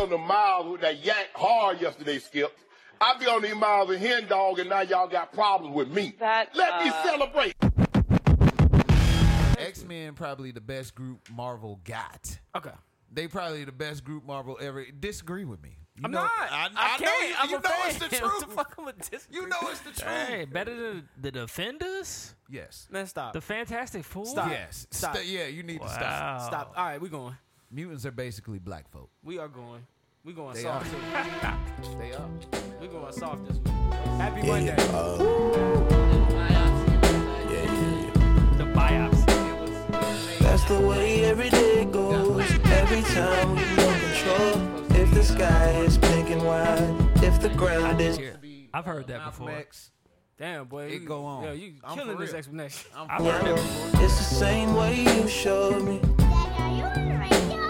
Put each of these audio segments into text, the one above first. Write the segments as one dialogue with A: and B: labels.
A: on the miles with that yank hard yesterday, Skip. I be on these miles with hen dog, and now y'all got problems with me.
B: That,
A: Let me
B: uh,
A: celebrate.
C: X Men probably the best group Marvel got.
D: Okay.
C: They probably the best group Marvel ever. Disagree with me. You
D: I'm
C: know-
D: not.
C: I,
D: I,
C: I
D: can't.
C: know you-
D: I'm
C: you
D: a
C: know
D: fan.
C: it's the
D: What
C: truth.
D: the fuck am I disagree?
C: You know it's the truth.
E: Hey, better than the defenders?
C: Yes.
D: Man, stop.
E: The Fantastic Four? Oh.
D: Stop.
C: Yes.
D: Stop.
C: Sta- yeah, you need to stop.
E: Wow.
D: Stop. All right, we going.
C: Mutants are basically black folk.
D: We are going. We going
C: They
D: soft. Too.
C: They are.
D: We going soft this week. Happy Monday.
E: The biopsy.
F: That's the way every day goes. Every time we lose control. If the sky is pink and white, if the ground is
E: I've heard that before.
C: Max.
D: Damn, boy.
C: It
D: you-
C: go on.
D: Yo, you
C: I'm
D: killing
C: for
D: this
C: real.
D: explanation.
E: I've heard that before.
F: It's the same way you showed me.
G: Daddy,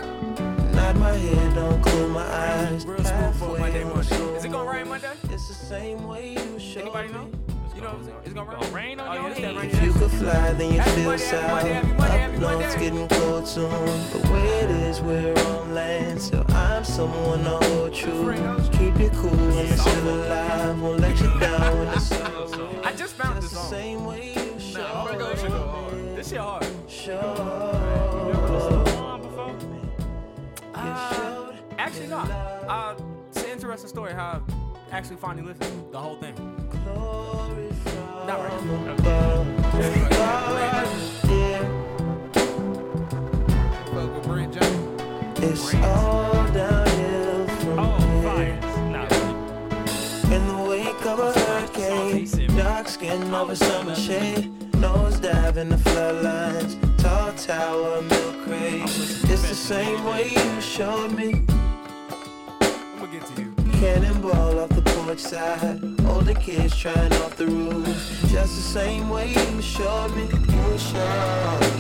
F: Nod my head, don't close my eyes.
D: Real smooth for Monday
F: Halfway on
D: morning.
F: the
D: Is it gonna rain Monday?
F: It's the same way you showed
D: Anybody know?
F: me.
D: You know, it's- it's gonna
E: Gonna
D: rain.
E: rain on
D: Oh,
E: your
D: yeah, it's that
E: head.
D: rain.
F: If you could fly, then you
D: Happy
F: feel
D: Monday, happy
F: south.
D: Monday, happy Monday, happy
F: Up north's
D: Monday.
F: getting cold soon. The way it is, we're on land. So I'm someone to hold true. Keep you cool when you're still alive. Won't let you down when it's over.
D: I just found
F: It's
D: this
F: the
D: song.
F: same way you
D: Franco, this shit go hard. This shit hard.
F: showed.
D: Uh, actually, no. Uh, it's an interesting story how I actually finally listened the whole thing.
F: Glory
D: Not right.
F: from above. God, yeah.
C: Fuck with Brent James.
F: It's all downhill from
E: Oh,
F: here.
E: fire. Nah,
F: In the wake of a hurricane, dark skin over summer shade, nose dive in the floodlines, tall tower, milk crate. It's the same way you showed me.
D: I'm gonna get to you.
F: Cannonball off the porch side, older kids trying off the roof. Just the same way you showed me, you showed.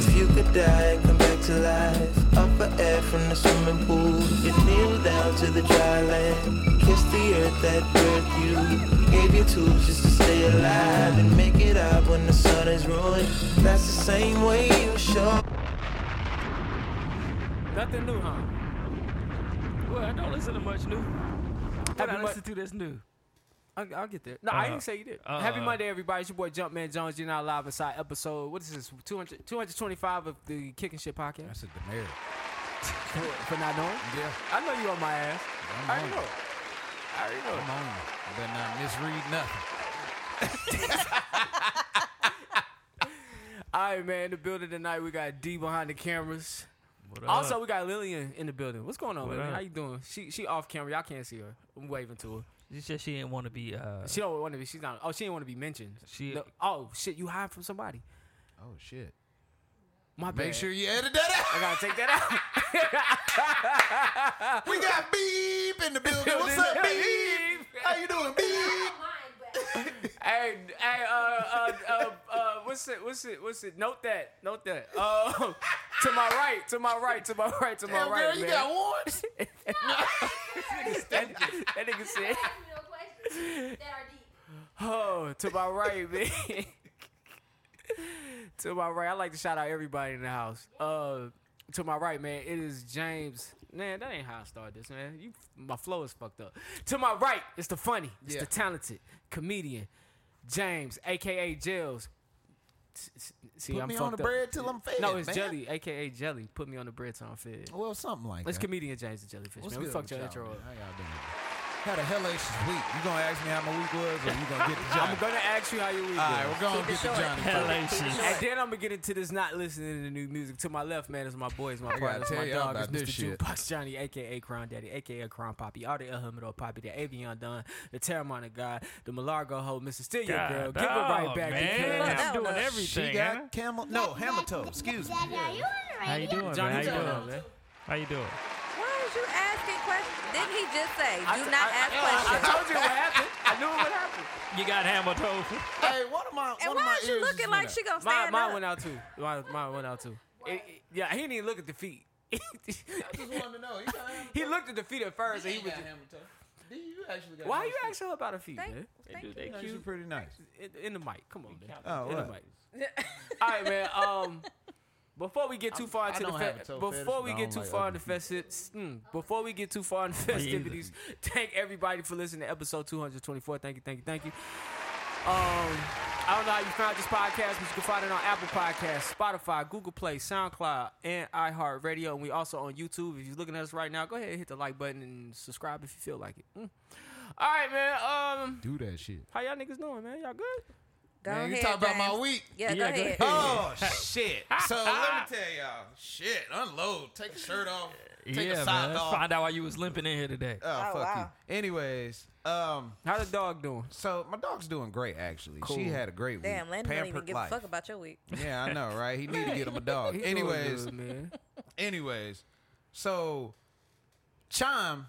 F: If you could die and come back to life, up for air from the swimming pool, you kneel down to the dry land, kiss the earth that birthed you, gave you tubes just to stay alive and make it up when the sun is ruined. That's the same way you showed.
D: Nothing new, huh?
E: well, I don't listen to much new. What
D: Happy
E: I
D: Mon-
E: listen to this new.
D: I'll, I'll get there. No, I didn't say you did.
E: uh,
D: Happy Monday, everybody. It's your boy Jumpman Jones. You're now live inside episode, what is this, 200, 225 of the Kicking Shit podcast?
C: That's a demerit.
D: For, for not knowing?
C: Yeah.
D: I know you on my ass.
C: I'm
D: I already
C: on
D: know.
C: it.
D: I already know.
C: Come on. You better not misread nothing.
D: All right, man. In the building tonight, we got D behind the cameras.
E: What
D: Also,
E: up?
D: we got Lillian in the building. What's going on,
E: What
D: Lillian?
E: up?
D: How you doing? She she off camera. Y'all can't see her. I'm waving to her.
E: she said she didn't want to be. Uh,
D: She don't want to be. She's not. Oh, she didn't want to be mentioned.
E: She-
D: No- oh shit, you hide from somebody.
C: Oh shit.
D: My bad.
C: Make sure you edit that
D: I gotta take that out.
C: out. We got beep in the building. What's up, beep? How you doing, beep?
D: Hey, hey, uh, uh, uh, uh, what's it? What's it? What's it? Note that. Note that. Uh, to my right. To my right. To my right. To my
C: Damn, girl,
D: right,
C: you
D: man.
C: got warrants.
D: that, that nigga said, "Oh, to my right, man." to my right, I like to shout out everybody in the house. Uh, to my right, man, it is James. Man, that ain't how I started this, man. You, my flow is fucked up. To my right, it's the funny, it's
C: Yeah.
D: the talented comedian, James, aka Jails. S- s- See,
C: Put
D: I'm
C: me
D: fucked
C: on the
D: up.
C: bread till I'm fed.
D: No, it's
C: man.
D: Jelly, aka Jelly. Put me on the bread, so I'm fed.
C: Well, something like
D: It's
C: that.
D: comedian James the Jellyfish,
C: What's
D: man. We
C: good
D: fucked
C: with
D: your
C: y'all,
D: intro
C: man?
D: up.
C: How y'all doing? Had a hellacious week. You gonna ask me how my week was, or you gonna get the
D: I'm
C: Johnny?
D: gonna ask you how your week
C: All right,
D: was.
C: we're gonna get the Johnny. first.
E: Hellacious.
D: And then I'm gonna get into this not listening to new music. To my left, man, is my boys, my
C: I gotta
D: partners,
C: tell
D: my
C: y'all
D: dog, is
C: about
D: Mr.
C: this shit.
D: Jukebox Johnny, aka Crown Daddy, aka Crown Poppy, all the El Humidor Poppy, the Avion Don, the Terramana God, the Malargo Ho, Mr. Steal Your Girl,
E: God,
D: give
C: oh,
D: her right
E: dog,
D: back
E: man.
D: to
E: I'm
D: Cam.
E: doing
C: She
E: everything. huh?
C: got camel. No, hammer toe. Excuse me.
G: are you on the
E: How you
G: radio?
E: doing,
D: Johnny,
E: man? How
D: tell
E: you
D: them,
E: doing?
D: man.
E: How you doing?
H: Why is you asking questions? Didn't he just say,
D: I
H: do
D: t-
H: not
D: I-
H: ask
D: I
H: questions?
D: told you what happened. I knew what happened.
E: You got hammer toe.
C: Hey, one of my
H: and
C: one of
H: why
C: my
H: is you
C: ears just
H: looking
C: went
H: like
C: out.
H: she gonna
D: Mine,
H: stand
D: mine
H: up?
D: went out too. Mine, mine went out too. It- it- yeah, he didn't even look at the feet.
C: wanted to know. You got hammer
D: he looked at the feet at first, and he was. Just,
C: toe. D, you actually got
D: why are
C: hammer
D: you asking her about her feet,
H: Thank,
D: man?
H: thank you.
C: toe. She's pretty nice.
D: In, in the mic, come on, man.
C: Oh,
D: in the
C: what?
D: mic. All right, man. Um, Before we get too far into the
C: don't have a toe fetish,
D: before we
C: but I
D: get
C: don't
D: too
C: like
D: far
C: ugly
D: into festivities, before we get too far into festivities, thank everybody for listening to episode 224. Thank you, thank you, thank you. Um, I don't know how you found this podcast, but you can find it on Apple Podcasts, Spotify, Google Play, SoundCloud, and iHeartRadio. And we also on YouTube. If you're looking at us right now, go ahead and hit the like button and subscribe if you feel like it. Mm. All right, man. Um,
C: Do that shit.
D: how y'all niggas doing, man? Y'all good?
H: Go
C: Man, you
H: ahead,
C: talk about my
H: James.
C: week.
H: Yeah, go
D: Yeah, go
H: ahead.
D: ahead.
C: Oh shit! So let me tell y'all, shit, unload, take a shirt off, take a
E: yeah,
C: sock
E: man.
C: off.
E: Find out why you was limping in here today.
C: Oh,
H: Oh,
C: fuck
H: wow.
C: you. Anyways, um,
D: How the dog doing?
C: so my dog's doing great actually. She had a great
H: Damn,
C: week.
H: Landon don't even
C: Mm, Pampered
H: give a
C: life.
H: fuck about your week.
C: Yeah, I know, right? He need to get him a dog.
D: He doing
C: Anyways,
D: good, man.
C: anyways, so Chime.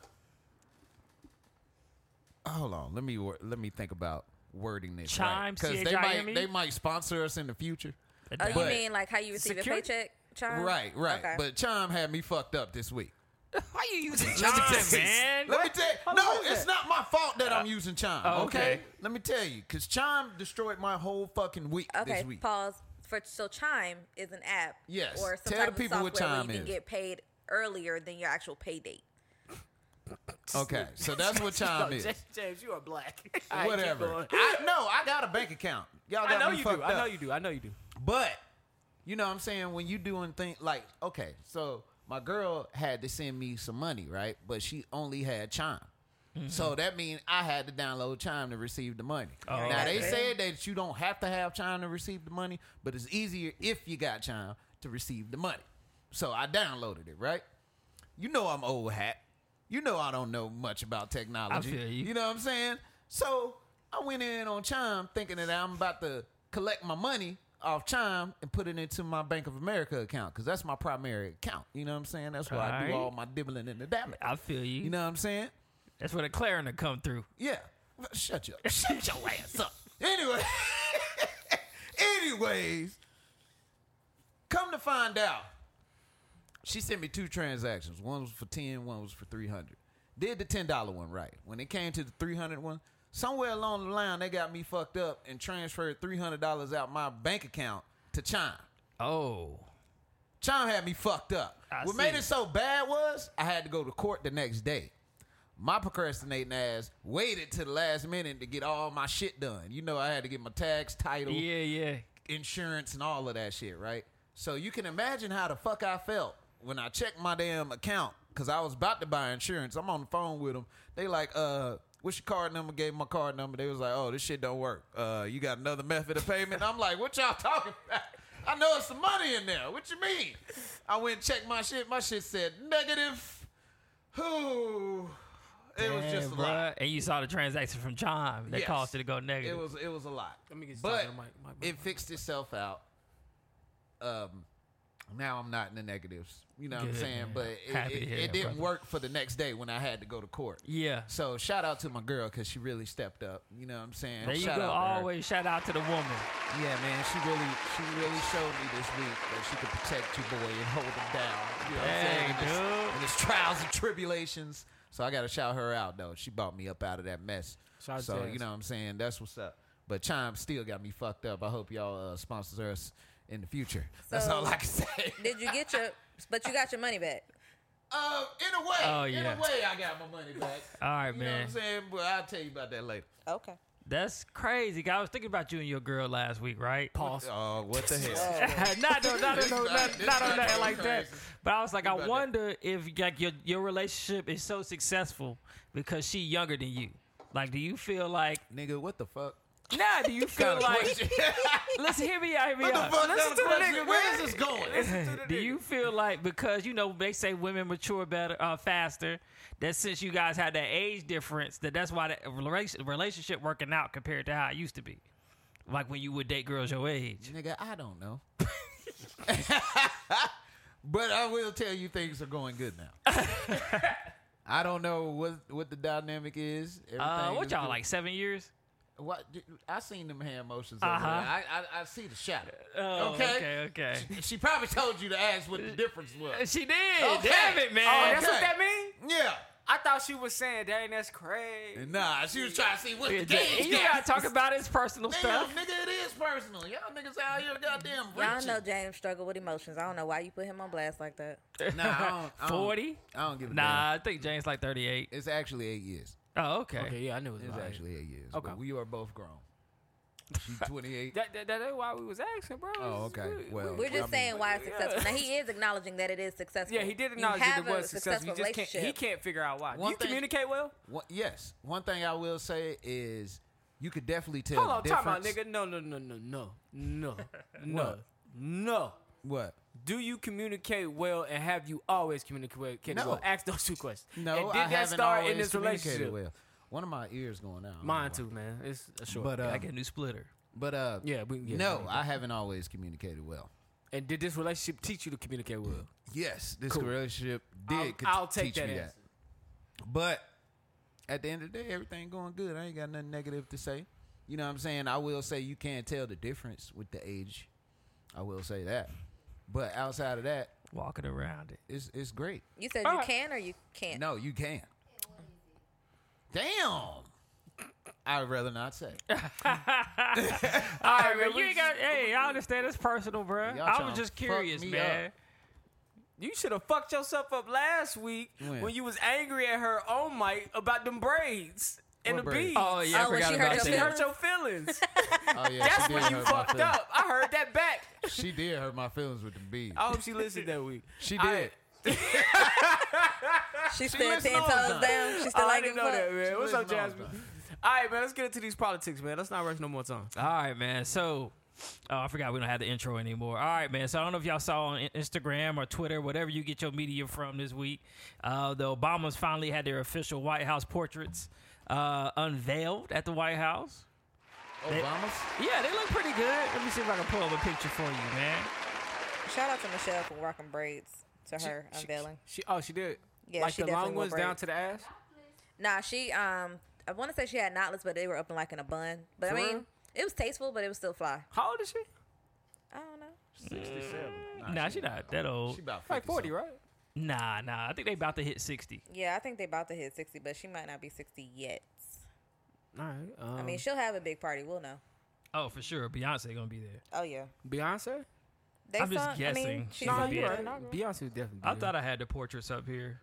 C: Hold on, let me wor- let me think about wording this.
E: Chime,
C: because they
E: C-H-I-M-E?
C: might they might sponsor us in the future.
H: Oh, you
C: But-
H: mean like how you receive
E: Secure-
H: a paycheck? Chime?
C: Right, right.
H: Oh, Okay.
C: But Chime had me fucked up this week.
E: Why you using
C: Let me
E: John,
C: tell you-
E: man?
C: Let me tell you. No, it's not my fault that I'm using Chime.
E: oh,
C: okay.
E: okay.
C: Let me tell you, because Chime destroyed my whole fucking week
H: okay,
C: this week.
H: pause. For so Chime is an app.
C: Yes.
H: Or some
C: Tell
H: type
C: the
H: of
C: people what
H: software where
C: Chime
H: you
C: is.
H: can get paid earlier than your actual pay date.
C: Okay, so that's what Chime is.
D: James, James, you are black. All right, keep
C: Whatever.
D: going.
C: I, no, I got a bank account. Y'all got
D: I know
C: me
D: you do.
C: fucked
D: I know
C: up. Oh,
D: you do. I know you do.
C: But you know what I'm saying? When you doing things like, okay, so my girl had to send me some money, right? But she only had Chime.
D: Mm-hmm.
C: So that means I had to download Chime to receive the money.
D: Oh,
C: now they
H: okay.
C: said that you don't have to have Chime to receive the money, but it's easier if you got Chime to receive the money. So I downloaded it, right? You know I'm old hat. You know I don't know much about technology.
E: feel you.
C: know what I'm saying? So I went in on Chime thinking that I'm about to collect my money off Chime and put it into my Bank of America account because that's my primary account. You know what I'm saying? That's where I do
E: Alright.
C: all my dibbling and the dabbling.
E: I feel you.
C: You know what I'm saying?
E: That's where the Clarin will come through.
C: Yeah. Shut your shut your ass up. Anyway. Anyways. Come to find out. She sent me two transactions. One was for 10, one was for 300. Did the $10 one right. When it came to the 300 one, somewhere along the line they got me fucked up and transferred $300 out my bank account to Chime.
E: Oh.
C: Chime had me fucked up.
E: I
C: what made
E: see.
C: it so bad was I had to go to court the next day. My procrastinating ass waited to the last minute to get all my shit done. You know, I had to get my tax, title,
E: Yeah, yeah.
C: insurance, and all of that shit, right? So you can imagine how the fuck I felt when I checked my damn account because I was about to buy insurance. I'm on the phone with them. They like, uh, what's your card number? Gave 'em my card number. They was like, oh, this shit don't work. Uh, you got another method of payment? I'm like, what y'all talking about? I know it's some money in there. What you mean? I went and checked my shit. My shit said negative. Who? It was just a
E: Damn,
C: lot.
E: bruh. And you saw the transaction from John that
C: Yes.
E: caused it to go negative.
C: It was it was a lot.
D: Let me get you
C: but
D: talking to Mike. Mike, Mike,
C: it fixed itself out. Um, now I'm not in the negatives. You know what I'm
E: Good,
C: saying?
E: man.
C: But it,
E: Happy to
C: it,
E: hear
C: it
E: that,
C: didn't
E: brother.
C: work for the next day when I had to go to court.
E: yeah.
C: So shout out to my girl because she really stepped up. You know what I'm saying?
E: There you
C: Shout
E: go.
C: out to her.
E: Always shout out to the woman.
C: Yeah, man. She really she really showed me this week that she could protect you boy and hold him down. You know what I'm saying?
E: Dang,
C: In this-
E: dude.
C: in this trials and tribulations. So I gotta shout her out though. She bought me up out of that mess.
D: Shout out
C: so
D: to
C: you know what I'm saying? That's what's up. But Chime still got me fucked up. I hope y'all uh, sponsors us in the future. That's
H: So-
C: all I can say.
H: Did you get your? But you got your money back.
C: Uh, in a way,
E: Oh,
C: in
E: yeah.
C: a way, I got my money back.
E: All right,
C: you know what
E: man.
C: I'm saying? But I'll tell you about that later.
H: Okay.
E: That's crazy. I was thinking about you and your girl last week, right?
D: Pause.
C: Oh, what the hell?
E: not on, not, on,
C: This
E: no-
C: guy-
E: not,
C: this
E: not on
C: guy
E: nothing
C: goes
E: like that.
C: crazy.
E: But I was like,
C: Think
E: I
C: about that.
E: wonder if like your your relationship is so successful because she younger than you. Like, do you feel like
C: Nigga, what the fuck?
E: nah? Do you feel
C: Kinda
E: like
C: question.
E: listen? Hear me out. Hear me
C: what the
E: out.
C: fuck?
E: Listen
C: kind
E: to
C: of
E: the
C: question?
E: nigga,
C: Where
E: man.
C: is this going?
E: Do you feel like because you know they say women mature better uh, faster that since you guys had that age difference that that's why the rela- relationship working out compared to how it used to be, like when you would date girls your age.
C: Nigga, I don't know. but I will tell you things are going good now. I don't know what what the dynamic is.
E: Uh,
C: Everything
E: what
C: is
E: y'all
C: good.
E: like seven years?
C: What I seen them hand motions. Over
E: Uh-huh.
C: there. I, I I see the shadow.
E: Oh,
C: okay.
E: okay, okay.
C: She, she probably told you to ask what the difference was.
E: She did.
C: Okay. Oh,
E: Damn it, man.
C: Okay.
D: That's what that mean?
C: Yeah.
D: I thought she was saying, dang, that's crazy.
C: Nah, she was trying to see what the
E: You gotta talk about his personal
C: Damn,
E: stuff.
C: nigga, it is personal. Y'all niggas out here goddamn
H: Y'all
C: reaching.
H: know James struggle with emotions. I don't know why you put him on blast like that.
C: Nah, I don't, I don't-
E: 40?
C: I don't give a damn.
E: Nah, I think James like 38.
C: It's actually eight years.
E: Oh, okay.
D: Okay, yeah, I knew it
C: It's
D: was lying.
C: actually eight years.
D: Okay.
C: But we are both grown. She's 28.
D: That, that, that ain't why we was asking, bro.
C: Oh,
D: It's
C: okay.
D: good.
C: Well,
H: We're just
C: I mean-
H: saying why it's successful. Now he is acknowledging that it is successful.
D: yeah, he did
H: You
D: acknowledge that
H: have
D: it was
H: a
D: successful. He just can't. He
H: relationship.
D: can't figure out why. Do
C: One
D: you
C: thing-
D: communicate well?
C: One- yes. One thing I will say is you could definitely tell
D: Hold on,
C: difference.
D: time out, nigga. No, no, no, no, no, no, no, no.
C: What?
D: Do you communicate well, and have you always communicated
C: No.
D: well? Ask those two questions.
C: No,
D: and did
C: I
D: that
C: haven't
D: start
C: always
D: in this
C: communicated
D: relationship?
C: Well. One of my ears going out.
D: Mine too, man. It's a short.
C: Oh, But uh,
E: I get a new splitter.
C: but uh,
D: Yeah, we- yeah,
C: no,
D: we-
C: I haven't always communicated well.
D: and did this relationship teach you to communicate well?
C: Yes, this
D: Cool.
C: relationship did
D: I'll-
C: could
D: I'll take
C: teach
D: that
C: me
D: answer.
C: that. But at the end of the day, everything going good. I ain't got nothing negative to say. You know what I'm saying? I will say you can't tell the difference with the age. I will say that. But outside of that,
E: Walking around it.
C: it's it's great.
H: You said you can or you can't.
C: No, you can. Damn. I'd rather not say. Oh,
E: All right, man. You ain't got. Hey, I understand it's personal, bro.
C: Y'all
E: I
C: tryna
E: was just
C: fuck
E: curious,
C: me
E: man.
C: up.
D: You should have fucked yourself up last week
C: When?
D: when, you was angry at her on mic about them braids and
C: What
D: the
C: braids?
D: beads.
E: Oh yeah,
H: Oh,
E: I
H: when
E: forgot
H: she heard
E: about
H: your
D: She
E: that.
D: hurt your feelings.
C: Oh yeah,
D: That's
C: she
D: when
C: did
D: you
C: hurt my
D: fucked
C: feelings.
D: up. I heard that back.
C: She did hurt my feelings with the bead.
D: I hope she listened that week.
C: she
D: I-
C: did.
H: She's still
C: listened
H: ten
C: all the
H: toes
C: time.
H: down. She's still
D: Oh, I
H: like
D: didn't
H: him.
D: know that, man. What's up,
C: listened all the
D: Jasmine? All right, man. Let's get into these politics, man. Let's not waste no more time.
E: All right, man. So, oh, I forgot we don't have the intro anymore. All right, man. So I don't know if y'all saw on In- Instagram or Twitter, whatever you get your media from this week. Uh, the Obamas finally had their official White House portraits uh, unveiled at the White House.
C: Obama's.
E: Yeah, they look pretty good. Let me see if I can pull up a picture for you, man.
H: Shout out to Michelle for rocking braids to her unveiling.
D: She, oh, she did.
H: Yeah,
D: like
H: she
D: the
H: definitely
D: long
H: wore
D: ones down
H: braids.
D: to the ass.
H: Nah, she um, I want to say she had knotless, but they were up in like in a bun. But
D: For
H: I mean,
D: real?
H: it was tasteful, but it was still fly.
D: How old is she?
H: I don't know.
E: Nah, she not that old.
C: She about 50
D: Like forty, right?
E: Nah, nah. I think they about to hit sixty.
H: Yeah, I think they about to hit sixty, but she might not be sixty yet.
D: All right. Um,
H: I mean, she'll have a big party. We'll know.
E: Oh, for sure. Beyonce gonna be there.
H: Oh yeah,
D: um, Beyonce.
H: they
E: I'm just
H: sung- I mean,
E: guessing.
H: she's
E: No,
H: no,
E: you
H: you
E: right.
D: Beyonce definitely.
E: I thought I had the portraits up here.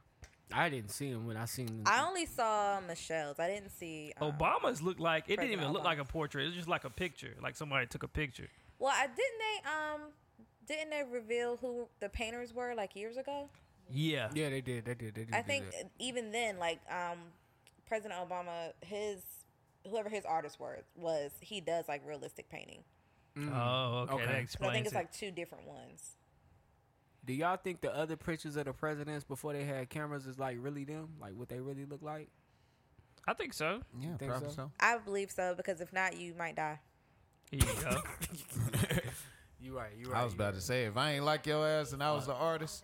D: I didn't see him when I seen. Them.
H: I only saw Michelle's. I didn't see
E: Oh,
H: um,
E: Obama's looked like it didn't
H: President
E: even look
H: Obama.
E: like a portrait. It was just like a picture. Like somebody took a picture.
H: Well, I didn't they um didn't they reveal who the painters were like years ago?
E: Yeah.
D: yeah, they did. They did. They did.
H: I
D: do
H: think
D: that.
H: even then, like um, President Obama, his whoever his artist was, was he does like realistic painting.
E: Oh, okay.
D: Okay.
E: That
H: 'Cause I
E: explains
H: think it's
E: it.
H: like two different ones.
D: Do y'all think the other pictures of the presidents before they had cameras is like really them? Like what they really look like?
E: I think so.
C: Yeah,
D: Think
C: probably
D: so?
C: so.
H: I believe so because if not, you might die.
E: Here you go.
D: You right. You
C: I was about to say, if I ain't like your ass and I was the artist,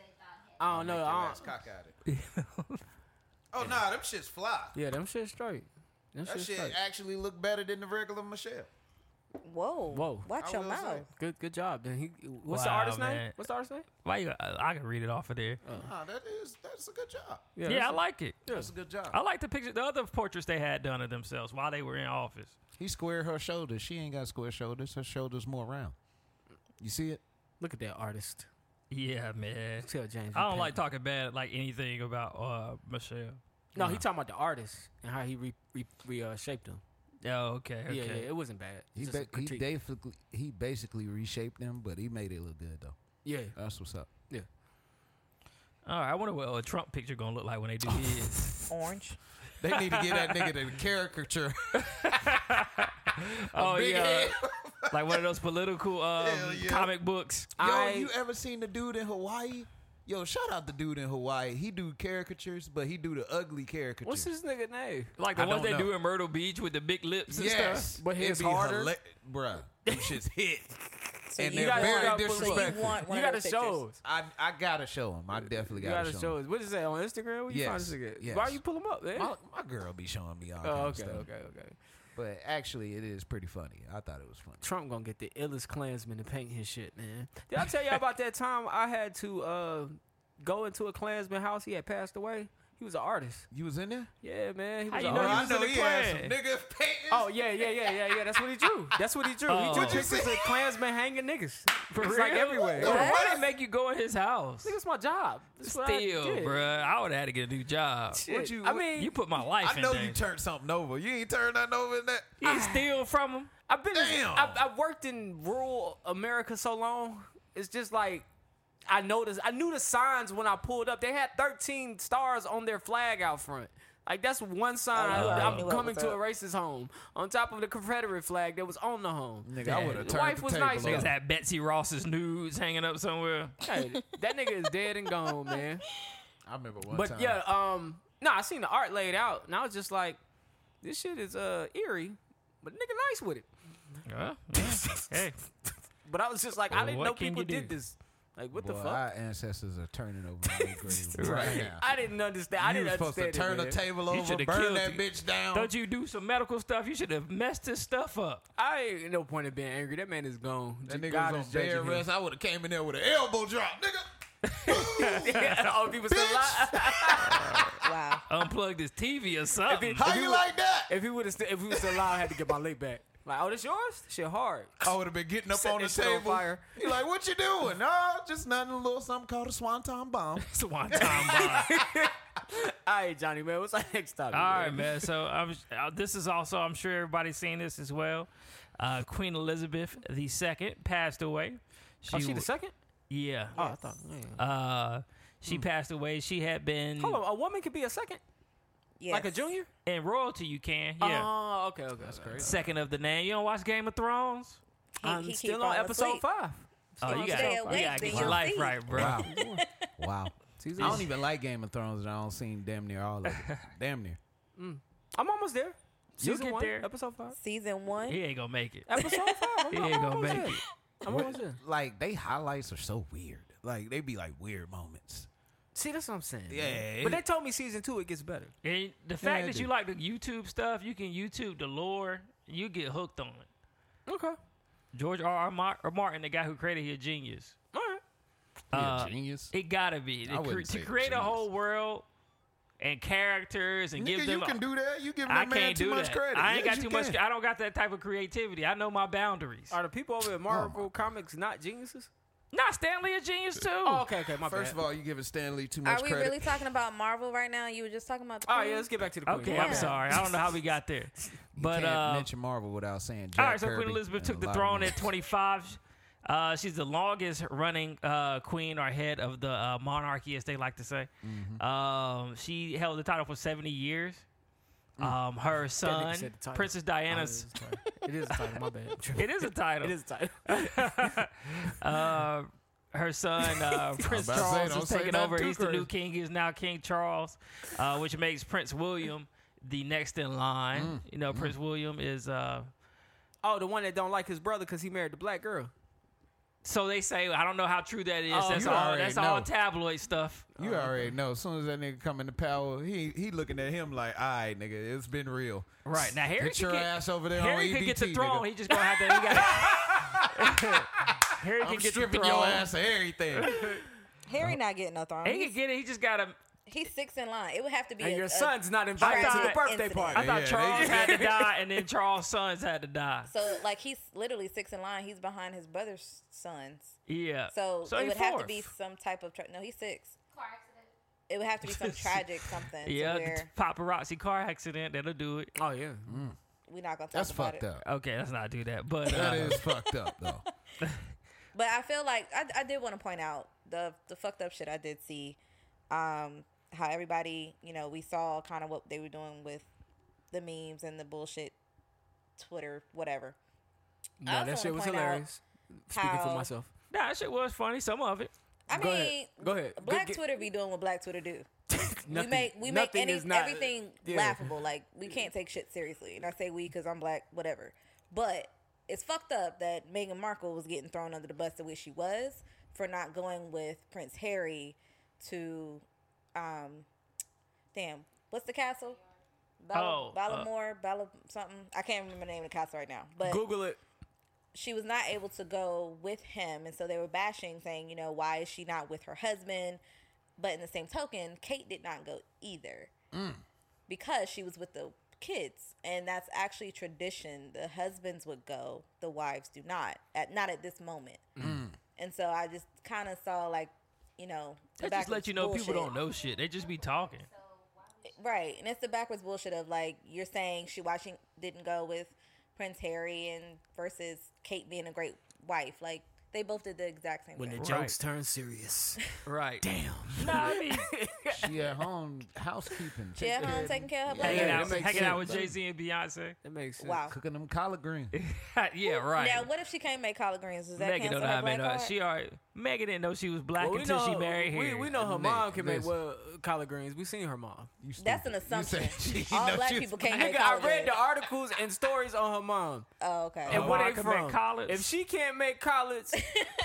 D: I don't know. I
I: That's
D: don't,
I: cock at it. oh nah, them shits fly.
D: yeah, them shit straight. Them
I: That
D: shit
I: shit
D: straight.
I: actually look better than the regular Michelle.
H: Whoa!
D: Whoa.
H: Watch
I: I
H: your
I: will
H: mouth.
I: say.
D: Good, good job. Then he. What's the
E: Wow,
D: artist name?
E: man.
D: What's the artist name?
E: Why you? uh, I, I can read it off of there.
I: Nah, that is that's a good job.
E: yeah, I
D: that's-
E: like it.
I: That's a good job.
E: I like the picture. The other portraits they had done of themselves while they were in office.
C: he squared her shoulders. She ain't got square shoulders. Her shoulders more round. You see it?
D: Look at that artist.
E: Yeah, man.
D: Tell James.
E: I
D: he
E: don't like
D: painted.
E: talking bad like anything about uh, Michelle.
D: No, he talking about the artist and how he re, re, re uh, shaped them.
E: Oh, okay, okay.
D: Yeah, yeah, it wasn't bad.
C: He,
D: It's just a
C: ba- he
D: critique.
C: basically he basically reshaped them, but he made it look good though.
D: yeah,
C: That's what's up.
D: yeah.
E: All right. I wonder what a Trump picture gonna look like when they do his.
H: Orange.
C: They need to get that nigga the caricature.
E: oh
C: big
E: yeah.
C: head.
E: like one of those political um,
I: Hell yeah.
E: comic books.
C: Yo,
D: I-
C: you ever seen the dude in Hawaii? Yo, shout out the dude in Hawaii. He do caricatures, but he do the ugly caricatures.
D: What's his nigga name?
E: Like the
C: I
E: ones
C: don't
E: they do
C: know.
E: in Myrtle Beach with the big lips and
C: Yes,
E: stuff.
D: But
C: It'd
D: his
C: be
D: harder.
C: hila- bruh. Them shit's hit,
H: So
C: and
H: you
C: they're
D: gotta
C: very
D: stop
H: so you
C: disrespectful.
H: want one
D: you
H: of
D: gotta
H: those
D: show
H: show.
D: us.
C: I I gotta show him. I definitely
D: You
C: gotta,
D: gotta
C: show
D: show
C: him.
D: us. What is that on Instagram? Where you find this
C: Yes,
D: nigga?
C: yes.
D: Why you pull him up, man?
C: My, my girl be showing me all
D: oh,
C: kinds
D: okay,
C: of stuff,
D: okay, okay.
C: but actually, it is pretty funny. I thought it was funny.
D: Trump gonna get the illest Klansman to paint his shit, man. Did I tell y'all about that time I had to uh, go into a Klansman house? He had passed away. He was an artist.
C: You was in there?
D: Yeah, man. He was
E: you
D: an
C: oh,
E: know
D: artist.
E: he was in the
I: had some
E: Klan.
I: niggas painting.
D: Oh yeah, yeah, yeah, yeah, yeah. That's what he drew. That's what he drew. He
E: Oh.
D: drew
E: What you
D: pictures of Klansmen hanging niggas.
E: For
D: it's like
E: real?
D: everywhere.
E: Bro,
D: Yeah.
E: Why they make you go in his house?
D: Nigga, it's my job. That's what I
E: Still,
D: did.
E: bruh, I would have had to get a new job.
D: Shit.
C: What you-
D: I
C: what-
D: mean,
E: You put my life
C: I
E: in
C: know
E: danger.
C: you turned something over. You ain't turned nothing over in that.
E: You steal from him.
D: I've been.
C: Damn.
D: I've, I've worked in rural America so long. It's just like I noticed. I knew the signs when I pulled up. They had 13 stars on their flag out front. Like that's one sign.
H: Oh, wow.
D: I'm
H: Knew what
D: coming
H: was
D: to
H: up.
D: a racist home on top of the Confederate flag that was on the home.
C: Nigga, I
E: Damn.
C: would have
E: The
C: turned
D: wife
C: the
D: was
C: table
D: nice.
C: over.
E: Niggas had Betsy Ross's nudes hanging up somewhere.
D: Hey, that nigga is dead and gone, man.
C: I remember one
D: But
C: time.
D: yeah, um, no, I seen the art laid out, and I was just like, this shit is uh eerie, but nigga nice with it.
E: Huh? Yeah. hey,
D: But I was just like, I
E: Well,
D: didn't
E: what
D: know
E: can
D: people
E: you do?
D: did this. Like, what the
C: Boy,
D: fuck? I,
C: Our ancestors are turning over in their grave right now.
D: didn't understand. I
C: you
D: didn't
C: was supposed to
D: understand.
C: turn
D: it,
C: the
D: man.
C: table over,
E: shoulda
C: burn
E: killed
C: that
E: you.
C: bitch down.
E: don't you do some medical stuff? You should have messed this stuff up.
D: I ain't no point of being angry. That man is gone.
C: that nigga
D: God
C: was
D: is
C: on
D: judging
C: bed
D: him.
C: rest. I would have came in there with an elbow drop, nigga.
D: Yeah, oh, if he was still alive.
H: Wow.
E: Unplugged his TV or something.
D: If
C: How
D: he
C: you
D: was-
C: like that?
D: If he would have, st- if he was still alive, I had to get my leg back. Like, oh, this yours? This shit hard.
C: I would have been getting up
D: Set
C: on the
D: that shit on
C: table.
D: fire.
C: You like, what you doing? No, just nothing. A little something called a swanton bomb.
E: It's a one time bomb.
D: All right, Johnny, man, what's our next topic?
E: All right, man. So I'm, uh, this is also, I'm sure everybody's seen this as well. Uh, Queen Elizabeth II passed away.
D: Oh, she the
E: wa-
D: second?
E: Yeah.
D: Oh, I thought. yeah.
E: Uh, she passed away. She had been
D: Hold on, a woman could be a second,
H: Yes.
D: like a junior.
E: in royalty. You can, yeah.
D: Oh, okay, okay, that's crazy.
E: Second of the name. You don't watch Game of Thrones?
H: He-
D: I'm
H: he keep
D: still on
H: falling
D: episode
H: asleep.
D: five.
E: Oh,
H: gonna
E: you got
H: stay
E: you
H: awake
E: gotta
H: till
E: get your
H: you
E: life
H: see.
E: right, bro.
C: Wow. wow.
D: Season-
C: I don't even like Game of Thrones, and I don't seen damn near all of it. Damn near.
D: I'm almost there.
E: You'll
D: Season
E: get
D: one,
E: there.
D: Episode five.
H: Season one.
E: He ain't gonna make it.
D: Episode five. I'm,
E: He
D: I'm
E: ain't gonna
D: almost
E: make
D: there.
E: it.
D: I'm almost there.
C: Like they highlights are so weird. Like they be like weird moments.
D: See, that's what I'm saying. man.
C: Yeah,
D: But
C: it-
D: they told me season two it gets better.
E: And the
C: I
E: fact that
C: do.
E: you like the YouTube stuff, you can YouTube the lore. You get hooked on it.
D: Okay. All
E: George R. R. Mar- or Martin, the guy who created his genius.
D: right.
C: He a
E: Uh,
C: genius.
E: It gotta be
C: I
E: to, cre-
C: wouldn't say
E: to create a
C: genius.
E: whole world and characters and
C: Nigga,
E: give
C: you
E: them.
C: can do that. You give
E: I
C: that man
E: can't
C: too
E: do
C: much
E: that.
C: credit.
E: I ain't
C: Yes,
E: got
C: you
E: too much.
C: can.
E: I don't got that type of creativity. I know my boundaries.
D: Are the people over at Marvel Comics not geniuses?
E: Not Stanley a genius too.
D: Oh, okay, okay. My
C: First
D: bad.
C: of all, you giving Stanley too much
H: Are we
C: credit.
H: really talking about Marvel right now? You were just talking about the.
D: all right,
H: Queen?
D: Oh, yeah, let's get back to the queen.
E: Okay,
D: My
E: I'm
D: bad.
E: sorry. I don't know how we got there, but
C: Can't
E: uh,
C: mention Marvel without saying. Jack
E: all right. So
C: Kirby
E: Queen Elizabeth
C: and
E: took
C: a
E: the
C: lot of
E: throne
C: names.
E: at 25. Uh, she's the longest running uh, queen or head of the uh, monarchy, as they like to say.
C: Mm-hmm.
E: Um, she held the title for 70 years.
C: Mm.
E: Um, her
D: That nigga
E: son,
D: said the title.
E: Princess
D: Oh, it
E: Diana's.
D: is a title. It is a title. My bad.
E: It is a title.
D: It is a title.
E: uh, her son uh, Prince
C: about to say,
E: Charles
C: don't
E: is
C: say
E: taking
C: nothing
E: over.
C: too
E: He's the new
C: crazy.
E: king. He is now King Charles, uh, which makes Prince William the next in line.
C: Mm.
E: You know, Prince William is. Uh,
D: Oh, the one that don't like his brother because he married the black girl.
E: so they say. I don't know how true that is.
D: Oh,
E: that's
C: you
E: all.
C: already
E: That's all
C: know.
E: tabloid stuff.
C: You already know. As soon as that nigga come into power, he he looking at him like, "All right, nigga, it's been real."
E: Right now, Harry
C: Get your
E: could get,
C: ass over there
E: Harry
C: on
E: could
C: EBT,
E: get the
C: nigga.
E: throne. He just gonna have to. He gotta, Harry
C: I'm
E: could get the
C: stripping
E: throne.
C: your ass of everything.
H: Harry not getting no throne.
E: He
H: He's,
E: could get it. He just gotta.
H: he's six in line. It would have to be.
D: And
H: a,
D: your
H: a-
D: son's not invited
H: uh, I
D: to the
H: thought-
D: birthday
H: incident.
D: party.
E: I thought
C: Yeah, they-
E: Charles had to die, and then Charles' sons had to die.
H: So like he's literally six in line. He's behind his brother's sons.
E: Yeah.
H: So, it
E: he
H: would have to
E: fourth.
H: be some type of. Tra- no, he's six.
G: Car accident.
H: It would have to be some tragic something. to
E: Yeah, the
H: where
E: paparazzi car accident. That'll do it.
D: Oh yeah.
H: we're not gonna talk
C: That's
H: about
C: fucked
H: it.
C: up.
E: Okay, let's not do that. But
C: That
E: uh,
C: is fucked up though.
H: But I feel like I, I did want to point out the the fucked up shit I did see. Um, how everybody, you know, we saw kind of what they were doing with the memes and the bullshit, Twitter, whatever. I
D: No,
H: also
D: that shit
H: wanna
D: was
H: point out
D: hilarious. Speaking for
H: how-
D: myself.
E: nah, that shit was funny. Some of it.
H: I
D: Go ahead.
H: mean,
D: Go ahead. Go
H: Black
D: get-
H: Twitter be doing what Black Twitter do.
D: Nothing-
H: we make we make
D: nothing
H: any,
D: is not-
H: everything
D: yeah.
H: laughable. Like we can't take shit seriously. And I say we because I'm black, whatever. But it's fucked up that Meghan Markle was getting thrown under the bus the way she was for not going with Prince Harry to, um, damn, what's the castle? Ball-
E: Oh, uh,
H: Ballamore, Balla something. I can't remember the name of the castle right now. But
D: Google it.
H: she was not able to go with him and so they were bashing saying you know why is she not with her husband But in the same token, Kate did not go either
E: Mm.
H: because she was with the kids, and that's actually tradition. The husbands would go, the wives do not. At not at this moment.
E: Mm.
H: And so I just kind of saw like, you know, the
E: That just
H: backwards
E: let you know people don't
H: bullshit.
E: know shit. They just be talking.
H: Right, and it's the backwards bullshit of like you're saying she watching didn't go with Prince Harry and versus Kate being a great wife. Like they both did the exact same
D: When the
H: thing.
D: jokes turn serious.
E: Right.
D: Damn.
E: No, I mean,
C: She at home housekeeping,
H: She at home taking care of her
E: hanging
H: baby.
D: that
E: out,
D: makes
E: hanging out
D: sense.
E: with Jay Z and Beyonce.
D: That makes sense.
H: Wow.
C: cooking them collard greens.
E: yeah, right.
H: Now, what if she can't make collard greens? Does that
E: Megan don't
H: cancel
E: know
H: her
E: how to make
H: black
E: no.
H: card?
E: She already. Megan didn't know she was black
D: Well, we
E: until
D: know,
E: she married
D: we,
E: here.
D: we know her
C: Nigga,
D: mom can make
C: listen.
D: well, collard greens. We seen her mom.
C: You
H: That's an
C: stupid. You said
H: assumption.
C: she- she
H: All
C: know
H: black
C: she was
H: people can't make
D: Nigga, I
H: collard
D: read
H: greens.
D: the articles and stories on her mom
H: Oh, okay.
D: and
E: Oh,
D: where
E: I
D: they
E: can make
D: from.
E: collards?
D: If she can't make collards,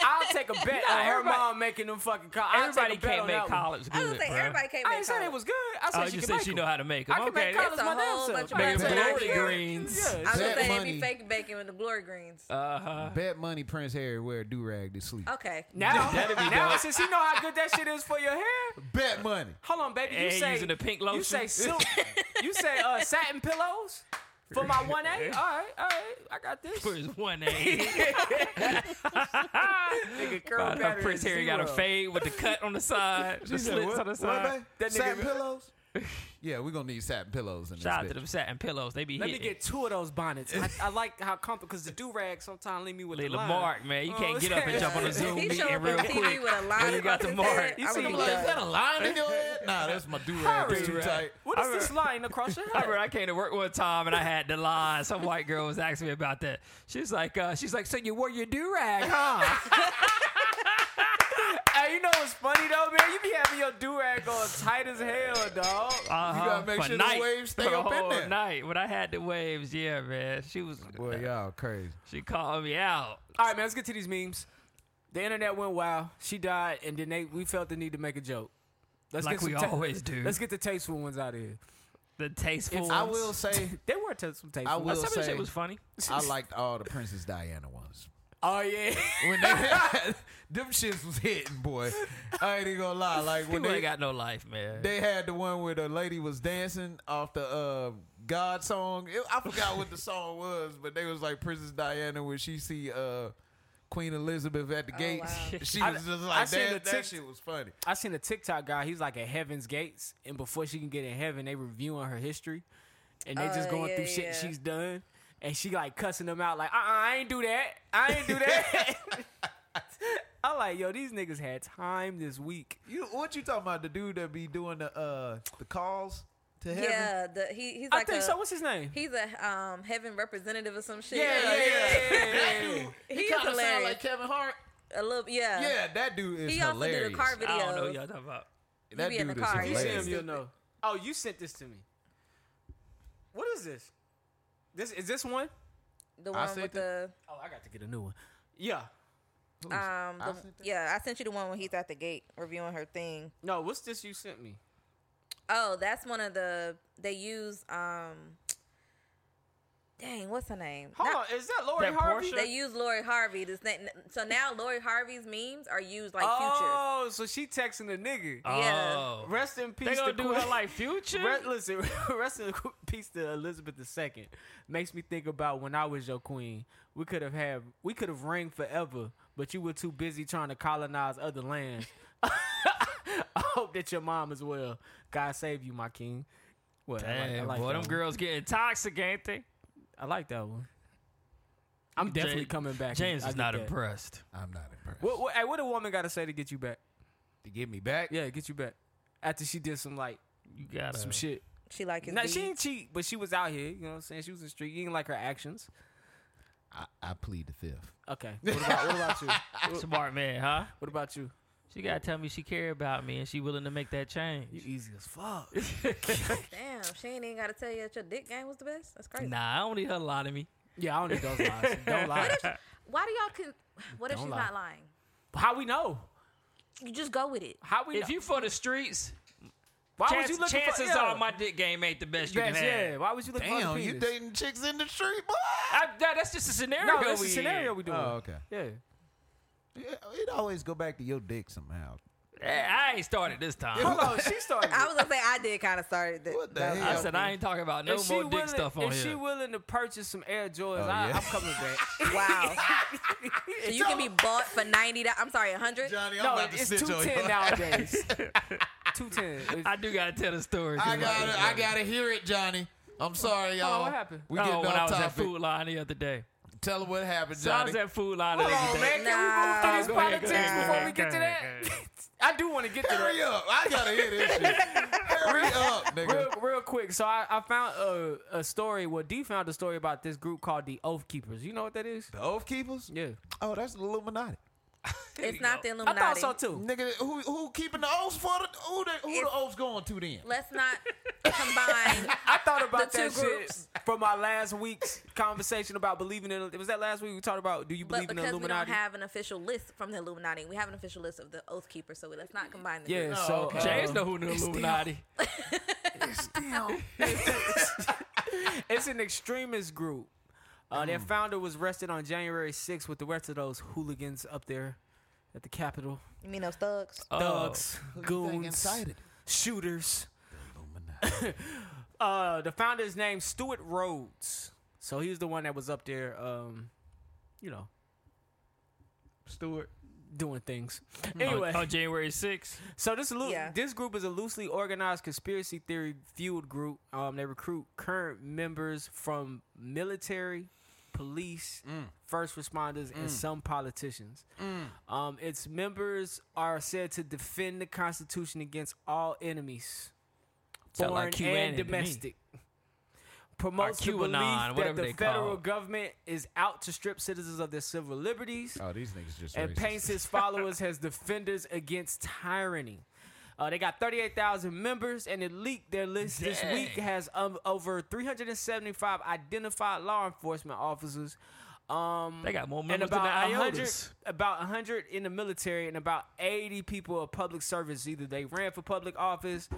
D: I'll take a bet on her
E: everybody-
D: mom making them fucking collards. I'll
E: Everybody
D: take a bet
E: can't
D: on
E: make
D: that one.
E: collards good,
H: I was saying
E: bruh.
H: everybody can't
D: I
H: make
D: didn't say it
H: collard.
D: was good. I said she
E: Oh, you
D: can
E: said
D: make
E: she
D: them.
E: know how to make them.
D: I can
E: okay,
D: make collards
H: That's a
D: my damn
H: whole
D: self.
H: bunch of
E: Making
H: That's what I
E: glory
H: hear.
E: greens.
D: Yeah,
H: I was
C: That
H: gonna say it'd
C: money-
H: be fake bacon with the glory greens.
E: Uh huh.
C: Bet money Prince Harry wear a do rag to sleep.
H: Okay.
D: Now,
E: That'd be
D: now
E: dope.
D: since you know how good that shit is for your hair,
C: Bet money.
D: hold on, baby. You
E: And
D: say
E: using the pink
D: You
E: lotion.
D: say silk. you say uh, satin pillows for my one A. All right, all right, I got this.
E: For his one A.
D: Nigga, curl
E: About how
D: pattern
E: Prince
D: is
E: Harry got a
D: zero.
E: fade with the cut on the side, the slits on the side.
D: That nigga-
C: satin pillows? yeah, we're gonna need satin pillows in this.
E: Shout out
C: bitch.
E: to them satin pillows. They be
D: Let me
E: hitting.
D: get two of those bonnets. I, I like how comfortable because the do rag sometimes leave me with
E: Lee
D: a line.
E: Lamark, man, you
D: Oh,
E: can't get up and jump on a
D: yeah.
E: Zoom
H: He
E: meeting
H: showed up
E: real
H: on TV
E: quick.
H: with a line
E: And you got
H: across
E: the
H: his head.
E: mark.
D: You
H: I
D: see
H: would
D: him
H: be
D: like
H: done.
C: Is that a line in your head? Nah, that's my do rag
D: Hurry,
C: too
D: bruh.
C: tight.
D: What is this line across your
E: I remember
D: head?
E: I came to work one time and I had the line. Some white girl was asking me about that. She's like, uh, she's like, so you wore your do rag, huh?
D: Hey, you know what's funny though, man? You be having your do rag on tight as hell, dog.
E: Uh-huh.
C: gotta make
E: For
C: sure the
E: night.
C: waves stay
E: For
C: up in
E: whole
C: there.
E: night when I had the waves, yeah, man. She was,
C: Boy, y'all crazy.
E: she called me out.
D: All right, man, let's get to these memes. The internet went wild. She died, and then they we felt the need to make a joke. Let's
E: Like
D: get some
E: we always do.
D: Let's get the tasteful ones out of here.
E: The tasteful.
C: I
E: ones.
C: will say
D: They were t- some tasteful.
C: I
D: ones.
C: will
E: Some of the
C: say-
E: shit was funny.
C: I liked all the Princess Diana ones.
D: Oh yeah.
C: When they had, them shits was hitting, boy. I ain't even gonna lie. Like when
E: People
C: they
E: ain't got no life, man.
C: They had the one where the lady was dancing off the uh, God song. It- I forgot what the song was, but they was like Princess Diana when she see uh, Queen Elizabeth
E: Oh,
C: at the gates.
H: wow.
C: She
D: I-
C: was just
D: I
C: like
D: seen
C: that.
D: the
C: that
D: tick-
C: shit was funny.
D: I seen a TikTok guy. He's like at heaven's gates, and before she can get in heaven, they reviewing her history, and they just
H: Oh,
D: going
H: yeah,
D: through shit
H: yeah.
D: she's done, and she like cussing them out, like, uh, uh I ain't do that, I ain't do that. I'm like, yo, these niggas had time this week.
C: You what you talking about? The dude that be doing the uh, the calls to heaven.
H: Yeah, the, he, he's
D: I
H: like
D: think
H: a,
D: so. What's his name?
H: he's a um, heaven representative or some shit.
D: yeah.
H: He, is hilarious.
C: like Kevin Hart.
H: a little, yeah.
C: Yeah, that dude is
H: He also
C: hilarious.
H: did a car video.
E: I don't know what y'all talking about.
C: that
H: be
C: dude
H: in the
C: is
H: car,
D: You
H: he's
D: see
C: hilarious.
D: him, you'll
H: Stupid.
D: know. Oh, you sent this to me. What is this? This is this one?
H: The one
C: sent
H: with the
D: Oh, I got to get a new one. Yeah.
H: um, the,
C: sent that?
H: yeah, I sent you the one when he's at the gate reviewing her thing.
D: No, what's this you sent me?
H: Oh, that's one of the they use um, dang, what's her name?
D: Hold
H: Not-
D: on, is that Lori
E: That
D: Harvey?
E: Portia?
H: They use Lori Harvey. This na- so now Lori Harvey's memes are used like futures.
D: Oh, so she texting a nigga.
H: Yeah.
E: Oh.
D: Rest in peace.
E: They gonna
D: to
E: do
D: Queen-
E: her like future?
D: Re- listen, rest in peace to Elizabeth II. Makes me think about when I was your queen. We could have had, we could have reigned forever, but you were too busy trying to colonize other lands. I hope that your mom as well. God save you, my king. Well, I like, I
E: Damn,
D: like
E: boy,
D: that
E: them
D: one.
E: girls getting toxic, ain't they?
D: I like that one. I'm
E: Jay-
D: definitely coming back.
E: James
D: I
E: is
D: get
E: not
D: that.
E: impressed.
C: I'm not impressed.
D: What, what, hey, what a woman got to say to get you back?
C: to get me back?
D: Yeah, get you back. After she did some like
E: You gotta.
D: some shit.
H: She like his
D: Now,
H: beads.
D: she ain't cheat, but she was out here. You know what I'm saying? She was in the street. You ain't like her actions.
C: I, I plead the fifth.
D: Okay. What about, what about you? What,
E: Smart man, huh?
D: what about you?
E: She gotta tell me she care about me and she willing to make that
D: You
E: change.
D: easy as fuck.
H: Damn, she ain't even gotta tell you that your dick game was the best. That's crazy.
E: Nah, I don't need her lie to me.
D: yeah, I don't need those lies. Don't lie.
H: Why do y'all? Con- what if
D: Don't
H: she's
D: lie.
H: not lying?
D: How we know?
H: You just go with it.
D: How we?
E: If
D: know?
E: you for the streets,
D: why
E: chance,
D: was you looking
E: chances
D: for? yeah.
E: are my dick game ain't the best you
D: Yes,
E: can have.
D: yeah. Why was you looking for?
C: Damn,
D: the
C: you
D: penis?
C: dating chicks in the street, boy?
E: I, that, that's just a scenario.
D: No, that's
E: we
D: a scenario
E: in.
D: we doing.
C: Oh, okay.
D: Yeah.
C: Yeah, it always go back to your dick somehow.
E: Eh, I ain't started this time.
D: Hold on, she started.
H: I was gonna say I did kind of started that.
C: What the
H: that-
E: I
C: hell?
E: said I ain't talking about no
D: If she
E: more dick
D: willing-
E: stuff on
D: if she
E: here.
D: willing to purchase some Air Jordans,
C: Oh,
D: I,
C: yeah.
D: I'm coming back.
H: Wow. so you can be bought for ninety dollars. I'm sorry, hundred.
I: Johnny, I'm
D: no,
I: about to
D: it's
I: snitch
D: two
I: on you.
D: ten nowadays. two ten.
E: I do gotta tell the story. 'cause
C: I
E: it's
C: gotta,
E: like-
C: I gotta hear it, Johnny. I'm sorry, y'all.
D: Oh, what happened?
C: We
E: oh,
C: getting
E: when
C: off
E: I was at
C: topic.
E: Food Line the other day.
C: Tell them what happened,
E: So I
C: Johnny.
E: was at Food Line the
D: Hold
E: other
D: on, man.
E: day.
D: Can we move through this
E: Nah. Go ahead, go
D: politics
E: ahead,
D: before
E: go
D: we get to
E: ahead,
D: that?
E: go
D: I do want to get to that.
C: Hurry up! I gotta hear this shit. Hurry up,
D: real,
C: nigga.
D: real quick. So I, I found a, a story. Well, D found a story about this group called the Oath Keepers. You know what that is?
C: The Oath Keepers?
D: Yeah,
C: Oh, that's the Illuminati.
H: It's not the
D: I
H: Illuminati.
D: thought so too.
C: Nigga, who who keeping the oaths for the who the who the
H: It's-
C: oaths going to then?
H: Let's not combine.
D: I thought about
H: The two
D: that shit
H: groups.
D: from our last week's conversation about believing in. Was that last week we talked about? Do you
H: But
D: believe in the
H: because we don't
D: Illuminati?
H: have an official list from the Illuminati, we have an official list of the Oath Keepers, so let's not combine the
D: yeah.
H: groups.
D: so
C: okay.
D: uh,
E: James know who the
D: it's the-
E: Illuminati.
D: it's an extremist group. Uh, Their founder was arrested on January 6th with the rest of those hooligans up there at the Capitol.
H: You mean those thugs?
E: Oh.
D: Thugs, goons, shooters. uh, the founder's name Stuart Rhodes. So he was the one that was up there, um, you know,
C: Stewart.
D: doing things.
E: On-
D: Anyway,
E: on January 6th.
D: So this loo-
H: Yeah.
D: this group is a loosely organized conspiracy theory fueled group. Um, they recruit current members from military, police,
E: Mm.
D: first responders, and some politicians. Um, its members are said to defend the Constitution against all enemies,
E: Sound
D: foreign
E: like QAnon
D: and
E: to me.
D: domestic. Promotes the
E: QAnon,
D: belief that
E: whatever
D: the
E: they
D: federal
E: call it.
D: government is out to strip citizens of their civil liberties
C: Oh, these niggas just
D: and paints his followers as defenders against tyranny. Uh, they got 38,000 members, and it leaked their list this week has um, over 375 identified law enforcement officers. Um,
E: They got more
D: and
E: members than
D: about
E: the
D: 100,
E: Iotas.
D: about 100 in the military, and about 80 people are public service. Either they ran for public office,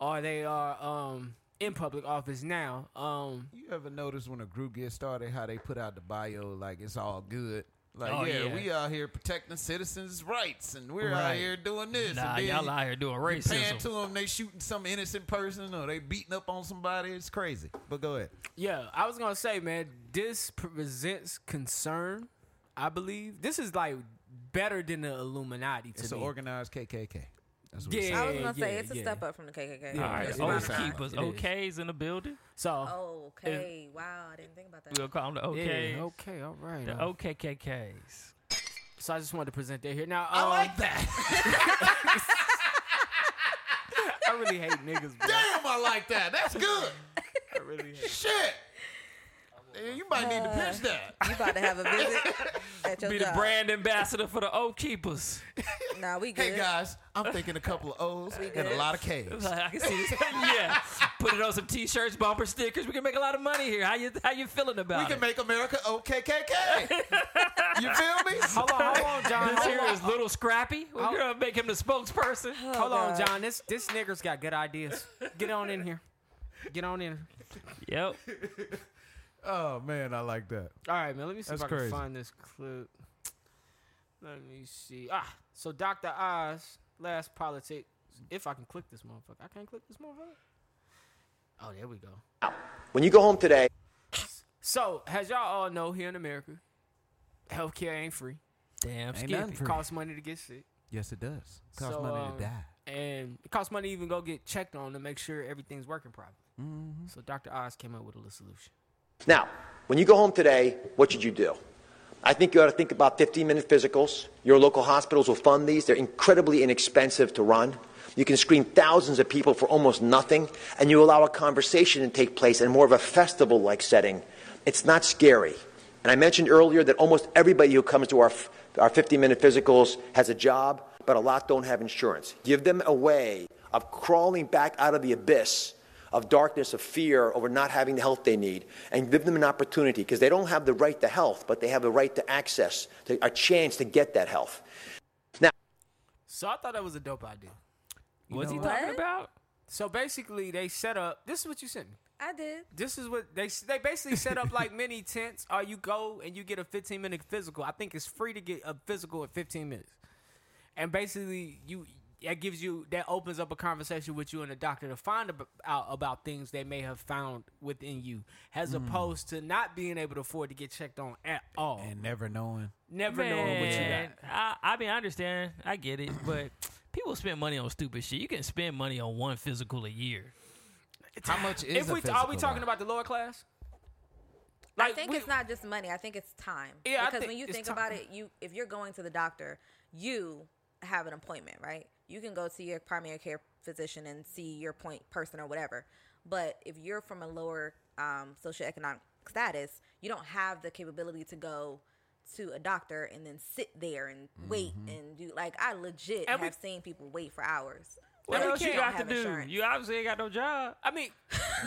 D: or they are um, in public office now. Um,
C: You ever notice when a group gets started how they put out the bio like it's all good? Like,
E: Oh,
C: yeah,
E: yeah.
C: we out here protecting citizens' rights and we're out
E: Right.
C: here doing this.
E: Nah,
C: and then
E: y'all
C: you-
E: out here doing
C: you Paying to
E: racism.
C: them, they shooting some innocent person or they beating up on somebody. It's crazy. But go ahead.
D: Yeah, I was gonna say, man, this presents concern. I believe this is like better than the Illuminati to
C: It's
D: me.
C: an organized KKK. That's what
D: Yeah.
C: it's
H: I was gonna say
D: yeah,
H: it's a
D: yeah.
H: step up from the KKK.
D: Yeah,
E: All right,
D: It's
H: Let's
D: all
H: not
E: Oath
D: not.
H: combine.
E: Keepers.
D: It is.
E: OKs in the building.
D: so
H: Oh, Okay, wow, I didn't think about that.
E: We'll call them the
D: yeah,
E: OKs.
D: okay, all right.
E: The
D: uh,
E: OKKKs.
D: so I just wanted to present that here. Now
C: I
D: um,
C: like that.
D: I really hate niggas. Bro.
C: Damn, I like that. That's good.
D: I really hate.
C: Shit. Yeah, you might need to
D: Uh,
C: pitch that.
H: You about to have a visit at your
E: Be the
H: job?
E: brand ambassador for the Oath Keepers.
H: Nah, we good.
C: Hey guys, I'm thinking a couple of O's and a lot of K's.
E: Like, I can see this. yeah. Put it on some t-shirts, bumper stickers. We can make a lot of money here. How you how you feeling
C: We
E: about
C: can
E: it?
C: make America OKKK. you feel me?
D: Hold on, hold on, John.
E: this
D: Hold
E: here
D: on,
E: is little scrappy. We're
D: I'll-
E: gonna make him the spokesperson.
D: hold on,
H: God.
D: John. This this nigger's got good ideas. Get on in here. Get on in.
E: Yep.
C: Oh man, I like that.
D: All right, man. Let me see
C: That's
D: if I can
C: crazy.
D: find this clip. Let me see. Ah, so Dr. Oz, last politic. If I can click this motherfucker, I can't click this motherfucker. Oh, there we go.
J: When you go home today,
D: So, as y'all all know, here in America, healthcare ain't free.
E: Damn
C: Ain't
E: Skippy.
C: nothing free.
D: Costs money to get sick,
C: Yes, it does.
D: Costs So, money to um, die. and it costs money to even go get checked on to make sure everything's working properly. So, Dr. Oz came up with a little solution.
J: now, when you go home today, what should you do? I think you ought to think about 15 minute physicals. Your local hospitals will fund these, they're incredibly inexpensive to run. You can screen thousands of people for almost nothing, and you allow a conversation to take place in more of a festival like setting. It's not scary. And I mentioned earlier that almost everybody who comes to our, f- our 15 minute physicals has a job, but a lot don't have insurance. Give them a way of crawling back out of the abyss of darkness, of fear over not having the health they need, and give them an opportunity because they don't have the right to health, but they have the right to access, to, a chance to get that health.
D: So, I thought that was a dope idea.
E: What's he
H: know what?
E: talking about?
D: So, basically, they set up this is what you sent me.
H: I did.
D: this is what they they basically set up like mini tents. Or you go and you get a 15 minute physical. I think it's free to get a physical at 15 minutes, and basically you that gives you that opens up a conversation with you and the doctor to find ab- out about things they may have found within you, as
E: Mm.
D: opposed to not being able to afford to get checked on at all,
C: and never knowing.
D: never knowing what you got.
E: Man, I, I mean, I understand. I get it. But people spend money on stupid shit. You can spend money on one physical a year.
C: How much is
D: If
C: a
D: we
C: physical
D: are we talking
C: though?
D: about the lower class?
H: I think
D: we-
H: it's not just money. I think it's time.
D: Yeah, I
H: because
D: think
H: when you
D: it's
H: think
D: time.
H: about it, you if you're going to the doctor, you have an appointment, right? You can go to your primary care physician and see your point person or whatever. But if you're from a lower um, socioeconomic status, you don't have the capability to go to a doctor and then sit there and
D: Mm-hmm.
H: wait and do like I legit
D: And we-
H: have seen people wait for hours.
E: What
D: we
E: else you
D: can't
E: got to
H: have
E: do?
H: insurance.
E: You obviously ain't got no job.
D: I mean,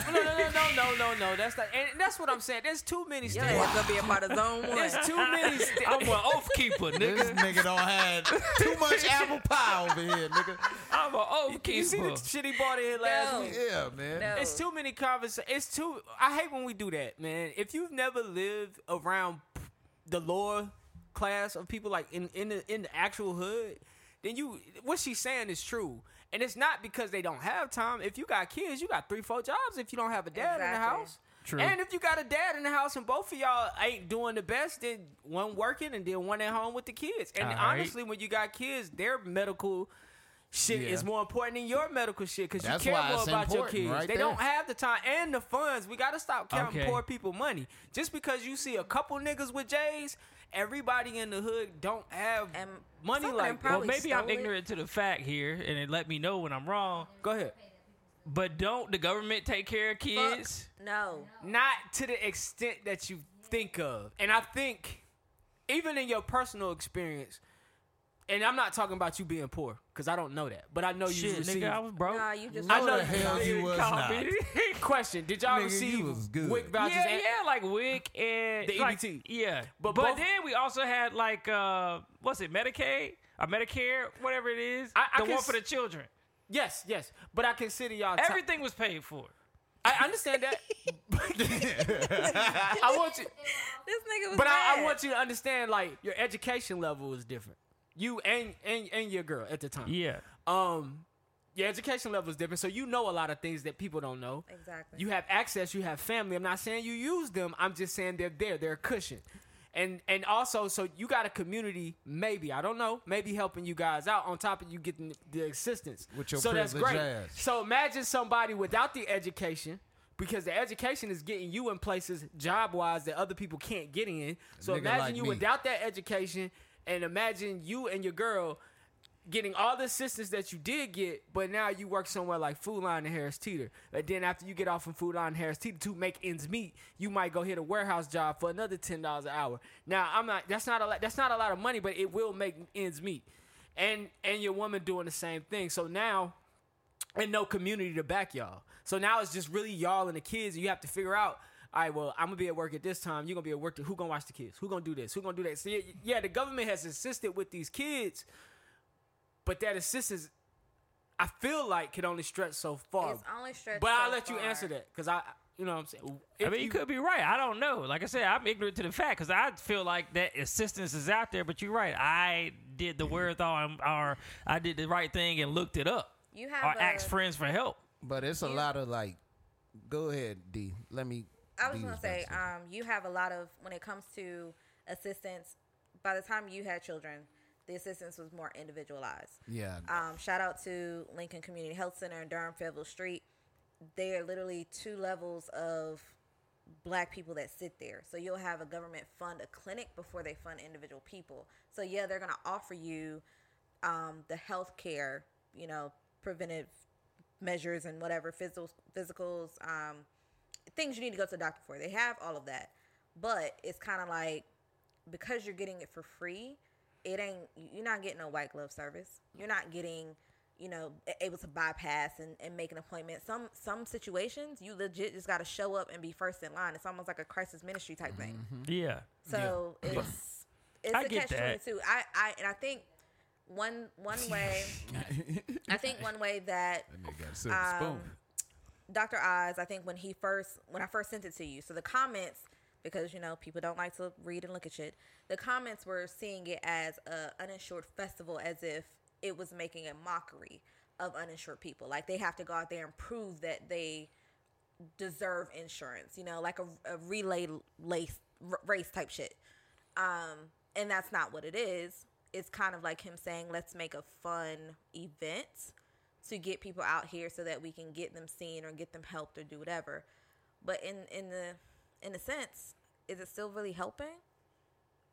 D: no, no, no, no, no, no, no. That's not, and that's what I'm saying. There's too many
H: Yeah,
D: standards.
H: it's gonna be a part of zone one.
D: There's too many. St-
E: I'm an oath keeper,
C: This
E: nigga.
C: nigga don't have too much apple pie over here, nigga.
E: I'm an oath
D: you see
E: keeper.
D: the shit he bought in here last
H: No.
D: week.
C: Yeah, man.
H: No.
D: It's too many conversations. It's too. I hate when we do that, man. If you've never lived around p- the lower class of people, like in in the, in the actual hood, then you what she's saying is true, and it's not because they don't have time. If you got kids, you got three, four jobs. If you don't have a dad in the
H: Exactly.
D: house. True. And if you got a dad in the house and both of y'all ain't doing the best, then one working and then one at home with the kids. And
E: All right.
D: honestly, when you got kids, their medical shit
C: Yeah.
D: is more important than your medical shit because you
C: That's
D: care
C: why
D: more
C: it's
D: about your
C: important
D: kids.
C: right
D: they
C: there.
D: don't have the time and the funds. We gotta stop counting
E: Okay.
D: poor people money. Just because you see a couple niggas with J's, everybody in the hood don't have
H: And
D: money
H: some of them
D: like that.
H: probably-
E: Well, maybe I'm
H: stole it.
E: ignorant to the fact here, and it let me know when I'm wrong.
D: Go ahead.
E: But don't the government take care of
H: Fuck.
E: kids?
H: no.
D: Not to the extent that you think of, and I think even in your personal experience, and I'm not talking about you being poor because I don't know that, but I know you
E: Shit,
D: received.
E: nigga, I was broke.
H: No, you just
D: I know
C: What the
D: you
C: hell
D: didn't
C: you was
E: Call
C: not.
E: me.
D: Question: Did y'all
C: Nigga, you
D: receive
C: was good.
D: WIC vouchers?
E: yeah,
D: and-
E: yeah, like WIC and
D: The
E: like,
D: EBT.
E: Yeah,
D: But
E: E but
D: both-
E: then we also had like uh, what's it, Medicaid or Medicare, whatever it is,
D: I- I
E: the
D: can
E: one
D: s-
E: for the children.
D: Yes, yes, but I consider y'all ti-
E: Everything was paid for.
D: I understand that. I want you,
H: This nigga was
D: but I, I
H: mad.
D: want you to understand like your education level is different. You and and and your girl at the time.
E: Yeah,
D: Um, your education level is different, so you know a lot of things that people don't know.
H: Exactly.
D: You have access. You have family. I'm not saying you use them. I'm just saying they're there. They're a cushion. And, and also, so you got a community, maybe I don't know, maybe helping you guys out. On top of you getting the assistance,
C: With your
D: so that's
C: privileged
D: great.
C: ass.
D: So imagine somebody without the education, because the education is getting you in places job wise that other people can't get in. So
C: Nigga
D: imagine
C: like
D: you
C: me.
D: without that education, and imagine you and your girl getting all the assistance that you did get, but now you work somewhere like Food Line and Harris Teeter. And then after you get off from Food Line and Harris Teeter to make ends meet, you might go hit a warehouse job for another ten dollars an hour. Now I'm not that's not a lot that's not a lot of money, but it will make ends meet. And and your woman doing the same thing. So now and no community to back y'all. So now it's just really y'all and the kids. And you have to figure out. All right, well, I'm gonna be at work at this time. You're gonna be at work. Who gonna watch the kids? Who gonna do this? Who gonna do that? So yeah, yeah, the government has assisted with these kids, but that assistance, I feel like, can only stretch so far.
H: It's only stretched
D: um, but I'll
H: so
D: let you
H: far.
D: answer that because I, you know, what I'm saying. If
E: I mean, you could be right. I don't know. Like I said, I'm ignorant to the fact because I feel like that assistance is out there. But you're right. I did the wherewithal, and- or I did the right thing and looked it up,
H: You
E: or
H: have a,
E: asked friends for help.
C: But it's a lot of like. Go ahead, D. Let me.
H: I was
C: D
H: gonna
C: about
H: say,
C: to
H: um, you have a lot of when it comes to assistance. By the time you had children, the assistance was more individualized.
C: Yeah.
H: Um, shout out to Lincoln Community Health Center in Durham Fayetteville Street. There are literally two levels of black people that sit there. So you'll have a government fund a clinic before they fund individual people. So yeah, they're gonna offer you um, the health care, you know, preventive measures and whatever physicals, physicals um, things you need to go to the doctor for. They have all of that, but it's kind of like because you're getting it for free, it ain't you're not getting no white glove service. You're not getting, you know, a- able to bypass and, and make an appointment. Some some situations you legit just got to show up and be first in line. It's almost like a crisis ministry type thing.
E: Mm-hmm. Yeah,
H: So it's it's
E: I
H: a
E: get
H: catch twenty
E: that.
H: two. I, I and I think one one way I think one way that
C: Silver
H: um,
C: spoon.
H: Dr. Oz, I think when he first when I first sent it to you, so the comments because you know people don't like to read and look at shit. The comments were seeing it as a uninsured festival, as if it was making a mockery of uninsured people. Like they have to go out there and prove that they deserve insurance, you know, like a, a relay lace, r- race type shit. Um, and that's not what it is. It's kind of like him saying, let's make a fun event to get people out here so that we can get them seen or get them helped or do whatever. But in, in the in a sense, is it still really helping?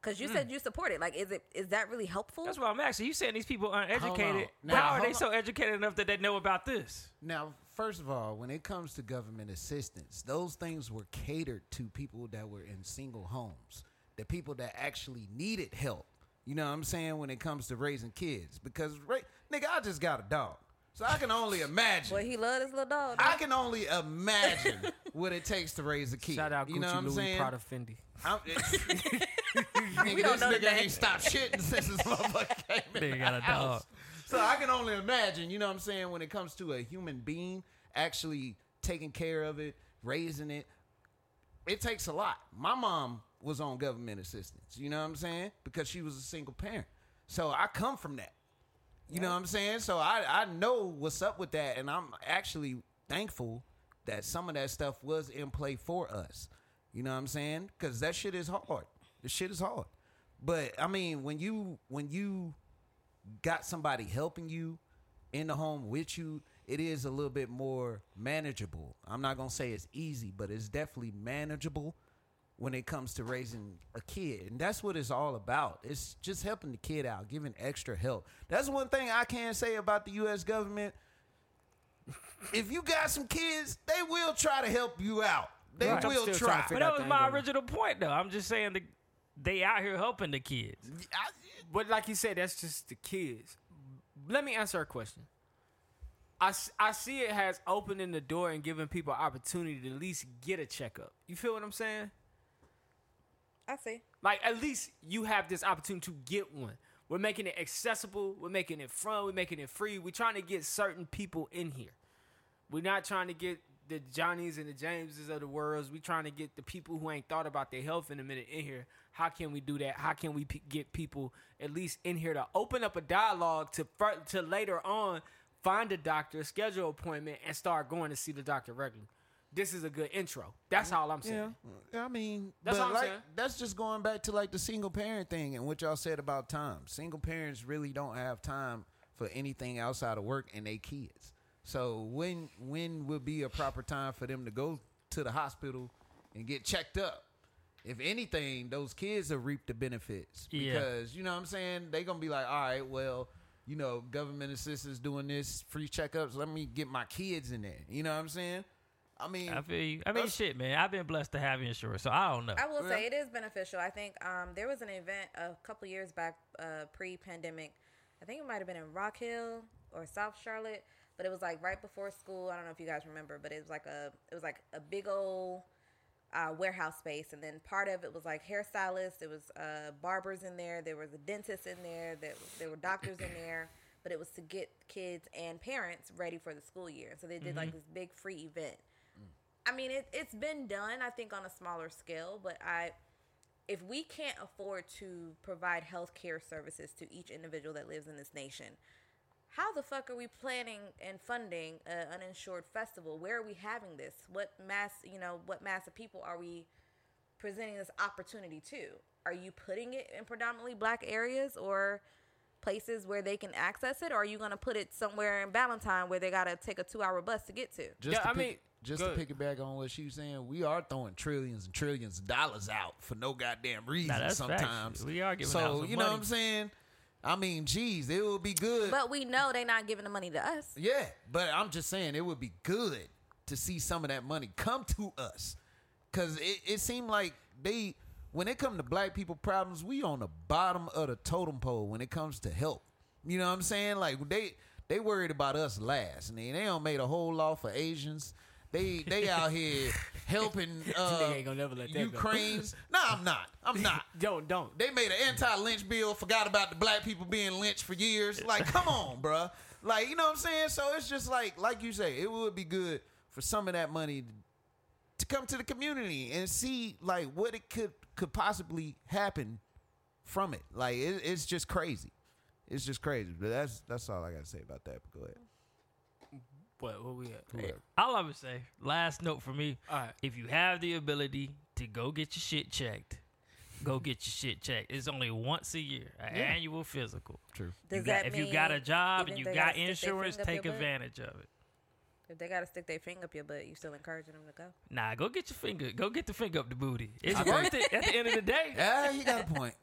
H: Because you said you support it. Like, is it is that really helpful?
E: That's why I'm asking. You saying these people aren't educated?
C: Now,
E: How are
C: hold
E: they
C: on.
E: so educated enough that they know about this?
C: Now, first of all, when it comes to government assistance, those things were catered to people that were in single homes, the people that actually needed help. You know what I'm saying? When it comes to raising kids, because ra- nigga, I just got a dog, so I can only imagine.
H: Boy, he loved his little dog.
C: I can only imagine what it takes to raise a kid.
D: Shout out Gucci
C: you know what I'm
D: Louis
C: saying?
D: Prada Fendi.
C: I'm, it's, nigga,
H: don't
C: eh, this
H: know the
C: nigga
H: name.
C: ain't stopped shitting since this motherfucker came in.
E: Nigga got a
C: the house. So I can only imagine, you know what I'm saying, when it comes to a human being actually taking care of it, raising it, it takes a lot. My mom was on government assistance, you know what I'm saying? Because she was a single parent. So I come from that. You know what I'm saying? So I, I know what's up with that, and I'm actually thankful that some of that stuff was in play for us. You know what I'm saying? Because that shit is hard. The shit is hard. But I mean, when you when you got somebody helping you in the home with you, it is a little bit more manageable. I'm not gonna say it's easy, but it's definitely manageable when it comes to raising a kid. And that's what it's all about. It's just helping the kid out, giving extra help. That's one thing I can say about the US government. If you got some kids, they will try to help you out. They
D: Right. I'm
C: will
D: still
C: try.
D: trying to
E: But
D: figure
E: that
D: out
E: was
D: the
E: my
D: angle.
E: original point, though. I'm just saying that they out here helping the kids.
D: But like you said, that's just the kids. Let me answer a question. I, s- I see it as opening the door and giving people opportunity to at least get a checkup. You feel what I'm saying?
H: I see.
D: Like at least you have this opportunity to get one. We're making it accessible. We're making it fun. We're making it free. We're trying to get certain people in here. We're not trying to get the Johnnies and the Jameses of the worlds. We're trying to get the people who ain't thought about their health in a minute in here. How can we do that? How can we p- get people at least in here to open up a dialogue to fir- to later on find a doctor, schedule an appointment, and start going to see the doctor regularly? This is a good intro. That's all I'm saying.
C: I mean,
D: That's
C: but
D: what I'm
C: like,
D: saying.
C: that's just going back to like the single parent thing and what y'all said about time. Single parents really don't have time for anything outside of work and they kids. So when when would be a proper time for them to go to the hospital and get checked up? If anything, those kids will reap the benefits
E: Yeah.
C: because you know what I'm saying they gonna be like, all right, well. You know, government assistance doing this free checkups. Let me get my kids in there. You know what I'm saying? I mean,
E: I feel you. I mean,
C: That's-
E: shit, man. I've been blessed to have insurance, so I don't know.
H: I will say it is beneficial. I think um, there was an event a couple years back, uh, pre-pandemic. I think it might have been in Rock Hill or South Charlotte, but it was like right before school. I don't know if you guys remember, but it was like a it was like a big old uh, warehouse space, and then part of it was like hairstylists. There was uh, barbers in there. There was a dentist in there. There there were doctors in there. But it was to get kids and parents ready for the school year. So they did like this big free event. I mean, it, it's been done, I think, on a smaller scale, but I, if we can't afford to provide health care services to each individual that lives in this nation, how the fuck are we planning and funding an uninsured festival? Where are we having this? What mass, you know, what mass of people are we presenting this opportunity to? Are you putting it in predominantly black areas or places where they can access it? Or are you going to put it somewhere in Valentine where they got to take a two hour bus to get to?
C: just
D: Yeah,
C: to
D: I
C: pick,
D: mean,
C: just
D: go
C: to
D: ahead.
C: pick it back on what she was saying, we are throwing trillions and trillions of dollars out for no goddamn reason.
E: that's facts.
C: sometimes
E: We are giving
C: so
E: out some
C: you know
E: money.
C: what I'm saying. I mean, geez, it would be good.
H: But we know they're not giving the money to us.
C: yeah, but I'm just saying it would be good to see some of that money come to us because it, it seemed like they when it come to black people problems, we on the bottom of the totem pole when it comes to help. You know what I'm saying? Like they they worried about us last, and they they don't made a whole law for Asians. They they out here helping uh,
D: nigga ain't gonna never let that go.
C: Ukraine's. No, I'm not. I'm not.
D: Don't don't.
C: They made an anti-lynch bill, forgot about the black people being lynched for years. Like, come on, bruh. Like, you know what I'm saying? So it's just like, like you say, it would be good for some of that money to come to the community and see like what it could could possibly happen from it. Like, it, it's just crazy. It's just crazy. But that's that's all I gotta say about that. But go ahead.
D: What? What we at?
E: All I'm gonna say, last note for me.
D: All right.
E: If you have the ability to go get your shit checked, go get your shit checked. It's only once a year, an annual physical. True.
H: Does
E: you got,
H: that
E: if you got a
H: mean
E: job
H: even
E: and
H: if
E: you
H: they
E: got
H: gotta stick their
E: insurance,
H: finger up
E: take
H: your butt?
E: advantage of it.
H: If they gotta stick their finger up your butt, you still encouraging them to go.
E: Nah, go get your finger. Go get the finger up the booty. It's worth it at the end of the day.
C: Ah, he got a point.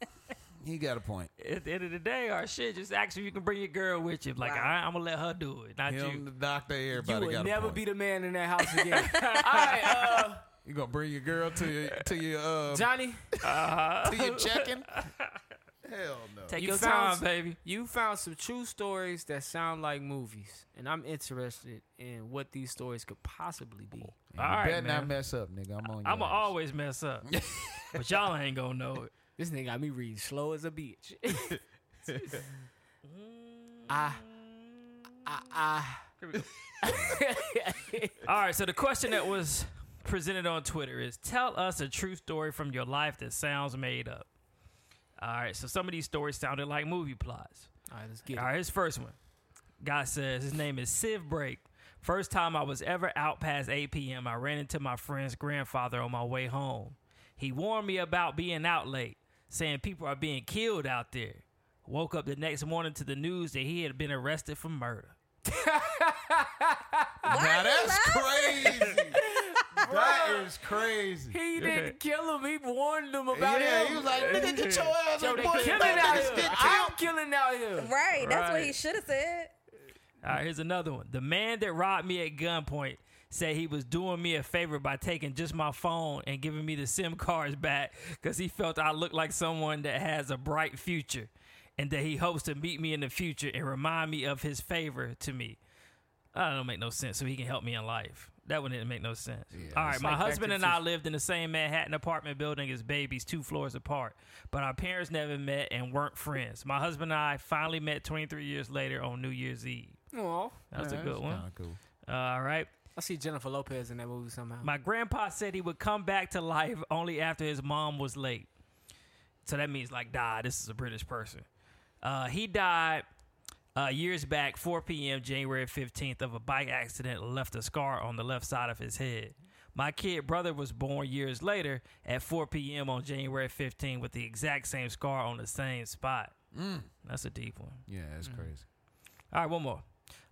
C: he got a point.
E: At the end of the day, or shit, just actually you can bring your girl with you. Like,
H: Wow.
E: all right, I'm gonna let her do it, not
C: Him, the
E: you.
C: doctor,
D: You
C: everybody
D: will
C: got a
D: never
C: point.
D: be the man in that house again. All right, uh,
C: you gonna bring your girl to your to your uh,
D: Johnny,
C: to your checking? Hell no.
E: Take
D: You
E: your
D: found-
E: time, baby.
D: you found some true stories that sound like movies, and I'm interested in what these stories could possibly be.
E: All right,
C: Better
E: man.
C: not mess up, nigga. I'm on. your
E: I'ma
C: ass.
E: always mess up, but y'all ain't gonna know it.
D: This nigga got me reading slow as a bitch. I, I, I.
E: All right, so the question that was presented on Twitter is tell us a true story from your life that sounds made up. All right, so some of these stories sounded like movie plots.
D: All right, let's get
E: All
D: it.
E: right, his first one. Guy says his name is Siv Break. First time I was ever out past 8 p.m., I ran into my friend's grandfather on my way home. He warned me about being out late, saying people are being killed out there. Woke up the next morning to the news that he had been arrested for murder.
C: Now that's crazy. that is crazy.
D: He didn't kill him. He warned him about
C: Yeah,
D: him.
C: he was like, nigga, get your ass
D: Yo,
C: up,
D: they
C: boy.
D: killing
C: Let
D: out
C: niggas
D: here.
C: get
D: I'm
C: killed.
D: killing out here.
H: Right, that's what he
E: Right.
H: should have said.
E: All right, here's another one. The man that robbed me at gunpoint said he was doing me a favor by taking just my phone and giving me the SIM cards back because he felt I looked like someone that has a bright future and that he hopes to meet me in the future and remind me of his favor to me. That don't make no sense. So he can help me in life. That one didn't make no sense. All right, my
D: like Back
E: husband
D: to
E: and
D: the
E: I lived in the same Manhattan apartment building as babies, two floors apart. But our parents never met and weren't friends. My husband and I finally met 23 years later on New Year's Eve.
D: Aw.
E: That's a good one.
C: Kinda cool.
E: All right.
D: I see Jennifer Lopez in that movie somehow.
E: My grandpa said he would come back to life only after his mom was late. So that means like die. This is a British person. Uh, he died uh, years back, 4 p.m. January 15th of a bike accident and left a scar on the left side of his head. My kid brother was born years later at 4 p.m. on January 15th with the exact same scar on the same spot. That's a deep one.
C: Yeah, that's crazy.
E: All right, one more.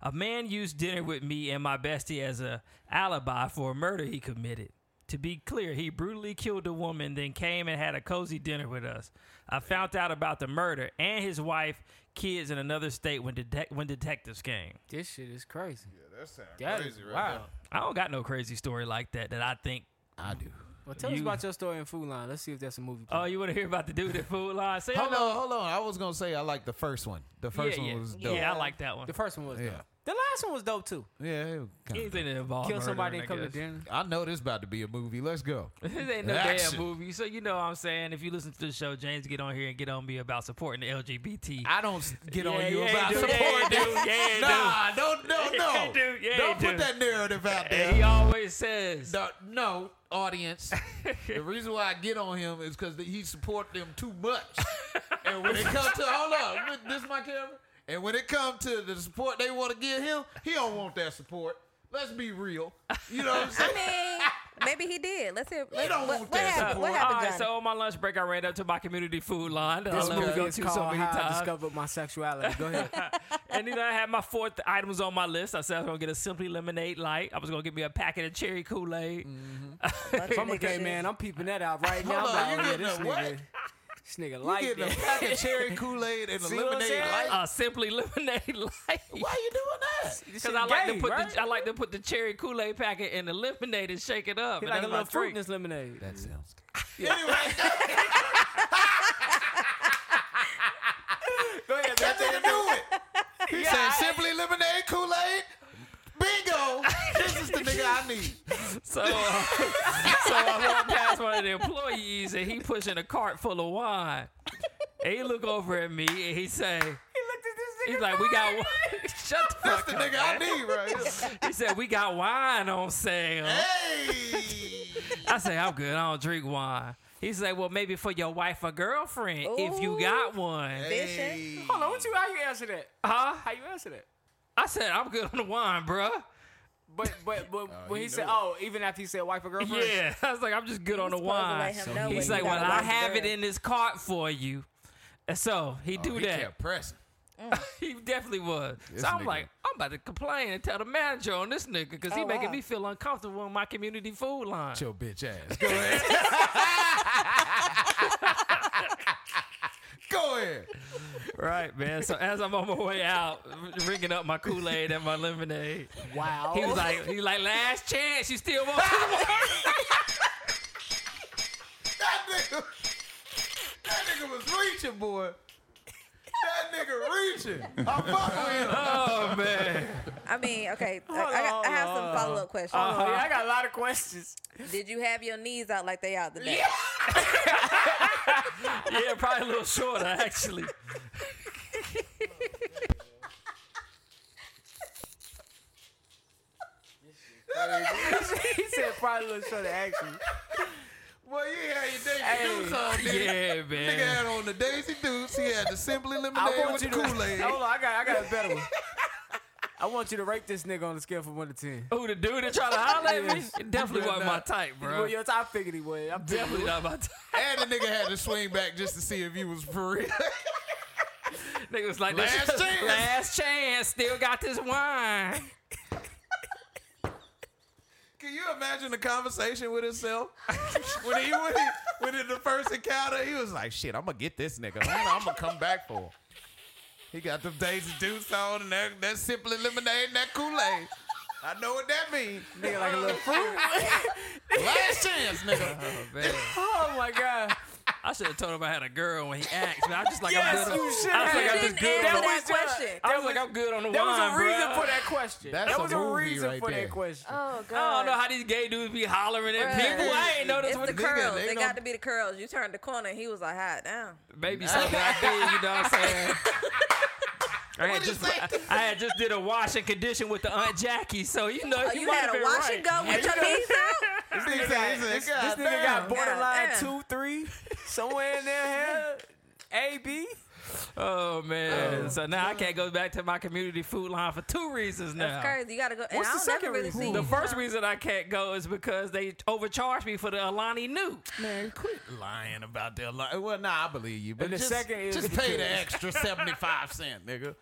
E: A man used dinner with me and my bestie as a alibi for a murder he committed. To be clear, he brutally killed a woman, then came and had a cozy dinner with us. I found out about the murder and his wife, kids in another state when detec- when detectives came.
D: this shit is crazy.
A: that sounds
D: That is
A: crazy, right?
D: wow.
A: there.
E: I don't got no crazy story like that that I think.
C: I do.
D: Well, tell us
E: You-
D: about your story in Food Line. Let's see if that's a movie.
E: Oh,
D: plot.
E: you want to hear about the dude at Food Line? Say
C: Hold
E: hello.
C: on, hold on. I was gonna say I like the first one. The first
E: yeah,
C: one
E: yeah.
C: was
E: yeah,
C: dope.
E: I like that one.
D: the first one was
C: Yeah.
D: dope. The last one was dope too.
C: Yeah, it was kinda
E: Anything that involves
D: Kill somebody
E: murdering,
D: and come
E: I
D: to
E: guess.
D: dinner.
C: I know this about to be a movie. Let's go.
E: This ain't no
C: Action.
E: damn movie. So you know what I'm saying. If you listen to the show, James get on here and get on me about supporting the LGBT.
C: I don't s- get
E: Yeah,
C: on you
E: yeah,
C: about
E: dude.
C: support,
E: Yeah,
C: dude.
E: dude. Yeah, dude.
C: nah, don't, no,
E: Yeah,
C: no.
E: dude. Yeah,
C: don't put
E: dude.
C: that narrative out
E: And he
C: there.
E: always says,
C: No, no, audience. the reason why I get on him is because he support them too much. and when it comes to hold up, this my camera. And when it comes to the support they want to give him, he don't want that support. Let's be real. You know what I'm saying?
H: I mean, maybe he did. Let's hear. Let,
C: don't
H: what,
C: want
H: what
C: that
H: happened? What
E: All
H: happened,
E: right,
H: Johnny?
E: so on my lunch break, I ran up to my community food line that I
D: This
E: love to
D: movie
E: go
D: is
E: to
D: called
E: so many
D: How I
E: times.
D: Discovered My Sexuality. Go ahead.
E: And then I had my fourth items on my list. I said I was going to get a Simply Lemonade Light. I was going to get me a packet of cherry Kool Aid.
D: Mm.
H: Bunch of
D: If I'm a
H: nigga
D: gay
H: shit.
D: man, I'm peeping that out right now.
C: Hold on,
D: I'm
C: you
D: like, oh, yeah,
C: getting
D: this
C: a what?
D: nigga, this nigga like
C: Getting a
D: that.
C: pack of cherry Kool-Aid and a
D: See what I'm
C: lemonade
D: saying?
C: light.
E: A Simply Lemonade Light.
C: Why you doing that?
D: This
E: Because
D: shit
E: I like
D: gay,
E: to put
D: right?
E: the I like to put the cherry Kool Aid packet in the lemonade and shake it up.
D: He
E: And
D: like
E: that's
D: a
E: my
D: little fruit in
E: drink.
D: this lemonade.
C: That sounds good.
D: Go ahead, man.
C: That nigga knew it. He said, simply lemonade, Kool-Aid. Bingo. this is the nigga I need.
E: So, uh, so I walk past one of the employees and he pushing a cart full of wine. And he look over at me and he say,
D: He looked at this nigga.
E: he's like, we got wine. Shut the
C: That's
E: fuck
C: the
E: up.
C: nigga I need right here.
E: He said, we got wine on sale.
C: Hey.
E: I say, I'm good. I don't drink wine. He's like, well, maybe for your wife or girlfriend, if you got one.
H: Vicious.
D: Hold on, what you how you answer that?
E: Huh?
D: How you answer that?
E: I said, I'm good on the wine, bruh.
D: Uh-huh. But but but when
C: he
D: he, said,
C: knew it.
D: oh, even after he said wife or girlfriend,
E: Yeah, I was like, I'm just good on the
H: supposed to
E: wine.
H: let him know
E: He's
H: when
E: like,
H: you
E: well,
H: got a
E: I
H: wife or
E: have it
H: girl.
E: in this cart for you. And so he do
C: Oh, he
E: that.
C: kept pressing.
E: He definitely was.
C: This
E: so I'm
C: nigga.
E: like, I'm about to complain and tell the manager on this nigga because he
H: Oh,
E: making
H: wow.
E: me feel uncomfortable in my community food line.
C: Chill, bitch ass. Go ahead. Go ahead.
E: Right, man. So as I'm on my way out, r- ringing up my Kool Aid and my lemonade,
D: Wow.
E: he was like, he was like, last chance, you still want some more?"
C: That nigga, that nigga was reaching, boy. That nigga reaching. I'm fucking with him.
E: Oh man,
H: I mean, okay. I, I, got- I have some follow up questions.
E: Uh-huh.
D: Oh, yeah, I got a lot of questions.
H: Did you have your knees out like they out the back?
E: yeah, probably a little shorter actually.
D: he said probably a little short of action.
C: Boy, you had your Daisy Dukes on, nigga.
E: Yeah,
C: Nigga
E: man.
C: had on the Daisy Dukes. He had the Simply
D: I
C: Lemonade with
D: want
C: the
D: you to
C: Kool Aid.
D: Hold on, I got I got a better one. I want you to rate this nigga on a scale from one to ten.
E: Who the dude that tried to holler at me?
D: Yes.
E: It definitely wasn't my
D: not.
E: type,
D: Well,
E: bro.
D: your top figured he was. I'm
E: Definitely not my type.
C: And the nigga had to swing back just to see if he was for real.
E: Nigga was like,
C: Last
E: "That's-
C: chance."
E: last chance, still got this wine.
C: Can you imagine the conversation with himself? when he when he when in the first encounter, he was like, "Shit, I'm gonna get this nigga. I'm, gonna come back for him." He got them Daisy Dukes on and that, that simply lemonade and that Kool Aid. I know what that means.
D: nigga like a little fruit.
C: Last chance, nigga.
E: Oh man.
D: Oh my god.
E: I should have told him I had a girl when he asked, but I just like
D: Yes,
E: I'm good.
D: you
E: on-
D: should
E: I was
D: have.
E: like I'm
H: You
E: just
H: didn't
E: good.
H: answer
E: on-
H: that question.
E: I was like I'm good on the
D: There was
E: wine,
D: a reason
E: bruh.
D: for that question.
C: That's
D: there was
C: a
D: a,
C: movie
D: reason
C: right
D: for
C: there.
D: that question.
H: Oh God.
E: I don't know how these gay dudes be hollering at people. I ain't noticed
H: It's
E: what
H: the
E: the
H: curls.
C: they
H: They,
C: don't-
H: got to be the curls. You turned the corner. He was like, "Hot down."
E: baby something I did. You know what I'm saying? I had, just, I had just did a wash and condition with the Aunt Jackie, so you know
H: Oh,
E: you,
H: you,
E: might
H: had
E: have
H: a
E: been
H: wash
E: right.
H: and go with your knees out.
C: This nigga,
D: This, this nigga got borderline
H: Goddamn.
D: two, three, somewhere in there. hell. A B.
E: Oh man! so now I can't go back to my community food line for two reasons now.
H: That's crazy. You got to go. And
D: What's
H: I
D: the
H: don't
D: second
H: ever really
D: reason?
H: see
E: The
H: you.
E: first reason I can't go is because they overcharged me for the Alani New.
C: Man, quit lying about their lie. Well, nah, I believe you, but
D: And the
C: just,
D: second is
C: just pay the
D: because-
C: extra seventy five cent, nigga.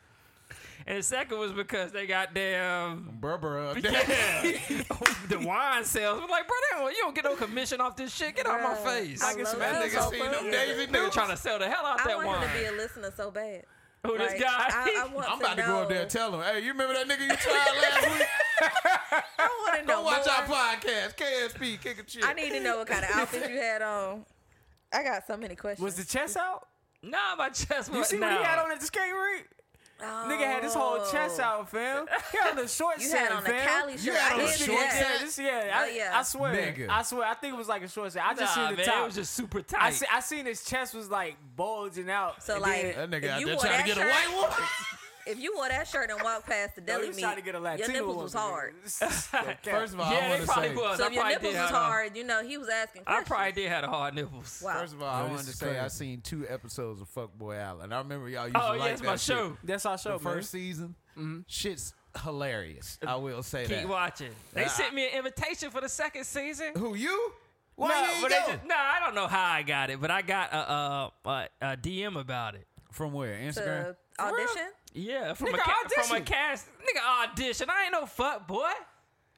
E: And the second was because they got damn
C: Bruh, bruh.
E: the wine sales. I'm like, bro, they don't- you don't get no commission off this shit. Get out of my
H: Bruh,
E: face.
H: I
E: Like,
H: love
C: That
H: him
C: nigga
H: so
C: seen
H: much.
C: them Daisy
E: They're
C: Dukes.
E: trying to sell the hell out
H: I
E: that
H: want him to be
E: wine.
H: a listener so bad.
E: Who this
H: Like,
E: guy?
H: I, I want
C: I'm about to go
H: know-
C: up there and tell him, hey, you remember that nigga you tried last week?
H: I want to know
C: Go watch
H: more.
C: our podcast, KSP, kick a chick.
H: I need to know what kind of outfit you had on. I got so many questions.
D: Was the chest out?
E: nah, my chest was
D: You see
E: now.
D: what he had on at the skate rink? Nigga had his whole chest out, fam. He had on a short
H: Oh. You
D: set,
H: had on a
D: fam.
H: Cali shirt.
C: had
H: I
C: on a
H: did see
C: short
H: that.
C: set.
D: Yeah, this, yeah, I,
H: Oh, yeah.
D: I swear,
C: Nigga.
D: I swear, I think it was like a short set. I just
E: Nah,
D: seen the
E: man,
D: top.
E: it was just super tight.
D: I, see, I seen his chest was like bulging out.
H: So
D: and
H: like,
C: That
D: then-
C: nigga
H: if
C: out
H: you
C: there
H: wore
C: trying to
H: that
C: get a
H: shirt,
C: white woman.
H: If you wore that shirt and walked past the
D: No,
H: deli
D: he was
H: meat,
D: trying to get a Latino
H: your nipples
D: woman,
H: was
D: nigga.
H: hard.
C: First of all, I
E: yeah,
C: want
E: they
C: to
E: probably
C: say,
E: was.
H: So
E: I
H: if your
E: probably
H: nipples
E: did
H: was
E: have-
H: hard, you know he was asking
E: I
H: questions.
E: probably did had hard nipples.
H: Wow.
C: first of all, I
D: this
C: wanted to
D: is
C: say I
D: crazy.
C: seen two episodes of Fuckboy Island. I remember y'all used
E: Oh,
C: to
E: yeah,
C: like
E: it's
C: that
E: my
C: shit.
E: show.
D: That's our show,
C: The
D: man.
C: first season, shit's hilarious. I will say
E: Keep
C: that.
E: watching. They
C: Nah,
E: sent me an invitation for the second season.
C: Who you? Why
E: no,
C: you ain't
E: but they
C: go?
E: just- no, I don't know how I got it, but I got a, a, a, a DM about it.
C: From where? Instagram.
H: The audition.
E: Yeah, from a
D: Nigga,
E: ca- from a
D: audition.
E: cast nigga audition. I ain't no fuck boy.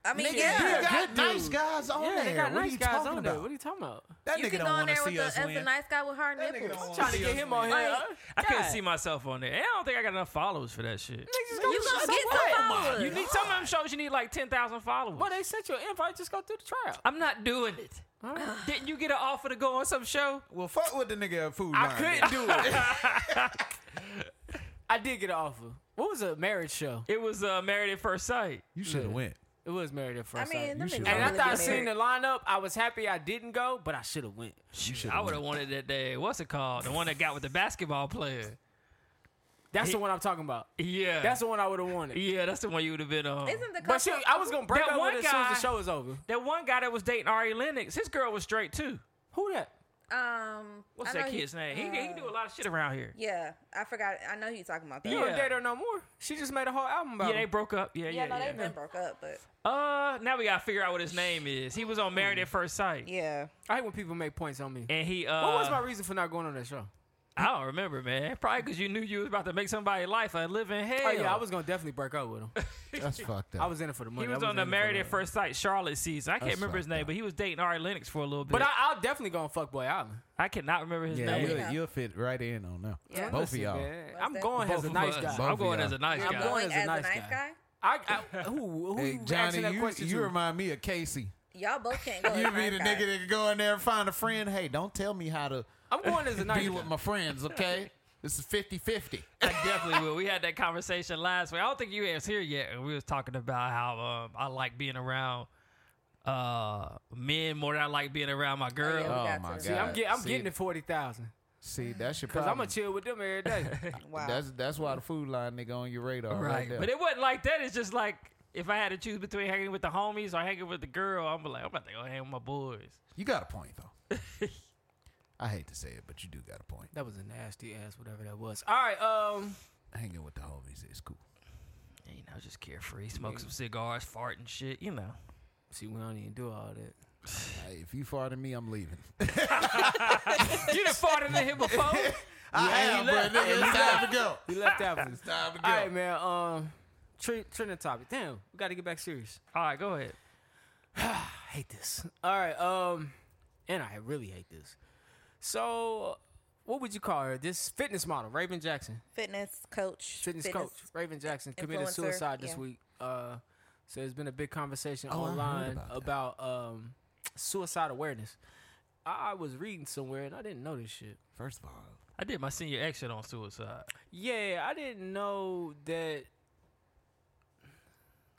H: I mean,
C: Nigga,
H: yeah.
C: you got
D: good
C: nice
D: dude.
C: guys on
D: Yeah,
C: there.
D: they
C: what
D: got
C: are
D: nice
C: you
D: guys
C: talking
D: on there.
C: about?
D: What are you talking about?
C: That
H: You
C: nigga
H: could go
C: don't
H: on
C: want to
H: there with
C: see
H: the,
C: us
H: as the
C: win.
H: nice guy with hard
C: That nigga don't
H: nipples.
C: wanna
D: Trying to
C: see
D: get
C: us
D: him on
C: win.
D: here.
H: Like,
E: I couldn't
D: God.
E: see myself on there. And I don't think I got enough followers for that shit.
D: Niggas
H: You
D: go
H: gonna
D: so
H: get
D: what?
H: some followers?
E: You need some of them shows you need like ten thousand followers.
D: Well, they sent you an invite. Just go through the trial.
E: I'm not doing it. Didn't you get an offer to go on some show?
C: Well, fuck with the nigga at food
D: I
C: line,
D: couldn't do it. I did get an offer. What was a marriage show?
E: It was uh, Married at First Sight.
C: You should have went.
D: It was married at
H: I
D: first sight.
H: mean, them
C: should
H: niggas
C: go.
D: and
H: don't
D: after I
H: really
D: seen
H: seen
D: the lineup, I was happy I didn't go, but I should have went.
E: I would have wanted that day. What's it called? The one that got with the basketball player.
D: That's the one I'm talking about.
E: Yeah,
D: That's the one I would have wanted.
E: yeah, that's the one you would have been on.
H: Isn't the
D: But shit,
H: couple-
D: I was gonna break
E: That
D: up
E: one
D: with it as soon as
E: guy-
D: the show was over.
E: that one guy that was dating Ari Lennox, his girl was straight too.
D: Who that?
H: Um,
E: What's
H: I know
E: that
H: he- uh,
E: kid's name? He, he do a lot of shit around here.
H: Yeah, I forgot. I know who you're talking about. That.
D: You don't
E: Yeah.
D: date her no more. She just made a whole album about
E: Yeah, they
D: him.
E: broke up. Yeah,
H: yeah,
E: yeah,
H: no,
E: yeah.
H: they've been broke up, but
E: Uh, now we gotta figure out what his name is. He was on Married at First Sight,
H: yeah,
D: I hate when people make points on me.
E: and he uh,
D: what was my reason for not going on that show?
E: I don't remember, man. Probably because you knew you was about to make somebody's life a living hell.
D: Oh yeah, I was gonna definitely break up with him.
I: That's fucked
D: I
I: up.
D: was in it for the money.
E: He was
D: I
E: on the
D: in it for
E: Married
D: the-
E: at First Sight Charlotte season. I can't
I: That's
E: remember his
I: fucked
E: name,
I: up.
E: but he was dating Ari Lennox for a little bit.
D: But I, I'll definitely go on Fuckboy Island.
E: I cannot remember his
I: Yeah,
E: name.
I: you'll, you'll fit right in on them.
H: Yeah.
I: Both
D: Listen,
I: of y'all.
D: man,
H: What's
D: I'm
H: that?
D: going as
E: Both
D: a
E: of
D: nice
E: us.
D: guy.
E: I'm
I: Both of
E: going
I: y'all.
E: as a nice
H: I'm
E: guy.
H: going
D: As
H: as
D: a
H: a
D: nice
H: nice,
D: guy.
H: guy.
D: I, I, who who
I: Hey,
D: you asking
I: Johnny,
D: that
I: you,
D: question
I: you
D: to?
I: remind me of Casey.
H: Y'all both can't go.
I: You
H: as
I: be
H: nice
I: the
H: guy.
I: nigga that can go in there and find a friend. Hey, don't tell me how to
D: I'm going as a nice
I: be
D: guy.
I: with my friends, okay? This is 50-50.
E: I definitely will. We had that conversation last week. I don't think you was here yet. and We was talking about how um, I like being around uh, men more than I like being around my
H: Oh,
E: girl.
H: yeah, we got
I: Oh, my
H: to.
I: God.
D: I'm, get, I'm
I: See-
D: getting it forty thousand
I: See, that's your
D: because
I: problem.
D: I'm gonna chill with them every day.
H: Wow.
I: That's that's why the food line nigga on your radar right,
E: Right.
I: there.
E: But it wasn't like that. It's just like if I had to choose between hanging with the homies or hanging with the girl, I'm like, I'm about to go hang with my boys.
I: you got a point though. I hate to say it, but you do got a point.
D: that was a nasty ass, whatever that was. All right, um,
I: Hanging with the homies is cool.
E: And, you know, just carefree, smoke some cigars, fart and shit, you know.
D: see, we don't even do all that.
I: Hey, if you farted me, I'm leaving.
E: you done farted in here before?
I: I am, bro. Nigga, it's time to go.
D: You left that one.
I: Time to go.
D: All right, man. Um, treat trending topic. Damn, we got to get back serious.
E: All right, go ahead.
D: I hate this. All right, um, and I really hate this. So, what would you call her? This fitness model, Raven Jackson,
H: fitness coach.
D: fitness, coach, Raven Jackson, committed
H: influencer,
D: suicide this
H: yeah.
D: week. Uh, so there's been a big conversation
I: Oh, I heard
D: online about,
I: about
D: um suicide awareness. I was reading somewhere and I didn't know this shit.
I: First of all,
E: I did my senior exit on suicide.
D: Yeah, I didn't know that.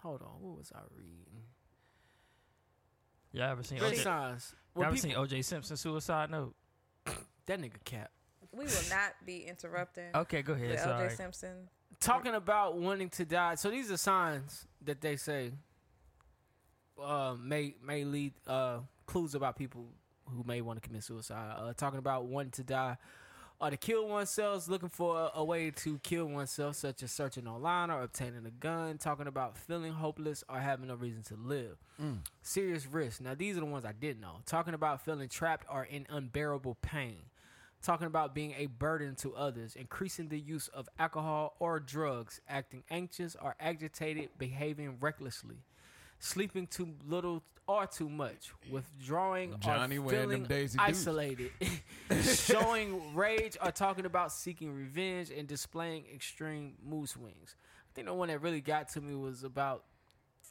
D: Hold on, what was I reading?
E: Y'all ever seen
D: Red
E: OJ? Y'all
D: signs. Well,
E: ever
D: people-
E: seen OJ Simpson suicide note?
D: that nigga cap.
H: We will not be interrupting.
E: Okay, go ahead.
H: with
E: Sorry.
H: LJ Simpson.
D: talking about wanting to die. So these are signs that they say uh, may may lead uh, clues about people who may want to commit suicide. Uh, talking about wanting to die or to kill oneself, looking for a, a way to kill oneself, such as searching online or obtaining a gun. Talking about feeling hopeless or having no reason to live. Serious risk. Now these are the ones I didn't know. Talking about feeling trapped or in unbearable pain talking about being a burden to others, increasing the use of alcohol or drugs, acting anxious or agitated, behaving recklessly, sleeping too little or too much, withdrawing
I: Johnny
D: or
I: wearing them
D: feeling
I: Daisy Dukes.
D: isolated, showing rage or talking about seeking revenge and displaying extreme mood swings. I think the one that really got to me was about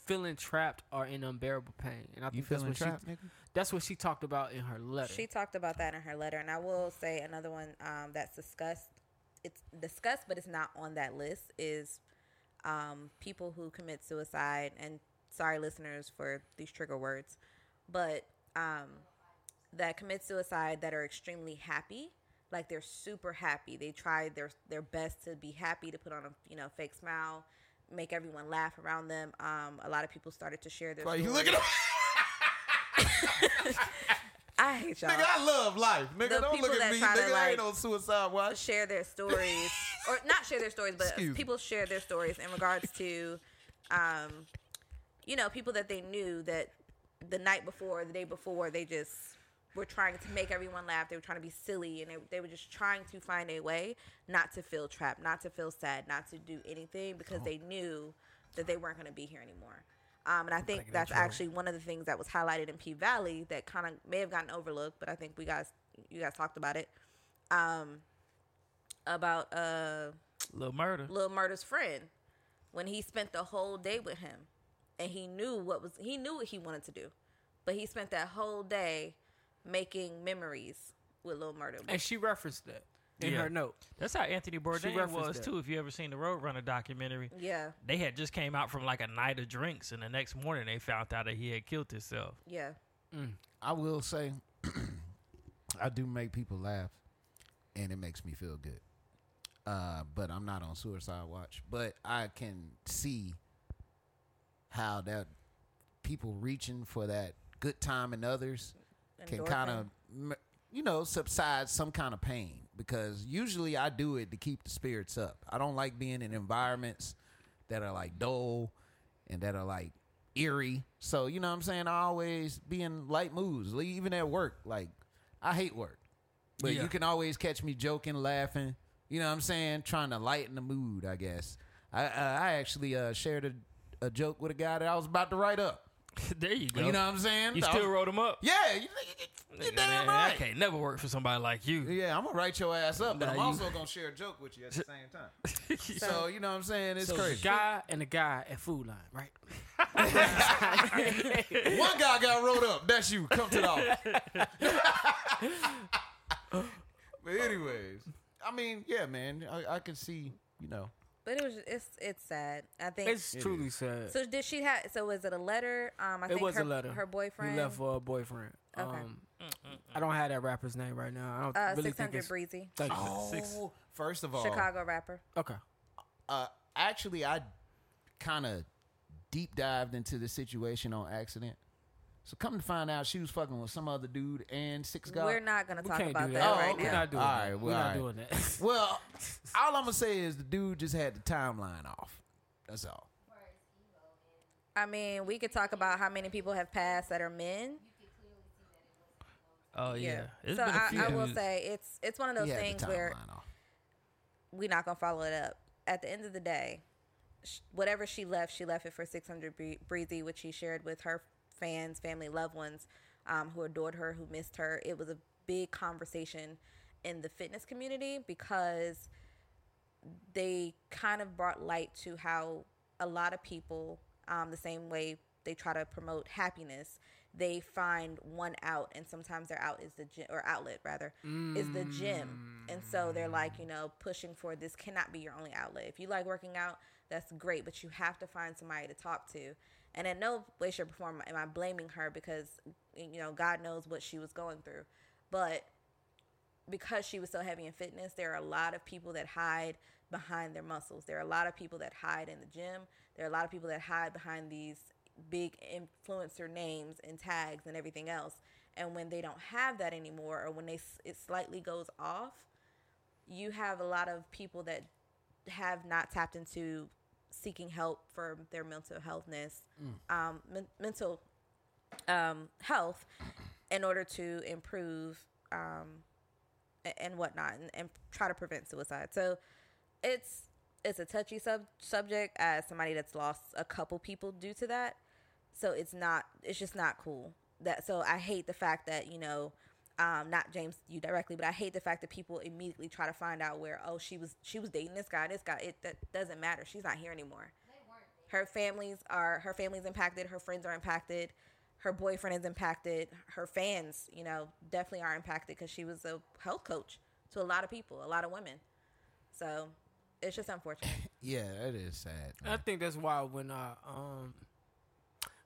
D: feeling trapped or in unbearable pain, and I
I: you
D: think that's
I: feeling
D: what
I: trapped,
D: she
I: nigga?
D: that's what she talked about in her letter.
H: She talked about that in her letter, and I will say another one um, that's discussed. It's discussed, but it's not on that list. Is um, people who commit suicide, and sorry, listeners, for these trigger words, but um, that commit suicide that are extremely happy, like they're super happy. They try their their best to be happy, to put on a you know fake smile, make everyone laugh around them. Um, a lot of people started to share their.
I: Like you
H: stories.
I: look at him.
H: I hate y'all.
I: Nigga, I love life. Nigga,
H: The
I: don't
H: people
I: look at
H: that
I: me.
H: try to,
I: Nigga, I ain't
H: like-
I: on suicide watch.
H: share their stories or not share their stories but
I: Excuse me.
H: people share their stories in regards to um you know people that they knew that the night before the day before they just were trying to make everyone laugh they were trying to be silly and they, they were just trying to find a way not to feel trapped not to feel sad not to do anything
I: Oh.
H: because they knew that they weren't going to be here anymore um, and I think that's actually one of the things that was highlighted in P Valley that kind of may have gotten overlooked, but I think we guys, you guys talked about it. Um, about uh
E: Little murder.
H: Lil Murder's friend when he spent the whole day with him and he knew what was he knew what he wanted to do. But he spent that whole day making memories with Lil Murder.
D: and she referenced that in
E: Yeah.
D: her note.
E: That's how Anthony Bourdain
D: referenced
E: was
D: that.
E: too. If you ever seen the Roadrunner documentary,
H: yeah,
E: they had just came out from like a night of drinks, and the next morning they found out that he had killed himself.
H: yeah.
I: I will say, I do make people laugh, and it makes me feel good. Uh, but I'm not on suicide watch. But I can see how that people reaching for that good time in others can kind
H: Endorphin.
I: of
C: you know, subside some kind of pain because usually I do it to keep the spirits up. I don't like being in environments that are like dull and that are like eerie. So, you know what I'm saying? I always be in light moods, like, even at work. Like, I hate work. But
E: Yeah.
C: you can always catch me joking, laughing. You know what I'm saying? Trying to lighten the mood, I guess. I uh, I actually uh, shared a, a joke with a guy that I was about to write up.
E: there you go.
C: You know what I'm saying?
E: You
C: I
E: still
C: was-
E: wrote him up.
C: Yeah, you, you, you damn right.
E: I can't never work for somebody like you.
C: Yeah, I'm gonna write your ass up, but
E: Nah,
C: I'm
E: you-
C: also gonna share a joke with you at the same time. so you know what I'm saying? It's
D: So the
C: crazy.
D: guy and the guy at Food Line, right?
C: One guy got rolled up. That's you. Come to the office. but anyways, I mean, yeah, man, I, I can see, you know,
H: But it was it's it's sad. I think
D: It's truly sad.
H: so. Did she have? So was it a letter? Um, I
D: it
H: think
D: was
H: her,
D: a letter.
H: Her boyfriend.
D: He left for a boyfriend.
H: Okay.
D: Um, I don't have that rapper's name right now. I don't
H: uh,
D: really
H: six
D: think
H: hundred
D: it's.
H: breezy
D: Thank you.
C: Oh, first of all,
H: Chicago rapper.
D: Okay.
C: uh, actually, I kind of deep dived into the situation on accident. So come to find out, she was fucking with some other dude and six guys.
H: We're not gonna
D: We
H: talk
D: can't
H: about
D: do
H: that,
D: that.
C: Oh,
H: right
C: okay.
D: We're
H: now.
D: not doing
C: All
D: that.
C: right,
D: We're
C: well,
D: not
C: all right.
D: doing that.
C: Well, all I'm gonna say is the dude just had the timeline off. That's all.
H: I mean, we could talk about how many people have passed that are men.
E: Oh yeah. It's
H: so
E: been a
H: I,
E: few
H: I will
E: dudes.
H: say it's it's one of those
C: he had
H: things
C: the timeline
H: where
C: off.
H: we're not gonna follow it up. At the end of the day, sh- whatever she left, she left it for 600 Bree- Breezy, which she shared with her fans, family, loved ones um, who adored her, who missed her. It was a big conversation in the fitness community because they kind of brought light to how a lot of people, um, the same way they try to promote happiness, they find one out, and sometimes their out is the gym, or outlet rather, is the gym. And so they're like, you know, pushing for this cannot be your only outlet. If you like working out, that's great, but you have to find somebody to talk to. And in no way, shape, or form am I blaming her because, you know, God knows what she was going through. But because she was so heavy in fitness, there are a lot of people that hide behind their muscles. There are a lot of people that hide in the gym. There are a lot of people that hide behind these big influencer names and tags and everything else. And when they don't have that anymore, or when they s- it slightly goes off, you have a lot of people that have not tapped into seeking help for their mental healthness, um, men- mental um, health, in order to improve um, a- and whatnot and, and try to prevent suicide. So it's it's a touchy sub subject as somebody that's lost a couple people due to that. So it's not it's just not cool. That so I hate the fact that, you know, um, not James you directly, but I hate the fact that people immediately try to find out where oh she was she was dating this guy, this guy. It that doesn't matter. She's not here anymore. Her families are her family's impacted, her friends are impacted, her boyfriend is impacted, her fans, you know, definitely are impacted because she was a health coach to a lot of people, a lot of women. So it's just unfortunate.
C: Yeah, that is sad.
D: I
C: man.
D: think that's why when I um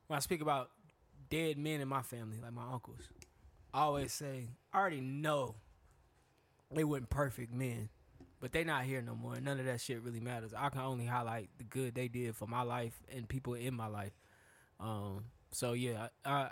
D: when I speak about dead men in my family, like my uncles, I always say I already know they weren't perfect men, but they not here no more. and None of that shit really matters. I can only highlight the good they did for my life and people in my life. Um, so yeah, I, I,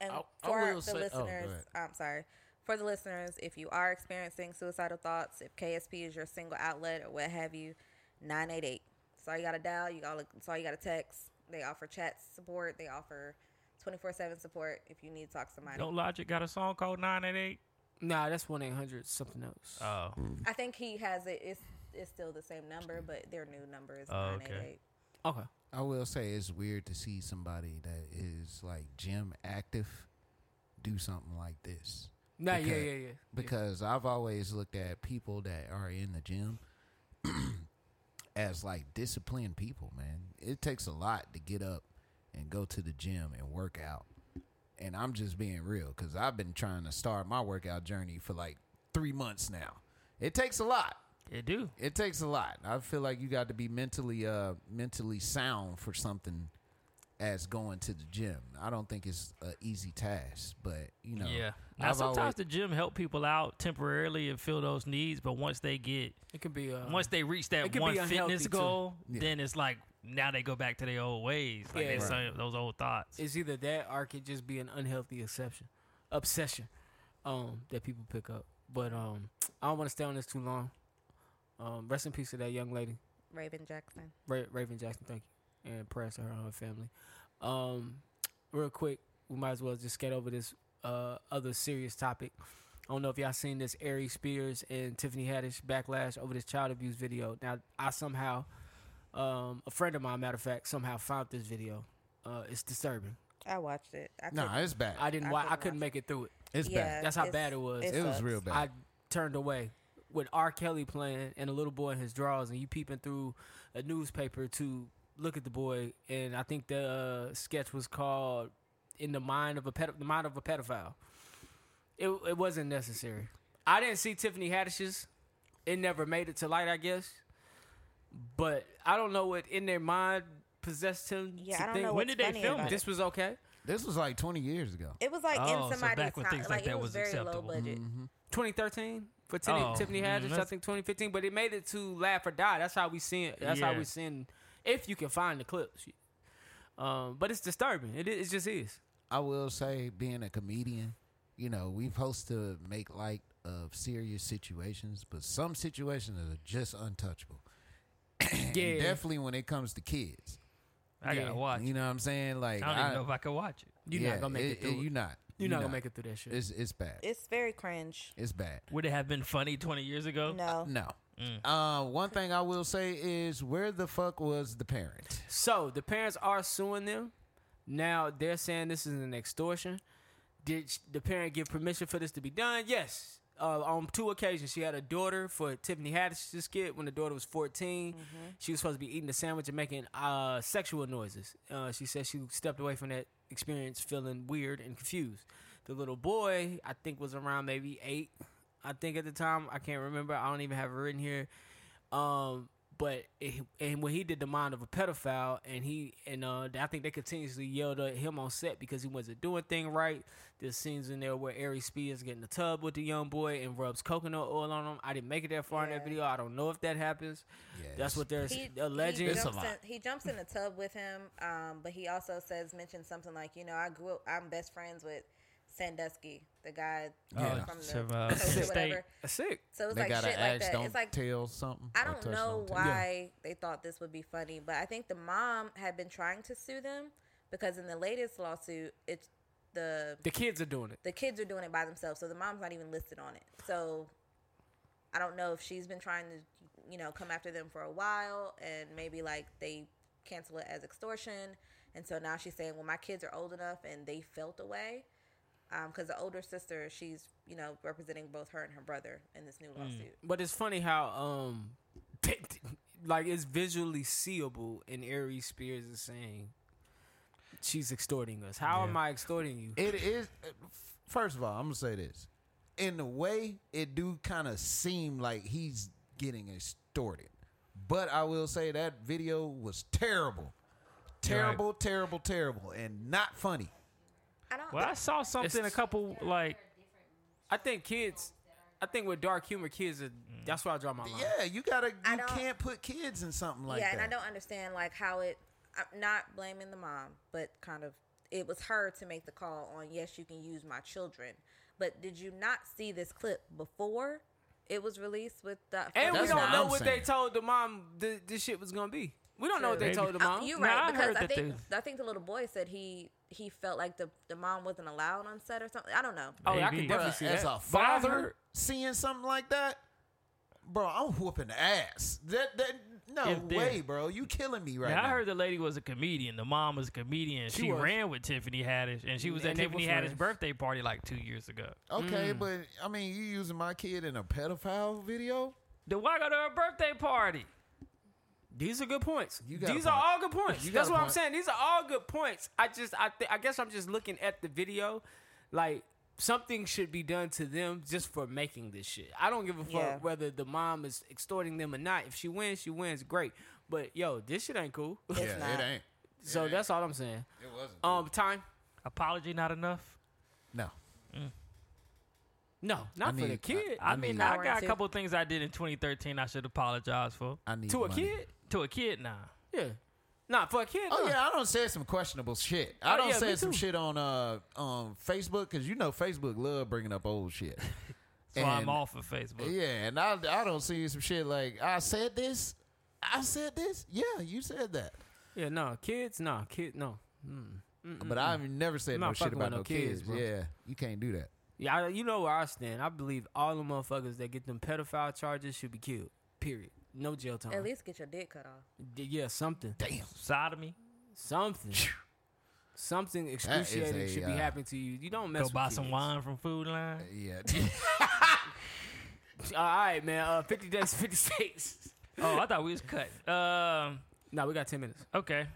H: And
C: I- I
H: for
C: will
H: the
C: say- oh, go
H: listeners, I'm sorry. For the listeners, if you are experiencing suicidal thoughts, if KSP is your single outlet or what have you, 988. So you got to dial, you got to, so you got to text. They offer chat support, they offer 24/7 support if you need to talk to somebody.
E: Don't Logic got a song called 988?
D: nah, that's one eight hundred something else.
E: Oh.
H: I think he has it it's it's still the same number, but their new number is
E: Oh,
H: 988.
E: okay.
D: okay,
C: I will say it's weird to see somebody that is like gym active do something like this.
D: nah, yeah,
C: Because-
D: yeah, yeah.
C: Because I've always looked at people that are in the gym as like disciplined people, man. It takes a lot to get up and go to the gym and work out. And I'm just being real because I've been trying to start my workout journey for like three months now. It takes a lot.
E: It do.
C: It takes a lot. I feel like you got to be mentally uh mentally sound for something as going to the gym. I don't think it's an easy task, but you know,
E: Yeah. Now
C: I've
E: sometimes
C: always-
E: the gym help people out temporarily and fill those needs, but once they get
D: It could be uh,
E: once they reach
D: It
E: that
D: can
E: one
D: be unhealthy,
E: fitness
D: too.
E: goal, then it's like now they go back to their old ways, like
D: Yeah.
E: they say those old thoughts.
D: it's either that or it could just be an unhealthy exception. obsession um, that people pick up. But um, I don't want to stay on this too long. Um, rest in peace to that young lady,
H: Raven Jackson.
D: Ra- Raven Jackson. Thank you, and prayers to her and her family. Um, real quick, we might as well just get over this uh, other serious topic. I don't know if y'all seen this Ari Spears and Tiffany Haddish backlash over this child abuse video. Now, I somehow, um, a friend of mine, matter of fact, somehow found this video. Uh, it's disturbing.
H: I watched it. I
C: Nah,
H: couldn't-
C: it's bad.
D: I didn't.
H: I
D: wa- I
H: couldn't
D: couldn't
H: watch
D: make it through it.
I: It's
H: yeah,
I: bad.
D: That's how
H: it's-
D: bad it was.
H: It,
I: It was
H: sucks.
I: real bad.
D: I turned away with R. Kelly playing and a little boy in his drawers, and you peeping through a newspaper to look at the boy. And I think the uh, sketch was called "In the Mind of a Ped- the Mind of a Pedophile." It it wasn't necessary. I didn't see Tiffany Haddish's. It never made it to light, I guess. But I don't know what in their mind possessed him.
H: Yeah,
D: to
H: I don't
D: think
H: know
E: When
H: what's
E: did they
H: funny
E: film
H: about
E: it?
D: this was okay.
C: This was like 20 years ago.
H: It was like
E: Oh,
H: in
E: so
H: somebody's
E: back when
H: time.
E: things
H: like
E: like that
H: it was,
E: was
H: very
E: acceptable.
H: low budget.
I: Mm-hmm.
D: 2013 for Tiffany,
E: Oh,
D: Tiffany
E: mm,
D: Haddish, I
E: that's-
D: think 2015, but it made it to Laugh or Die. That's how we seen. That's how
E: Yeah.
D: we seen. If you can find the clips, um, but it's disturbing. It, i- it just is.
C: I will say, being a comedian, you know, we supposed to make light of serious situations, but some situations are just untouchable. And
D: Yeah.
C: definitely when it comes to kids.
E: I
D: Yeah.
E: gotta watch.
C: You know what I'm saying? Like,
E: I don't even know if I can watch it.
D: You're
C: yeah,
D: not gonna make it, through.
C: You're
D: it.
C: not.
D: You're not gonna make it through that shit.
C: It's it's bad.
H: It's very cringe.
C: It's bad.
E: Would it have been funny 20 years ago?
H: No,
C: No. Uh, one thing I will say is, where the fuck was the parent?
D: so the parents are suing them. Now they're saying this is an extortion. Did sh- the parent give permission for this to be done? Yes. Uh, on two occasions, she had a daughter for Tiffany Haddish's kid when the daughter was 14. She was supposed to be eating a sandwich and making uh, sexual noises. Uh, she said she stepped away from that experience feeling weird and confused. The little boy, I think, was around maybe eight, I think, at the time. I can't remember. I don't even have it written here. Um, but it, and when he did the mind of a pedophile, and he and uh, I think they continuously yelled at him on set because he wasn't doing thing right. There's scenes in there where Ari Spears get in the tub with the young boy and rubs coconut oil on him. I didn't make it that far in that
H: Yeah.
D: video. I don't know if that happens.
C: Yes.
D: That's what they're
H: he,
D: alleging.
H: He jumps, in, he jumps in the tub with him, um, but he also says mentioned something like, you know, I grew up. I'm best friends with Sandusky, the guy
E: Yeah.
H: from the
E: From, uh,
H: coach or
E: State.
H: whatever.
D: Sick.
H: So it's
C: they
H: like shit
C: gotta
H: like
C: ask,
H: that.
C: don't
H: It's like
C: tell something.
H: I
C: or
H: don't
C: touch
H: know
C: something.
H: why they thought this would be funny, but I think the mom had been trying to sue them because in the latest lawsuit, it's the
D: The kids are doing it.
H: the kids are doing it by themselves, so the mom's not even listed on it. So I don't know if she's been trying to, you know, come after them for a while, and maybe like they cancel it as extortion, and so now she's saying, well, my kids are old enough, and they felt away, because the older sister, she's you know representing both her and her brother in this
C: Hmm.
H: new lawsuit.
D: But it's funny how um, like it's visually seeable, and Ari Spears is saying she's extorting us. How am I extorting you?
C: It is. uh, First of all, I'm gonna say this. In a way, it do kind of seem like he's getting extorted, but I will say that video was terrible, terrible, terrible, terrible, and not funny.
H: I don't.
E: Well, I saw something a
D: It's-
E: couple like
D: I think kids. I think with dark humor, kids are.
E: Mm.
D: That's where I draw my line.
C: Yeah, you gotta.
H: I
C: You
H: don't-
C: can't put kids in something like
H: yeah,
C: that.
H: and I don't understand like how it. I'm not blaming the mom, but kind of it was her to make the call on. Yes, you can use my children, but did you not see this clip before it was released with the?
D: And
C: That's
D: we don't
C: what
D: know
C: I'm
D: what
C: saying.
D: they told the mom th- this shit was gonna be. We don't know what they
E: Maybe. Uh,
D: told the mom.
H: You
E: Nah,
H: right
E: I
H: because
E: heard
H: I
E: that
H: think I think the little boy said he he felt like the the mom wasn't allowed on set or something. I don't know.
D: oh, I
E: Maybe.
D: can
C: Bruh,
D: definitely see
C: as
D: that.
C: a
E: But I
C: father
E: heard-
C: seeing something like that, bro, I'm whooping ass. That that no
E: If there-
C: way, bro. You killing me right
E: Yeah,
C: now.
E: I heard the lady was a comedian. The mom was a comedian. She,
D: was.
E: ran with Tiffany Haddish, and she was
D: And
E: at
D: they
E: Tiffany
D: was
E: Haddish's
D: friends.
E: birthday party like two years ago.
C: Okay, but I mean, you using my kid in a pedophile video?
E: Then why go to her birthday party?
D: These are good points.
C: You got a
D: These
C: point.
D: are all good points.
C: You got
D: That's
C: a
D: what I'm
C: point.
D: saying. These are all good points. I just, I, th- I guess I'm just looking at the video, like something should be done to them just for making this shit. I don't give a fuck
H: Yeah.
D: whether the mom is extorting them or not. If she wins, she wins. Great. But yo, this shit ain't cool.
C: yeah,
H: not.
C: it ain't.
D: so that's all I'm saying.
C: It wasn't.
D: Um, time.
E: Apology not enough.
C: no.
D: No, not for
C: need-
D: the
C: I-
D: kid.
E: I,
C: I
E: mean,
C: mean-
E: I
H: Hour
E: got a
H: two.
E: couple things I did in 2013 I should apologize for
C: I need
D: to a
C: money.
D: kid.
E: to a kid now.
D: Yeah. Nah, fuck yeah.
C: Oh
D: nah.
C: yeah, I don't say some questionable shit. I
D: Oh,
C: don't
D: yeah,
C: say
D: me
C: some
D: too.
C: shit on uh on Facebook because you know Facebook love bringing up old shit.
E: So I'm
C: And-
E: off of Facebook.
C: Yeah, and I I don't see some shit like I said this, I said this. Yeah, you said that,
D: Yeah, no. Kids, nah. Kid, no.
C: but I've never said
D: I'm
C: no
D: not
C: shit
D: fucking
C: about
D: with
C: no
D: no
C: kids.
D: kids, bro.
C: yeah, you can't do that.
D: Yeah, I, you know where I stand. I believe all the motherfuckers that get them pedophile charges should be killed. Period. No jail time.
H: At least get your dick cut off.
D: D- yeah, something.
E: Sodomy.
D: Something. something excruciating
C: a,
D: should be
C: uh,
D: happening to you. You don't mess
E: Go
D: with
E: buy
D: kids.
E: some wine from Food Line.
C: Yeah,
D: All right, man. Uh, 50 days, 56.
E: Oh, I thought we was cut. Um,
D: no, we got 10 minutes.
E: okay.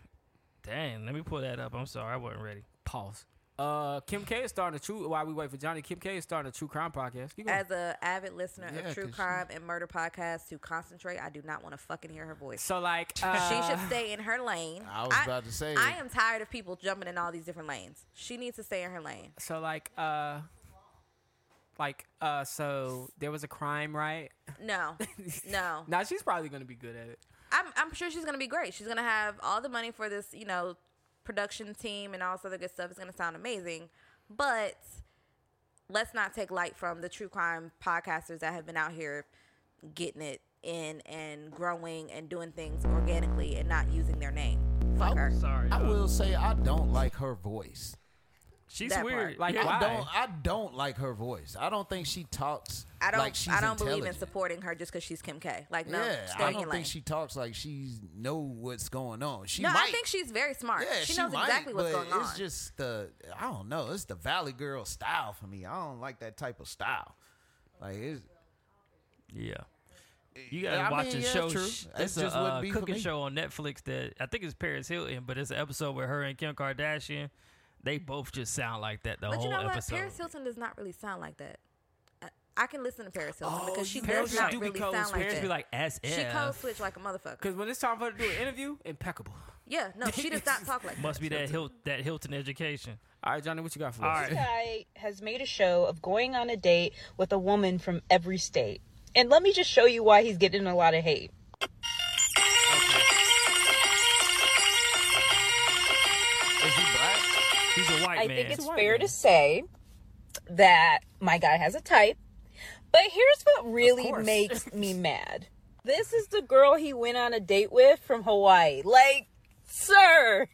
E: Dang, let me pull that up. I'm sorry, I wasn't ready.
D: Pause. Uh, Kim K is starting a true. While we wait for Johnny, Kim K is starting a true crime podcast. Keep going.
H: As a avid listener
C: Yeah,
H: of true
C: 'cause she-
H: crime and murder podcasts to concentrate, I do not want to fucking hear her voice.
D: so like, uh,
H: she should stay in her lane.
C: I was about to say-
H: I am tired of people jumping in all these different lanes. She needs to stay in her lane.
D: So like, uh, like, uh, so there was a crime, right?
H: No, no.
D: Now she's probably gonna be good at it.
H: I'm I'm sure she's gonna be great. She's gonna have all the money for this, you know, production team and all this other good stuff. It's gonna sound amazing. But let's not take light from the true crime podcasters that have been out here getting it in and growing and doing things organically and not using their name.
C: Oh,
H: Fuck her.
E: Sorry.
C: I
E: y'all.
C: will say I don't like her voice.
E: She's
H: That
E: weird.
H: part.
D: Like,
E: yeah.
D: why?
C: I don't I don't like her voice. I don't think she talks.
H: I don't
C: Like she's
H: I don't believe in
C: intelligent.
H: supporting her just because she's Kim K. Like no,
C: yeah,
H: stay
C: I
H: in your
C: don't
H: lane.
C: think she talks like she know what's going on. She
H: no,
C: might.
H: I think she's very smart.
C: Yeah,
H: she, knows
C: might,
H: exactly what's
C: but
H: going on.
C: It's just the I don't know. It's the Valley Girl style for me. I don't like that type of style. Like it's
E: Yeah. You gotta
C: I
E: watch
C: mean,
E: a
C: yeah,
E: show.
C: true.
E: It's
C: It
E: a
C: just wouldn't
E: uh,
C: be for
E: cooking
C: me.
E: show on Netflix that I think it's Paris Hilton, but it's an episode with her and Kim Kardashian. They both just sound like that the
H: But
E: whole
H: you know what?
E: episode.
H: Paris Hilton does not really sound like that. I, I can listen to Paris Hilton
C: Oh,
H: because she
D: you know
H: does
D: she
H: not
D: do be
H: really
D: code
H: sound like
E: Paris
H: that.
E: be like SF.
H: she code switch like a motherfucker.
D: Because when it's time for her to do an interview, impeccable.
H: Yeah, no, she does not talk like that.
E: Must be that Hilton, that Hilton education.
D: All right, Johnny, what you got for
E: All
D: us?
E: right.
B: guy has made a show of going on a date with a woman from every state. And let me just show you why he's getting a lot of hate.
E: Is he black? He's a white
B: I
E: man.
B: think it's fair to say that my guy has a type. But here's what really
D: course.
B: makes me mad. This is the girl he went on a date with from Hawaii. Like, sir,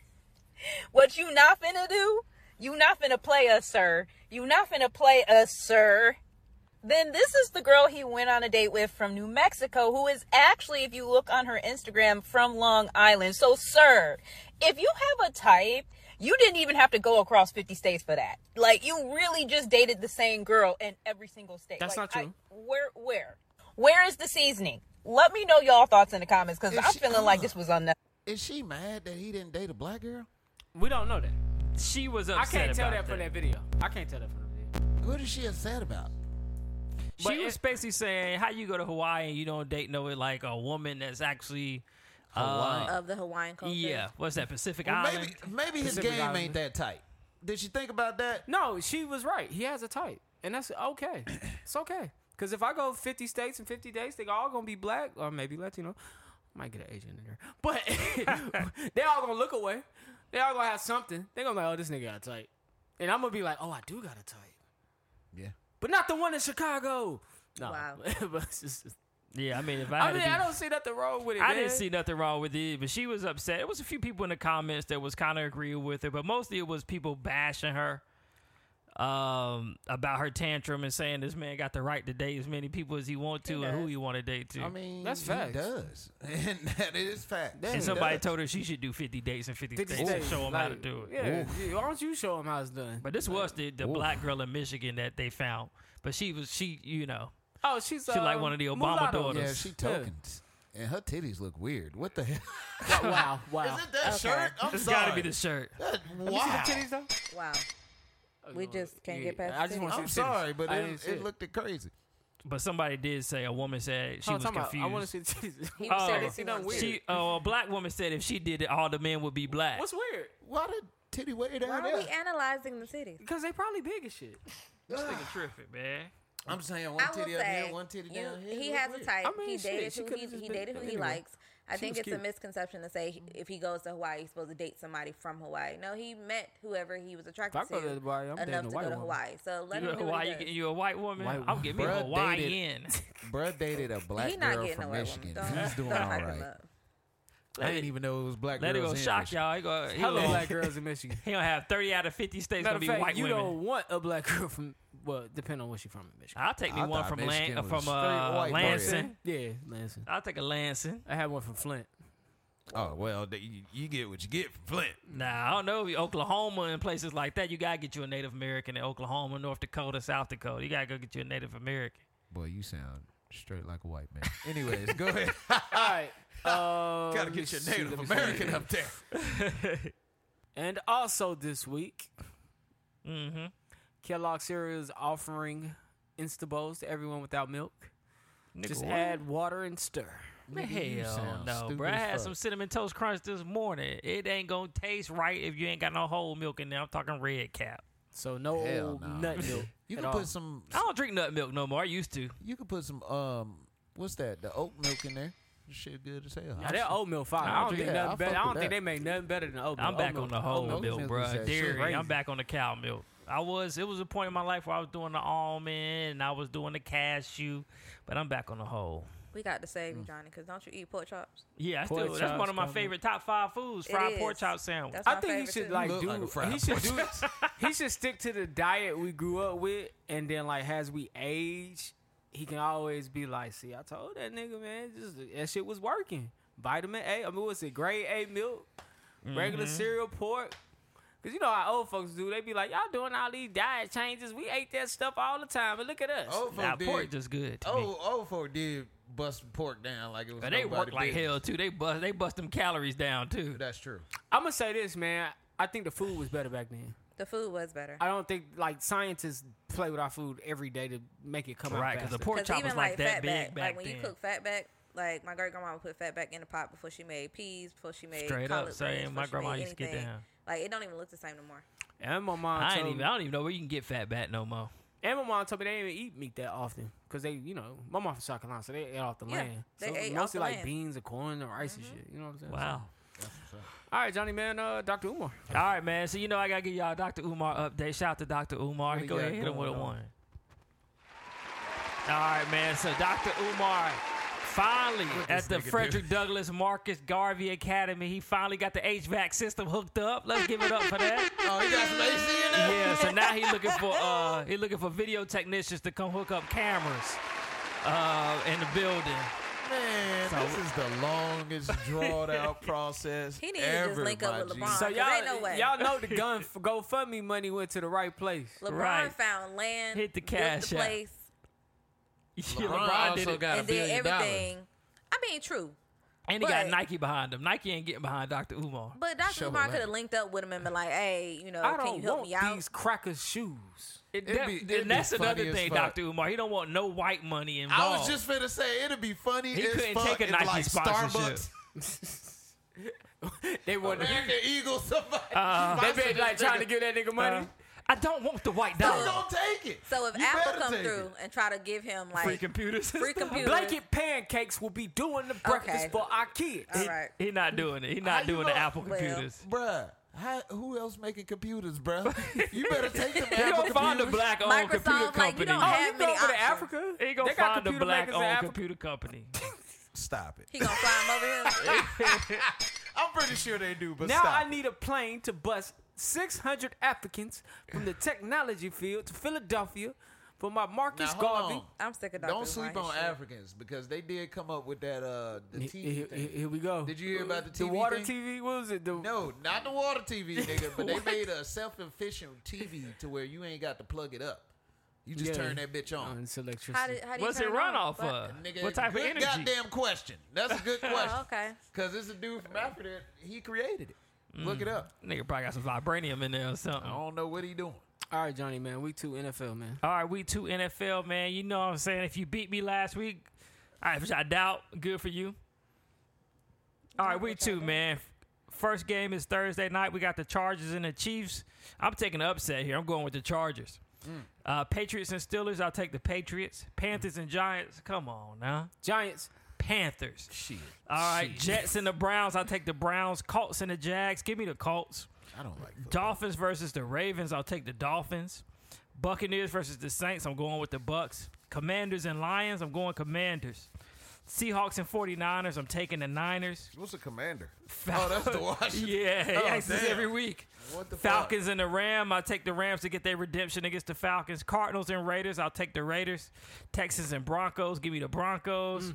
B: what you not finna do? You not finna play us, sir. You not finna play us, sir. Then this is the girl he went on a date with from New Mexico, who is actually, if you look on her Instagram, from Long Island. So, sir, if you have a type, you didn't even have to go across 50 states for that. Like, you really just dated the same girl in every single state.
D: That's
B: Like,
D: not true.
B: I- where, where, where is the seasoning? Let me know y'all thoughts in the comments because
C: Is
B: I'm
C: she-
B: feeling like this was unnecessary.
C: is she mad that he didn't date a black girl?
D: We don't know that.
E: she was
D: I
E: upset
D: can't tell
E: about
D: that from that video. I can't tell that from the video.
C: What is she upset about?
E: She
D: But
E: was
D: it-
E: basically saying, "How you go to Hawaii and you don't date no like a woman that's actually uh,
C: Hawaiian.
H: Of the Hawaiian culture.
E: yeah, what's that Pacific
C: Well,
E: Island?
C: maybe maybe his
D: Pacific
C: game
D: Island.
C: ain't that tight. Did she think about that?
D: No, she was right. He has a type, and that's okay. it's okay. Because if I go 50 states in 50 days, they're all gonna be black or maybe Latino. Might get an Asian in there, but they're all gonna look away. They all gonna have something. They're gonna be like, oh, this nigga got a type, and I'm gonna be like, oh, I do got a type,
C: Yeah.
D: but not the one in Chicago. No,
H: Wow.
D: but it's just-
E: yeah, I mean, if I, had
D: I
E: to
D: mean,
E: be-
D: I don't see nothing wrong with it.
E: I
D: man.
E: didn't see nothing wrong with it, but she was upset. It was a few people in the comments that was kind of agreeing with her, but mostly it was people bashing her um, about her tantrum and saying this man got the right to date as many people as he want to and who he want to date to.
C: I mean,
D: That's
C: he
D: facts.
C: does, and that is fact.
E: and somebody told her she should do 50 dates in 50,
D: 50
E: states
D: states.
E: to show him how to
D: Like,
E: do it.
D: Yeah, yeah, why don't you show him how it's done?
E: But this was the, the black girl in Michigan that they found. But she was, she, you know,
D: oh, she's
E: She like
D: um,
E: one of the Obama
D: mulatto.
E: daughters.
C: Yeah, she tokens, and her titties look weird. What the hell?
D: Yeah. wow, wow.
C: Is it that shirt? I'm
E: it's
C: sorry.
E: got to be the shirt.
C: That-
D: Wow.
C: wow.
H: Wow. We just can't get
D: Yeah,
H: past
D: I
H: the
D: just want to see
C: I'm
D: the titties.
C: sorry, but
D: I
C: it,
D: didn't see
C: it looked it crazy.
E: But somebody did say, a woman said she
D: Hold
E: was
D: on, time out.
E: confused.
D: Oh, I want to see the titties.
H: He
E: Oh.
H: said
E: She
H: he
D: done
H: wants
D: weird.
H: to.
E: She, uh, a black woman said if she did it, all the men would be black.
D: What's weird?
C: Why did titty way
H: Why
C: down
H: are
C: there?
H: we analyzing the cities?
D: Because they probably big as shit.
E: nigga tripping, man?
C: I'm saying one
H: I will
C: titty up
H: say,
C: here, one titty
H: you-
C: down here.
H: he
C: Look
H: has a
C: weird.
H: type.
D: I mean,
H: he
D: shit,
H: dated
D: she
H: who
D: could've
H: he,
D: just
H: he
D: been-
H: dated who he
D: anyway.
H: likes. I think
D: was
H: it's a
D: cute.
H: misconception to say he- if he goes to Hawaii, he's supposed to date somebody from Hawaii. No, he met whoever he was attracted
D: If I
H: to
D: go to Hawaii, I'm dating a
H: enough to
D: white
H: go to
D: woman.
H: Hawaii. So let
E: You
H: him
E: a
H: do
E: Hawaii,
H: what he does.
E: you a white woman?
D: White
E: I'm getting me a
I: Bruh, dated-
E: Hawaiian.
I: Bruh dated a black
H: He not
I: girl
H: getting
I: from
H: nowhere.
I: Michigan.
H: Don't,
I: He's doing
H: don't
I: all
H: hype him
I: right.
H: up.
I: I didn't even know it was black
E: Let it
I: girls.
E: go
I: in
E: shock
I: Michigan.
E: y'all. He gonna, he
D: Hello,
E: gonna-
D: black girls in Michigan.
E: He gonna have thirty out of fifty states
D: Matter
E: gonna
D: of
E: be
D: fact,
E: white
D: you
E: women.
D: don't want a black girl from well, depending on where she's from in Michigan.
E: I'll take me
I: I
E: one
I: thought
E: from
I: Michigan
E: Lan- uh,
I: was
E: from
I: straight
E: uh,
I: white
E: Lansing.
D: Yeah, Lansing.
E: I'll take a Lansing.
D: I had one from Flint.
I: Oh well, th- you, you get what you get from Flint.
E: Nah, I don't know. Oklahoma and places like that, you gotta get you a Native American in Oklahoma, North Dakota, South Dakota. You gotta go get you a Native American.
I: Boy, you sound straight like a white man. Anyways, go ahead.
D: All right. Uh,
I: Gotta
D: let me
I: get your
D: see,
I: Native
D: let me see.
I: American up there.
D: And also this week,
E: Mm-hmm.
D: Kellogg cereal is offering Insta Bowls to everyone without milk. Just
E: what?
D: add water and stir.
E: Man,
I: you
E: Hell
I: sound
E: no,
I: stupid
E: bro. I
I: as
E: had
I: fuck.
E: some cinnamon toast crunch this morning. It ain't gonna taste right if you ain't got no whole milk in there. I'm talking red cap.
D: So no
I: Hell
D: old
I: no.
D: Oh, nut milk.
C: You
D: at
C: can
D: all.
C: put some.
E: I don't drink nut milk no more. I used to.
C: You can put some. Um, what's that? The oat milk in there. Shit, good as hell.
D: Now, that oatmeal fire. I don't
C: drink
D: think
C: that. I
D: nothing better.
C: fuck
D: I don't
C: with
D: think
C: that.
D: they make nothing better than oatmeal.
E: I'm back
D: Oatmeal-
E: on the whole
D: oatmeal.
E: milk,
C: milk
E: bro.
C: is that shit
E: Dairy. I'm
D: crazy.
E: back on the cow milk. I was. It was a point in my life where I was doing the almond and I was doing the cashew, but I'm back on the whole.
H: We got to save you,
D: Mm.
H: Johnny, because don't you eat pork chops?
E: Yeah, I
D: Pork
E: still, that's
D: chops,
E: one of my
D: cow milk.
E: favorite top five foods:
H: It
E: fried pork
H: is.
E: chop sandwich.
H: That's
D: I
H: my
D: think he
H: favorite,
D: should
H: too.
D: like
I: Look
D: do.
I: like a fried
D: he should do. he should stick to the diet we grew up with, and then like as we age, he can always be like, "See, I told that nigga, man, just, that shit was working." Vitamin A. I mean, what's it? Grade A milk, regular cereal, pork. Cause you know how old folks do. They be like, "Y'all doing all these diet changes? We ate that stuff all the time, and look at us."
C: Old folk
E: Nah,
C: did.
E: pork just good. To me.
C: old, old Oh, folk did bust pork down like it was.
E: But they work
C: nobody
E: like
C: business.
E: hell too. They bust. They bust them calories down too.
C: That's true.
D: I'm gonna say this, man. I think the food was better back then.
H: The food was better.
D: I don't think like scientists play with our food every day to make it come out.
E: Right, because the
D: faster.
E: pork chop was like, that big
H: fatback,
E: back
H: like when
E: then.
H: you cook fatback, like my great grandma would put fatback in the pot before she made peas, before she made
E: Straight up,
H: collard
E: same.
H: greens,
E: My
H: before she
E: grandma
H: made
E: used to get
H: anything.
E: down.
H: Like it don't even look the same no more.
D: and my mom.
E: I
D: told
E: ain't even.
D: me-
E: I don't even know where you can get fat back no more.
D: And my mom told me they didn't even eat meat that often because they, you know, my mom from South Carolina, so they ate off the
H: Yeah,
D: land.
H: they
D: so it was
H: ate off
D: mostly
H: the
D: like
H: land. Mm-hmm.
D: beans and corn and rice and shit. You know what I'm saying?
E: Wow.
D: So- all right, Johnny man, uh, Dr. Umar.
E: All right, man. So you know I gotta give y'all a Dr. Umar update. Shout out to Dr. Umar.
D: he
E: Go
D: got
E: ahead, hit him with a
D: going on?
E: one. All right, man. So Dr. Umar finally at the Frederick Douglass Marcus Garvey Academy, he finally got the HVAC system hooked up. Let's give it up for that.
C: Oh, he got some AC in there.
E: Yeah, so now he's looking for uh he looking for video technicians to come hook up cameras uh in the building.
C: Man, this is the longest drawn out process
H: He needs to just
C: ever.
H: link
C: my
H: up with
C: G.
H: LeBron.
D: So
H: 'cause
D: y'all,
H: ain't no way.
D: y'all know the gun for GoFundMe money went to the right place.
H: LeBron
E: Right.
H: found land,
E: Hit the
H: built
E: cash
H: the
E: app.
H: place,
E: LeBron, did
C: also
E: it.
C: got a
H: and did
C: billion dollars.
H: everything. I mean, true,
E: and he got
H: but-
E: Nike behind him. Nike ain't getting behind Dr. Umar.
H: but Dr.
C: Shovel
H: Umar
C: that.
H: could have linked up with him and been like, "Hey, you know,
D: I
H: can
D: don't
H: you help
D: want
H: me out?"
D: these crackers shoes.
E: It
C: It'd
E: def-
C: be-
E: and
C: it'd be
E: that's
C: funny
E: another
C: as
E: thing,
C: fuck.
E: Dr. Umar. He don't want no white money involved.
C: I was just finna say it'd be funny
E: He
C: as
E: couldn't
C: fuck
E: take a
C: if,
E: Nike
C: like
E: sponsorship.
C: Starbucks,
D: They were they
C: American Eagle, somebody.
E: Uh,
D: been like trying to give that nigga money.
E: I don't want the white dollar.
C: Don't take it.
H: So if
C: You
H: Apple
C: better
H: come
C: take
H: through
C: it.
H: and try to give him like
E: Free computers.
H: free computers,
D: Blanket pancakes will be doing the breakfast
H: Uh, Okay.
D: for our kids.
H: all right,
E: He not doing it. He
C: How
E: not
C: you
E: doing the
C: know-
E: Apple
H: Well,
E: computers.
C: bruh. How, who else making computers, bruh? You better take them
E: He
C: Apple
E: gonna find a
C: computers.
E: black owned
H: Microsoft,
E: computer
H: like, you
E: company.
H: don't
D: Oh,
H: have
D: you
H: many
D: go to
H: options.
D: Africa?
E: he gonna
D: They got
E: find a
D: computer
E: black
D: makers in
E: owned
D: Africa.
E: computer company.
C: Stop it.
H: he gonna fly him over here.
C: I'm pretty sure they do, but
D: Now
C: stop.
D: I need a plane to bus 600 applicants from the technology field to Philadelphia for my Marcus
C: Now, hold
D: Garvey.
C: on.
H: I'm sick of Dr.
C: Don't sleep
H: Umar, his
C: on
H: shit.
C: Africans because they did come up with that uh the
D: He-
C: TV
D: he- he-
C: thing.
D: Here we go.
C: Did you hear about the TV
D: The water
C: thing?
D: TV? What was it? The,
C: No, not the water TV, nigga. But they made a self-efficient TV to where you ain't got to plug it up. You just
D: Yeah.
C: turn that bitch
D: Oh,
C: on.
D: it's electricity.
H: How did, how do you
E: What's
H: turn
E: it run
H: on?
E: off
H: What?
E: of?
D: Uh,
C: Nigga,
E: What type of
C: good
E: energy?
C: goddamn question. That's a good question.
H: Oh, okay.
C: Cause it's a dude from Africa. He created it. Look
D: Mm.
C: it up.
E: Nigga probably got some vibranium in there or something.
C: I don't know what he doing.
D: All right, Johnny, man. Week two NFL, man.
E: All right, we two NFL, man. You know what I'm saying? If you beat me last week, I, which I doubt, good for you. All right, we two, man. First game is Thursday night. We got the Chargers and the Chiefs. I'm taking an upset here. I'm going with the Chargers. Uh, Patriots and Steelers, I'll take the Patriots. Panthers and Giants, come on now.
D: Giants.
E: Panthers. All right, Jets and the Browns. I take the Browns. Colts and the Jags. Give me the Colts.
I: I don't like football.
E: Dolphins versus the Ravens. I'll take the Dolphins. Buccaneers versus the Saints. I'm going with the Bucks. Commanders and Lions. I'm going Commanders. Seahawks and 49ers. I'm taking the Niners.
I: What's a commander? Oh, that's the Washington.
E: Yeah, he
I: Oh,
E: asks us
I: damn.
E: every week.
I: What the fuck?
E: Falcons and the Ram. I take the Rams to get their redemption against the Falcons. Cardinals and Raiders. I'll take the Raiders. Texans and Broncos. Give me the Broncos.
I: Mm.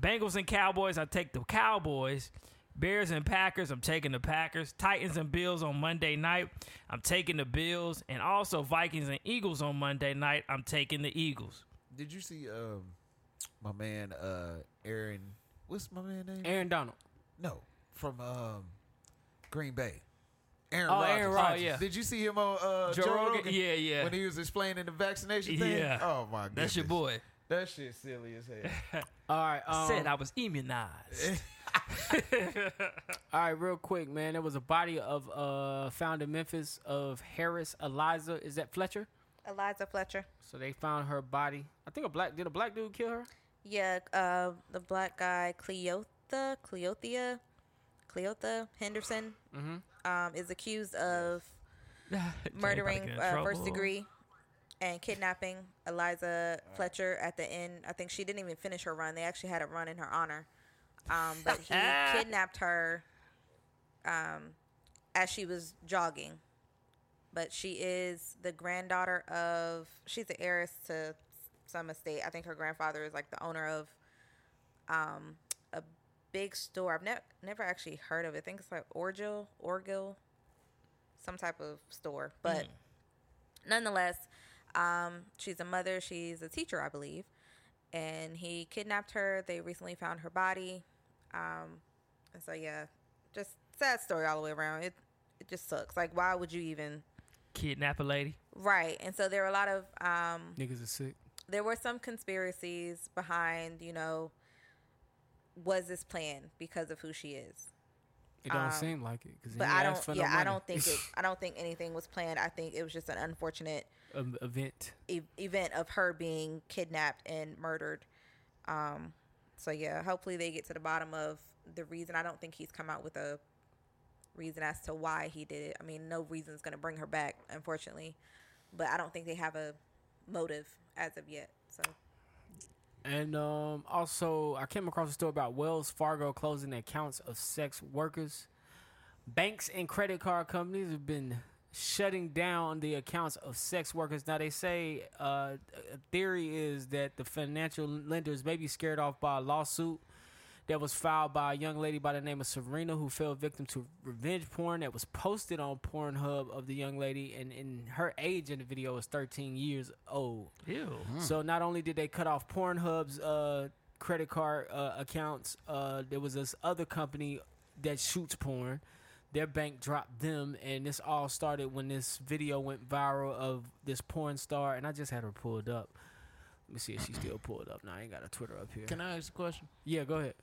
E: Bengals and Cowboys. I take the Cowboys. Bears and Packers. I'm taking the Packers. Titans and Bills on Monday night. I'm taking the Bills. And also Vikings and Eagles on Monday night. I'm taking the Eagles.
I: Did you see um my man uh Aaron? What's my man name?
D: Aaron Donald.
I: No, from um Green Bay. Aaron
E: Oh,
I: Rodgers.
E: Aaron Rodgers. Oh, yeah.
I: Did you see him on uh, Joe,
E: Joe
I: Rogan?
E: Rogan? Yeah, yeah.
I: When he was explaining the vaccination thing.
E: Yeah.
I: Oh my god.
E: That's your boy.
I: That shit silly as hell.
D: All right. Um,
E: Said I was immunized.
D: All right, real quick, man. There was a body of uh found in Memphis of Harris Eliza. Is that Fletcher?
H: Eliza Fletcher.
D: So they found her body. I think a black did a black dude kill her?
H: Yeah, uh, the black guy Cleotha, Cleothea, Cleotha Henderson um, is accused of murdering uh, first degree and kidnapping Eliza Fletcher at the end. I think she didn't even finish her run. They actually had a run in her honor, um, but he kidnapped her um, as she was jogging. But she is the granddaughter of. She's the heiress to some estate. I think her grandfather is like the owner of um, a big store. I've never never actually heard of it. I think it's like Orgil, Orgil, some type of store. But
D: Mm.
H: nonetheless, um, she's a mother. She's a teacher, I believe. And he kidnapped her. They recently found her body. Um, and so yeah, just sad story all the way around. It it just sucks. Like why would you even?
E: Kidnap a lady.
H: Right. And so there were a lot of um,
D: Niggas is sick.
H: there were some conspiracies behind, you know, was this planned because of who she is?
D: It don't seem like it. 'cause he
H: Um, But
D: ain't
H: I
D: asked for
H: don't.
D: no
H: yeah, I
D: money.
H: don't think it. I don't think anything was planned. I think it was just an unfortunate
D: Um, event.
H: e- event of her being kidnapped and murdered. Um, so yeah, hopefully they get to the bottom of the reason. I don't think he's come out with a reason as to why he did it. I mean, no reason's going to bring her back, unfortunately. But I don't think they have a motive as of yet. So
D: And um, also, I came across a story about Wells Fargo closing the accounts of sex workers. Banks and credit card companies have been shutting down the accounts of sex workers. Now, they say uh, a theory is that the financial lenders may be scared off by a lawsuit that was filed by a young lady by the name of Serena who fell victim to revenge porn that was posted on Pornhub of the young lady. And, and her age in the video was 13 years old.
E: Ew.
D: So not only did they cut off Pornhub's uh, credit card uh, accounts, uh, there was this other company that shoots porn. Their bank dropped them, and this all started when this video went viral of this porn star. And I just had her pulled up. Let me see if she's still pulled up. Now I ain't got a Twitter up here.
I: Can I ask a question?
D: yeah, go ahead.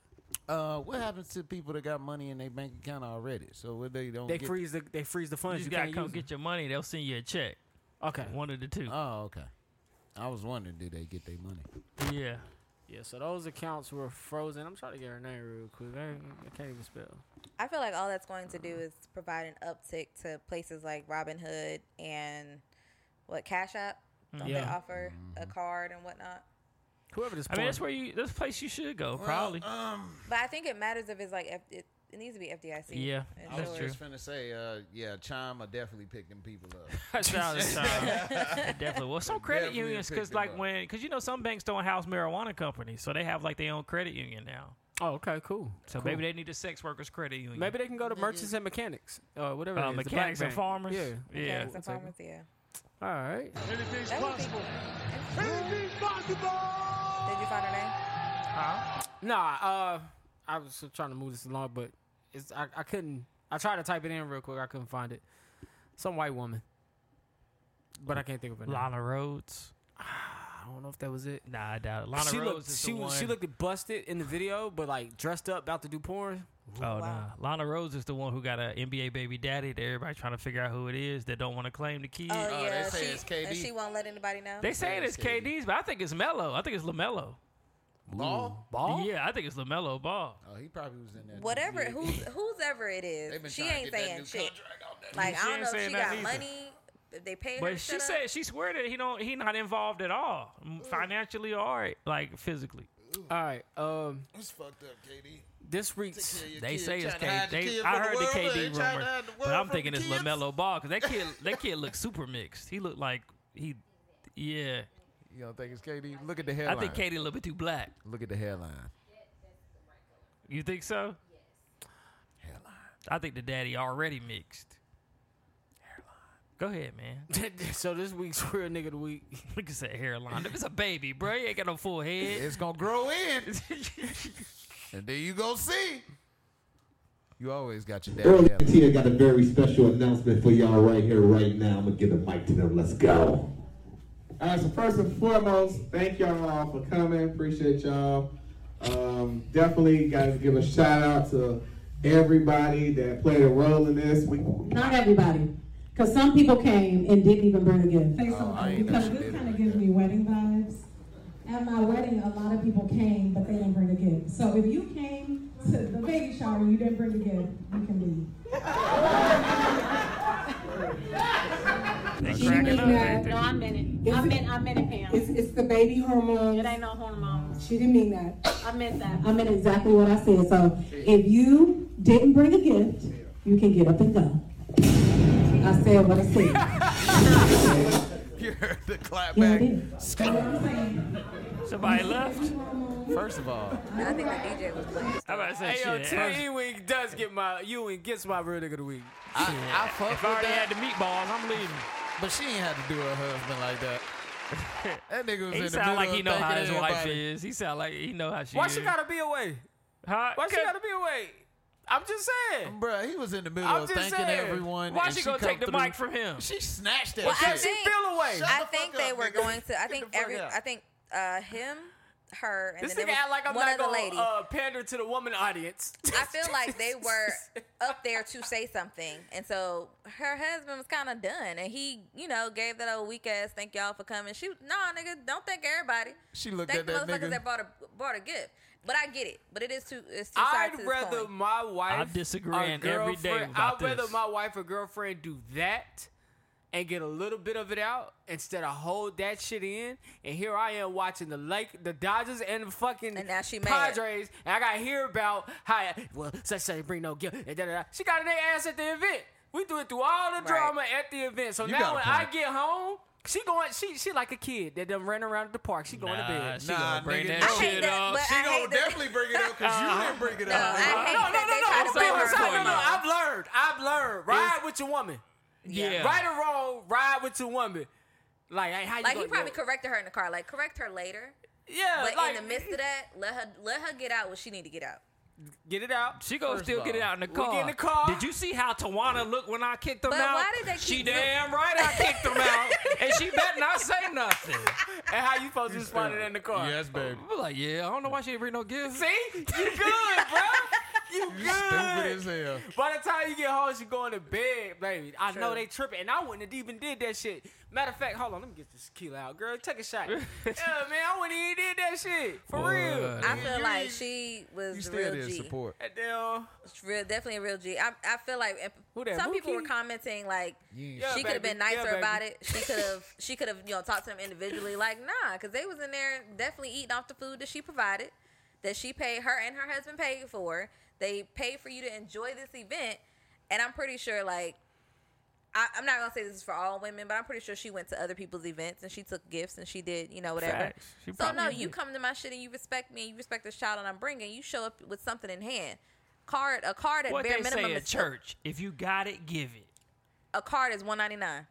I: Uh, what happens to people that got money in their bank account already? So when they don't
D: They
I: get
D: freeze the they freeze the
E: You
D: funds.
E: just
D: You,
E: gotta
D: can't
E: come
D: use them.
E: get your money. They'll send you a check.
D: Okay. Uh,
E: One of the two.
I: Oh, okay. I was wondering, did they get their money?
E: yeah.
D: Yeah. So those accounts were frozen. I'm trying to get her name real quick. I, I can't even spell.
H: I feel like all that's going to do is provide an uptick to places like Robinhood and what Cash App. Don't they
D: Yeah.
H: offer a card and whatnot?
D: Whoever this.
E: I mean, that's where you. That's the place you should go, probably.
I: uh,
H: But I think it matters if it's like F- it, it needs to be FDIC.
E: Yeah,
H: and
E: that's
H: Shores.
E: true.
I: Just finna say, uh, yeah, Chime are definitely picking people up.
E: That's out of time. Definitely. Well, some credit
I: Definitely
E: unions,
I: picked
E: because
I: them
E: like
I: up.
E: when, because you know some banks don't house marijuana companies, so they have like their own credit union now.
D: Oh, okay, cool.
E: So
D: cool.
E: maybe they need a sex workers credit union.
D: Maybe they can go to merchants and mechanics or whatever.
E: uh,
D: it is, the
E: mechanics
D: black
E: and
D: bank.
E: farmers.
D: Yeah.
E: yeah.
H: Mechanics and farmers, yeah.
D: All right.
H: That would be Did you find her name?
D: Nah. Uh, I was just trying to move this along, but it's I, I couldn't. I tried to type it in real quick. I couldn't find it. Some white woman, but I can't think of it. I
E: Lana Rhodes.
D: don't know if that was it.
E: Nah, I doubt it. Lana
D: she
E: Rhodes
D: looked.
E: is
D: She
E: the
D: was.
E: one.
D: She looked busted in the video, but like dressed up, about to do porn.
E: Oh no,
H: Wow.
E: Lana Rhodes is the one who got an NBA baby daddy that everybody trying to figure out who it is that don't want to claim the kid.
H: Oh,
I: they
H: yeah.
I: say
H: she,
I: it's KD.
H: And she won't let anybody know.
E: they saying it's KD's, but I think it's Mello. I think it's Lamelo.
C: Ball?
I: Oh.
D: Ball?
E: Yeah, I think it's Lamelo Ball.
C: Oh, he probably was in there.
H: Whatever, who's who's ever it
C: They've been
H: is, she
C: trying to get
H: ain't
C: that
H: saying
C: new
H: shit.
C: contract out there.
H: Like
E: She
H: I
E: ain't
H: don't know if
E: saying
H: she got
E: nothing either.
H: money. If they paid her,
E: But
H: to
E: she
H: shut
E: said
H: up.
E: she swear that he don't he not involved at all
I: Mm.
E: m- financially or like physically.
D: All right. Um,
I: It's fucked up, KD.
D: this week's
E: They say it's
I: trying to hide
E: KD.
I: the
E: They,
I: kid
E: I
I: from the
E: heard the
I: world, they
E: KD
I: ain't trying to
E: rumor,
I: hide the
E: but
I: world
E: I'm
I: from
E: thinking
I: the
E: it's
I: kids.
E: Lamelo Ball because that kid that kid looks super mixed. He looked like he yeah.
C: You don't think it's KD? Look at the
E: I
C: headline.
E: think KD a little bit too black.
C: Look at the headline.
E: You think so? I think the daddy already mixed. Go ahead, man.
D: so this week's real nigga of the week.
E: Look at that hairline. If it's a baby, bro, you ain't got no full head.
C: It's gonna grow in, and then you gonna see. You always got your daddy. headline.
K: Tina got a very special announcement for y'all right here, right now. I'm gonna give the mic to them. Let's go. All right. So first and foremost, thank y'all all for coming. Appreciate y'all. Um, definitely gotta give a shout out to everybody that played a role in this. We
L: Not everybody, because some people came and didn't even bring a gift. Say
C: Oh, I
L: something,
C: ain't know
L: because
C: she
L: this
C: did it
L: kind
C: like
L: of gives
C: that.
L: me wedding vibes. At my wedding, a lot of people came, but they didn't bring a gift. So if you came to the baby shower and you didn't bring a gift, you can
E: They
L: leave.
E: cracking up, ain't
L: No,
E: they?
L: I meant it. I meant, I meant it, Pam. It's, it's the baby hormones. It ain't no hormones. She didn't mean that. I meant that. I meant exactly what I said. So if you didn't bring a gift, you can get up and go. I said what I said.
I: You heard the clap
L: Yeah,
I: back.
L: it is. You know what I'm saying?
E: Somebody left.
I: First of all,
H: I think the DJ was playing.
E: How about I say
D: Hey yo,
E: shit?
D: T Ewing does get my Ewing gets my real nigga of the week.
C: I, I fuck
E: If
C: with
E: I already
C: that,
E: had the meatballs, I'm leaving.
C: but she ain't had to do her husband like that. That nigga was in
E: He
C: the
E: sound
C: middle
E: like
C: of
E: he know how
C: thanking
E: his wife
C: everybody.
E: is. He sound like he know how she
D: Why
E: is.
D: she gotta be away?
E: Huh?
D: Why she
E: Cause-
D: gotta be away? I'm just saying.
C: Bruh, he was in the middle
D: I'm
C: of
D: just
C: thanking
D: saying.
C: everyone.
E: Why
C: and
E: she gonna
C: come
E: take the
C: through.
E: mic from him?
C: She snatched that
H: Well, I
C: shit.
H: think-
D: Feel away.
I: Shut
H: I
I: the
H: think
I: fuck
H: they
I: up,
H: were
I: nigga.
H: going to. I
I: Get
H: think
I: the fuck
H: every.
I: out.
H: I think uh, him, her, and
D: this nigga
H: then there was
D: act like I'm
H: one
D: not
H: other
D: gonna
H: lady.
D: uh, pander to the woman audience.
H: I feel like they were up there to say something, and so her husband was kind of done, and he, you know, gave that old weak ass "thank y'all for coming." She, nah, nigga, don't thank everybody.
C: She looked
H: thank
C: at
H: the
C: that
H: motherfuckers
C: nigga.
H: that bought a bought a gift. But I get it. But it is too. It's two sides
D: I'd
H: to this
D: rather
H: coin.
D: my wife.
E: I'm disagreeing
D: or
E: every day
D: girlfriend-
E: about
D: I'd rather
E: this.
D: my wife or girlfriend do that and get a little bit of it out instead of hold that shit in. And here I am watching the Lake, the Dodgers, and the fucking
H: And now she mad.
D: Padres. And I got to hear about how well such such bring no gift. And da, da, da. She got an ass at the event. We do it through all the drama at the event. So
C: You got
D: now
C: a
D: when I
C: point.
D: get home. She going, she she like a kid that done ran around at the park. She going to
E: Nah,
D: bed.
E: she
C: Nah,
E: gonna bring
C: nigga,
E: that
C: no.
H: I hate
E: shit
H: that,
E: up.
H: but
I: she
H: I
I: gonna
H: hate that-
I: definitely bring it up because
E: Uh-huh.
I: you didn't bring it
H: No,
I: up.
H: I hate
D: No, no,
H: that
D: no,
H: they
D: no.
H: try
D: I'm
H: to blame
D: still
H: her
D: inside. No,
H: for
D: no.
H: it.
D: I've learned. I've learned. Ride with your woman.
E: Yeah.
D: Right or wrong, ride with your woman. Like, hey, how you
H: Like he
D: gonna-
H: probably corrected her in the car. Like correct her later.
D: Yeah,
H: But
D: like,
H: in the midst of that, let her let her get out what she need to get out.
D: get it out.
E: She gonna
C: First
E: still
C: of
E: get it
C: all,
E: out in the
D: we
E: car.
D: get in the car.
E: Did you see how Tawana looked when I kicked him
H: But
E: out?
H: why did they
E: she
H: keep doing-
E: damn right I kicked him out, and she better not say nothing.
D: And how you supposed to respond to that in the car?
C: Yes, baby.
E: I'm like, yeah, I don't know why she didn't bring no gift.
D: See, you good, bro. You
C: You stupid as
D: good.
C: hell.
D: By the time you get home, she going to bed, baby. I know they tripping, and I wouldn't have even did that shit. Matter of fact, hold on, let me get this tequila out, girl. Take a shot. yeah, man, I wouldn't even did that shit for
E: Boy.
D: real.
H: I feel
D: You-
H: like she was
C: You
H: the
C: still
H: real
C: did
H: G.
C: support.
D: Damn.
H: Real, definitely a real G. I, I feel like if-
D: Who that,
H: some people were
D: Mookie?
H: commenting like
D: Yeah,
H: she could have
D: baby.
H: been nicer
D: Yeah, baby.
H: about it. She could have she could have you know talked to them individually. Like nah, because they was in there definitely eating off the food that she provided, that she paid her and her husband paid for. They paid for you to enjoy this event, and I'm pretty sure like. I, I'm not gonna say this is for all women, but I'm pretty sure she went to other people's events and she took gifts and she did, you know, whatever.
E: Facts. She
H: So no,
E: probably
H: you
E: did.
H: come to my shit and you respect me and you respect this child that I'm bringing. You show up with something in hand, card, a card at
E: What
H: bare
E: they
H: minimum
E: say at
H: is
E: church, if you got it, give it.
H: A card is one ninety nine,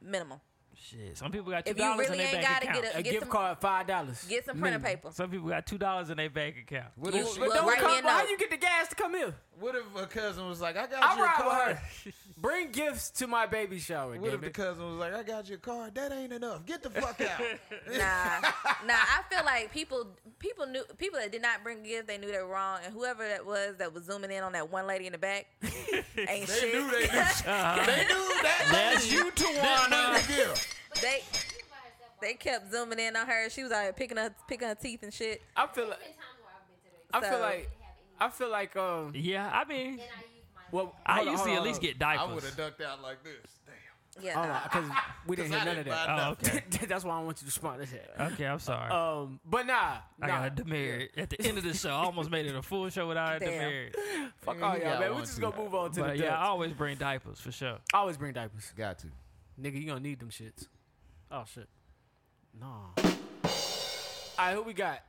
H: minimum.
E: Shit, some people got two
H: If you
E: dollars
H: really
E: in
H: ain't
E: their bank
H: gotta get
E: account.
H: a- um,
D: A
H: Get
D: gift
H: some-
D: card, five dollars.
H: Get some printer paper.
E: Some people got two dollars in their bank account.
C: What
H: You
C: if, she,
H: look-
D: But don't
H: write me
D: come.
H: a
D: but How
H: note.
D: you get the gas to come here?
C: what if a cousin was like, I got
D: I
C: your
D: ride
C: card?
D: with her. Bring gifts to my baby shower.
C: What if
D: damn
C: the
D: it.
C: cousin was like, I got your card? That ain't enough. Get the fuck out.
H: Nah, nah. I feel like people, people knew people that did not bring gifts. They knew they were wrong, and whoever that was that was zooming in on that one lady in the back, ain't
C: They
H: shit.
C: knew they knew. they knew that. That's you, Tawana.
H: They They kept zooming in on her. She was out here picking her picking her teeth and shit.
D: I feel like I feel like I feel like um
E: yeah I mean
D: well
E: I
D: hold on,
E: used to
D: hold on,
E: at
D: hold
E: least
D: on.
E: get diapers.
I: I would have ducked out like this.
H: Yeah,
D: because we didn't
I: 'Cause
D: hear
I: I
D: none of
I: didn't
D: that.
I: buy
E: Oh,
D: That's why I want you to respond to that.
E: Okay, I'm sorry.
D: Um, but nah, nah.
E: I got demerit at the end of the show. I almost made it a full show without a
D: Damn.
E: demerit.
D: Fuck all y'all, man. We're just gonna move on to
E: But
D: the
E: yeah. I
D: Dutch.
E: always bring diapers for sure.
D: I always bring diapers.
I: Got to.
D: Nigga, you gonna need them shits. Oh shit. Nah. Alright, who we got?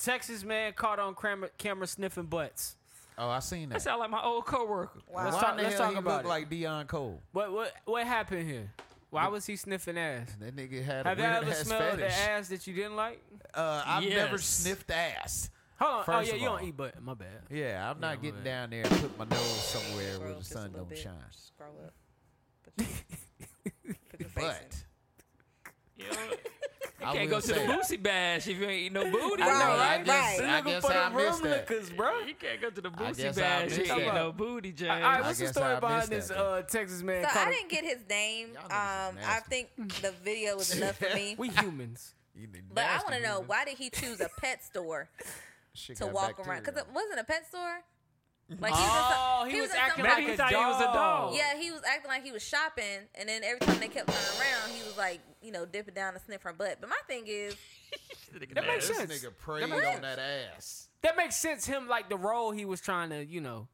D: Texas man caught on camera, camera sniffing butts.
C: Oh, I seen
E: That
C: that.
E: sound like my old coworker.
C: Why
D: Let's talk,
C: in the
D: let's
C: hell
D: talk
C: he
D: about
C: look
D: it.
C: like Dion Cole?
D: what what what happened here? Why was he sniffing ass?
C: That nigga had
D: Have
C: a
D: you
C: weird
D: ever
C: ass
D: smelled
C: fetish.
D: the ass that you didn't like?
C: Uh, I've never
E: Yes.
C: sniffed ass.
D: Hold on.
C: First
D: oh yeah,
C: of
D: you
C: all.
D: don't eat butt. My bad.
C: Yeah, I'm
D: Yeah,
C: not
D: my
C: getting
D: bad.
C: down there and put my nose somewhere where the
H: Just a
C: sun
H: little
C: don't
H: bit.
C: shine.
H: Just grow up. Put your- put your face in.
C: But
E: You know, you
C: I
E: can't
C: will
E: go to the
C: say-
E: boosie bash if you ain't eat no booty.
C: I know,
H: Right,
C: I guess,
H: right.
C: I,
D: Looking
C: guess
D: for
C: I
D: them rum
C: missed that.
D: liquors, bro.
E: You can't go to the
C: I
E: boosie
C: guess I
E: bash if
C: missed
E: you ain't
C: that.
E: no booty, James.
D: All right,
C: I
D: what's the
C: guess
D: story
C: I
D: behind
C: missed
D: this
C: that,
D: uh, Texas man?
H: So
D: caught
H: I
D: a-
H: didn't get his name.
C: Y'all
H: Um,
C: niggas is
H: I
C: nasty.
H: think
D: Mm.
H: the video was enough for me.
D: We humans.
C: You the
H: But I
C: nasty
H: want to know
C: human.
H: why did he choose a pet store
C: Shit
H: to
C: got
H: walk around? Because
C: bacteria.
H: it wasn't a pet store. Like he
D: Oh,
H: in some-
D: he was
H: in
D: acting
H: some-
D: like
E: Maybe he
D: a
E: thought he was a
D: dog.
E: dog.
H: Yeah, he was acting like he was shopping, and then every time they kept turning around, he was like, you know, dipping down and sniff her butt. But my thing is,
D: That makes
C: this
D: sense.
C: nigga preyed on
D: makes
C: that ass.
D: That makes sense. Him like the role he was trying to, you know.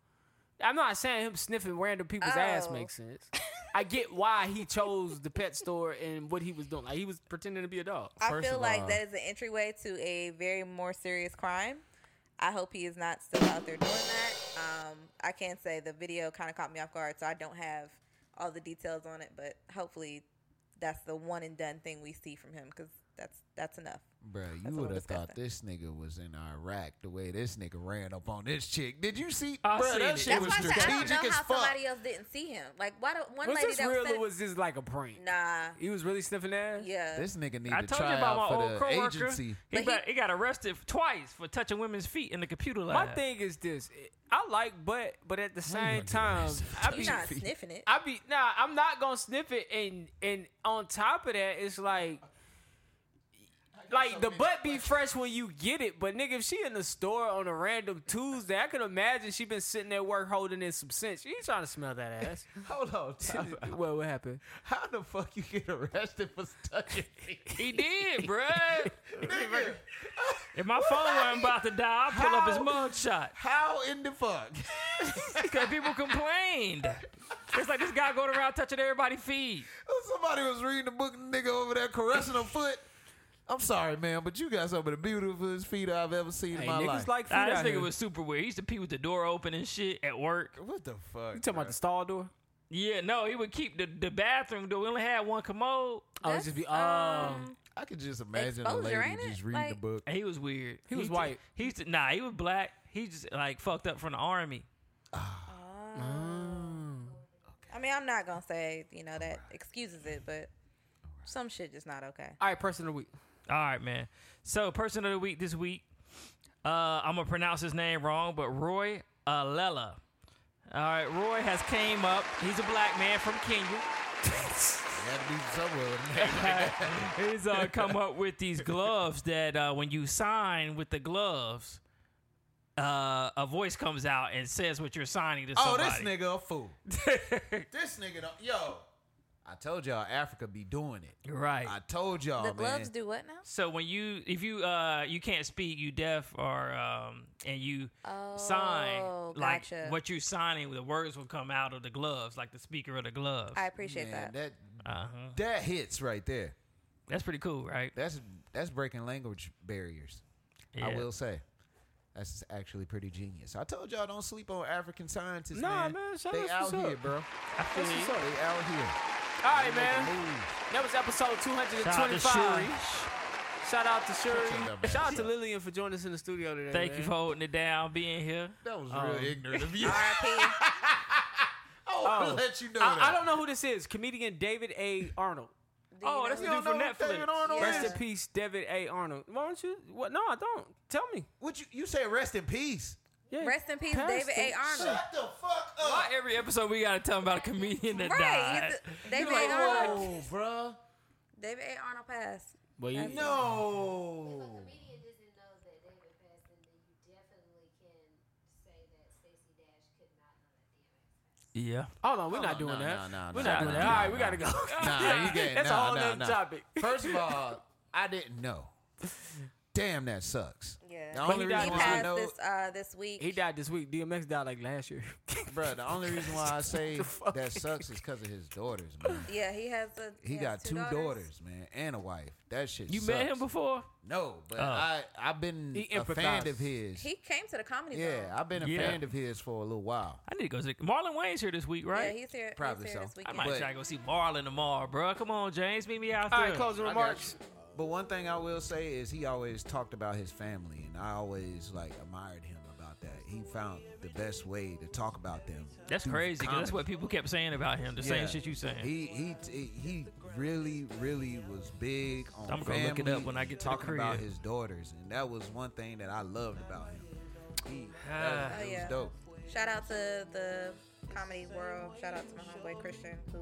D: I'm not saying him sniffing random people's ass
H: Oh.
D: makes sense. I get why he chose the pet store and what he was doing. Like he was pretending to be a dog.
H: I
C: First
H: feel
C: of
H: like
C: all-
H: that is an entryway to a very more serious crime. I hope he is not still out there doing that. Um, I can say the video kind of caught me off guard, so I don't have all the details on it. But hopefully, that's the one and done thing we see from him because that's that's enough.
C: Bro, you
H: a little
C: would have thought
H: disgusting.
C: this nigga was in Iraq the way this nigga ran up on this chick. Did you see?
E: I
C: Bruh,
E: seen
C: that
E: it.
C: shit
H: That's
C: was
H: why I said I don't
C: strategic
H: know
C: as
H: how
C: fuck.
H: somebody else didn't see him. Like, why do one
D: Was
H: lady
D: this
H: that was
D: real or
H: sending-
D: was this like a prank?
H: nah,
D: He was really sniffing ass.
H: yeah,
C: This nigga need
E: I
C: to
E: told you
C: try out
E: about my
C: for
E: old
C: the
E: coworker.
C: agency.
E: He,
H: But
E: got, he got arrested twice for touching women's feet in the computer
D: My
E: lab.
D: thing is this: I like butt, but at the same
C: gonna do
D: time,
C: that?
D: I
H: you
D: be
H: not sniffing it.
D: I be nah, I'm not gonna sniff it, and and on top of that, it's like. Like the butt be fresh when you get it, but nigga, if she in the store on a random Tuesday, I can imagine she been sitting at work holding in some sense. She ain't trying to smell that ass.
C: Hold on, time out.
D: well, what happened?
C: how the fuck you get arrested for touching me?
E: he did, bruh. if my phone wasn't about to die, I'd pull up his
C: How?
E: mug shot.
C: How in the fuck?
E: Because people complained. It's like this guy going around touching everybody's feet.
C: Somebody was reading the book, nigga over there caressing her foot. I'm sorry, man, but you got some of the beautifulest feet I've ever seen
D: Hey,
C: in my
D: niggas
C: life.
D: like feet
E: Nah, Ah, this
D: out
E: nigga
D: here.
E: was super weird. He used to pee with the door open and shit at work.
C: what the fuck?
D: you talking about the stall door?
E: Yeah, no, he would keep the, the bathroom door. We only had one commode.
D: I was
H: That's,
D: just be oh,
H: um,
C: I could just imagine a
H: Exposure,
C: lady
H: ain't it?
C: just reading the
H: Like-
C: book.
E: And He was weird.
D: He was
E: t-
D: white.
E: He used to, nah, he was black. He just like fucked up from the army.
C: Ah.
H: Ah. I mean, I'm not gonna say you know that excuses it, but some shit just not okay.
D: all right, person of the week.
E: All right, man. So person of the week this week, uh, I'm gonna pronounce his name wrong, but Roy Alela. All right, Roy has came up. He's a black man from Kenya.
C: Had to be somewhere with a name like that.
E: He's uh, come up with these gloves that uh, when you sign with the gloves, uh, a voice comes out and says what you're signing to
C: Oh,
E: somebody.
C: this nigga a fool. this nigga, don't, yo. I told y'all Africa be doing it.
E: Right.
C: I told y'all,
H: The
C: Oh, man.
H: gloves do what now?
E: So when you if you uh you can't speak, you deaf or um and you sign
H: Oh,
E: like
H: gotcha.
E: what you signing, the words will come out of the gloves, like the speaker of the gloves.
H: I appreciate
C: Man,
H: that.
C: that
E: uh-huh.
C: that hits right there.
E: That's pretty cool, right?
C: That's that's breaking language barriers. I
E: Yeah.
C: will say. That's actually pretty genius. I told y'all don't sleep on African scientists.
D: Nah,
C: man,
D: man, shout
C: they
D: outs,
C: out
D: what's up?
C: here, bro.
E: I feel
C: They
E: you.
C: out here.
D: All right, man.
C: Move.
D: That was episode
E: Shout out to
D: 225.
E: Shuri.
D: Shout out to
C: Check
D: Shuri.
C: that
D: Shout out to Lillian for joining us in the studio today.
E: Thank you
D: man.
E: for holding it down, being here.
C: That was
D: Um,
C: real ignorant of you.
H: R.I.P.
C: I will let you know that.
D: Oh. I, I don't know who this is. Comedian David A. Arnold.
H: Do you
E: Oh,
H: know
E: that's
H: who-
E: the dude from
C: who David
E: Netflix.
C: Arnold
H: Yeah.
D: Rest in peace, David A. Arnold. Why don't you? What? No, I don't. Tell me.
C: What you you say? Rest in peace.
D: Yeah.
H: Rest in peace,
D: Pass
H: David A.
D: it.
H: Arnold.
C: the fuck
E: Why every episode we gotta tell him about a comedian that
H: Right.
E: died?
H: he's the- David
C: Like,
H: A. Arnold.
C: whoa, bruh.
H: David A. Arnold passed.
D: Well, you
H: That's-
D: no. Yeah. Oh no, we're
C: No,
D: not
C: no,
D: doing
C: no,
D: that.
C: no, no,
D: we're
C: no,
D: not
C: no,
D: doing
C: no,
D: that. All right, we
C: no.
D: gotta go.
C: Nah, you get
D: That's
C: nah,
D: a whole
C: nah,
D: nother
C: nah.
D: topic.
C: First of all, I didn't know. Damn, that sucks.
H: Yeah.
C: The only
H: he
C: reason why I
H: passed
C: know,
H: this uh, this week.
D: He died this week. DMX died like last year.
C: bro, the only reason why I say that sucks is because of his daughters, man.
H: Yeah, he has a.
C: He
H: has
C: got two daughters.
H: daughters.
C: man, and a wife. That shit.
E: You
C: sucks.
E: met him before?
C: No, but
E: Oh.
C: I I've been
E: He
C: a fan
E: empathizes.
C: of his.
H: He came to the comedy.
C: Yeah,
H: zone.
C: I've been a
E: Yeah.
C: fan of his for a little while.
E: I need to go see Marlon Wayne's here this week, right?
H: Yeah, he's here.
C: Probably
H: he's
C: so.
H: here This
E: I
H: weekend.
E: might
C: But-
E: try to go see Marlon tomorrow, bro. Come on, James, meet me out there.
D: All right, closing
C: I got
D: remarks.
C: you. But one thing I will say is he always talked about his family, and I always like admired him about that. He found the best way to talk about them.
E: That's
C: through
E: crazy. 'cause that's
C: comedy.
E: what people kept saying about him. The
C: Yeah.
E: same shit you saying.
C: He he he he really really was big on.
E: I'm gonna look it
C: family
E: up when I
C: and
E: get to the
C: talking about
E: crib.
C: his daughters, and that was one thing that I loved about him. He that was, it
H: Oh,
C: was
H: yeah.
C: dope.
H: Shout out to the comedy world. Shout out to my homeboy Christian who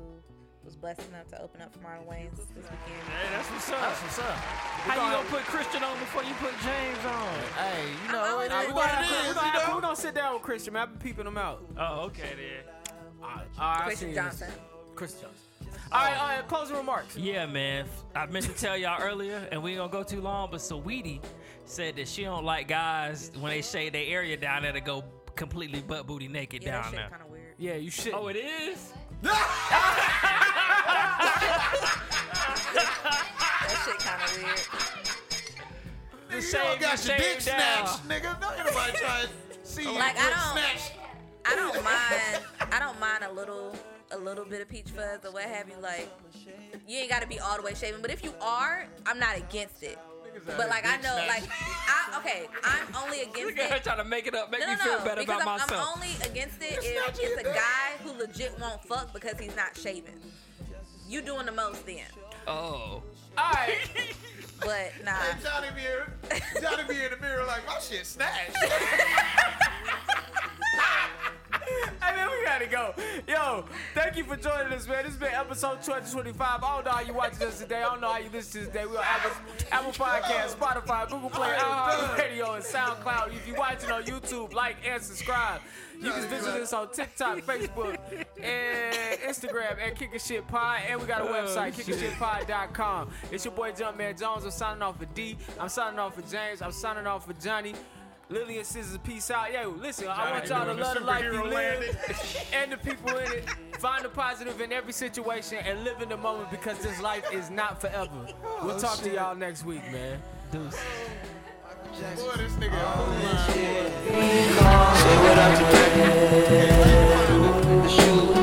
H: was blessed enough to open up for Marlon Wayne's this weekend.
E: hey, that's what's up.
C: That's what's up.
E: How you gonna put Christian on before you put James on?
C: Hey, you know
H: always
C: it
H: like
C: is
D: We're
C: what
D: gonna,
C: it
D: have-
C: is,
D: we're,
C: you
D: gonna have-
C: know?
D: we're gonna sit down with Christian, man. I've been peeping him out.
E: Oh, okay then.
D: All right,
H: Christian Johnson.
D: Ah, Christian Johnson. All right, all right, closing remarks.
E: Yeah, man. I meant to tell y'all earlier, and we ain't gonna go too long, but Saweetie said that she don't like guys when they shade their area down there to go completely butt booty naked
H: Yeah, that
E: down
H: shit
E: there.
H: kind of weird.
D: Yeah, you should.
E: Oh, it is?
H: That shit kind of weird.
E: The
I: You
E: shave-
I: all got
E: the
I: your
E: shave
I: dick
E: down.
I: snatched, nigga. Don't anybody try to see your
H: Like,
I: dick
H: I don't-
I: snatched.
H: I don't mind. I don't mind a little, a little bit of peach fuzz or what have you. Like, you ain't got to be all the way shaven, but if you are, I'm not against it. But like, I know, like, I okay, I'm only against
E: Look at her
H: it.
E: trying to make it up, make
H: No, no,
E: me feel
H: no.
E: better
H: Because
E: about
H: I'm,
E: myself.
H: I'm only against it if it's a guy who legit won't fuck because he's not shaven. You doing the most then,
E: Oh.
D: all right.
H: but nah.
I: Hey, Johnny be here. Johnny be in the mirror like my shit snatched.
D: Hey man, we gotta go. Yo, thank you for joining us, man. This has been episode 225. I don't know how you watching us today. I don't know how you listening to us today. We're on Apple, Apple Podcast, Spotify, Google Play, uh, Radio, and SoundCloud. If you're watching on YouTube, like and subscribe. You can visit us on TikTok, Facebook, and Instagram at Kickin' Shit Pod. And we got a
I: Oh,
D: website, kickingshitpod.com. It's your boy Jumpman Jones. I'm signing off for D. I'm signing off for James. I'm signing off for Johnny. Lillian Scissors, peace out. Yo, listen, I want y'all to
I: doing the
D: love the life you
I: superhero
D: live and the people in it. Find the positive in every situation and live in the moment because this life is not forever. We'll talk to y'all next week, man.
I: Boy, this nigga.
F: Say what I'm doing. The shoes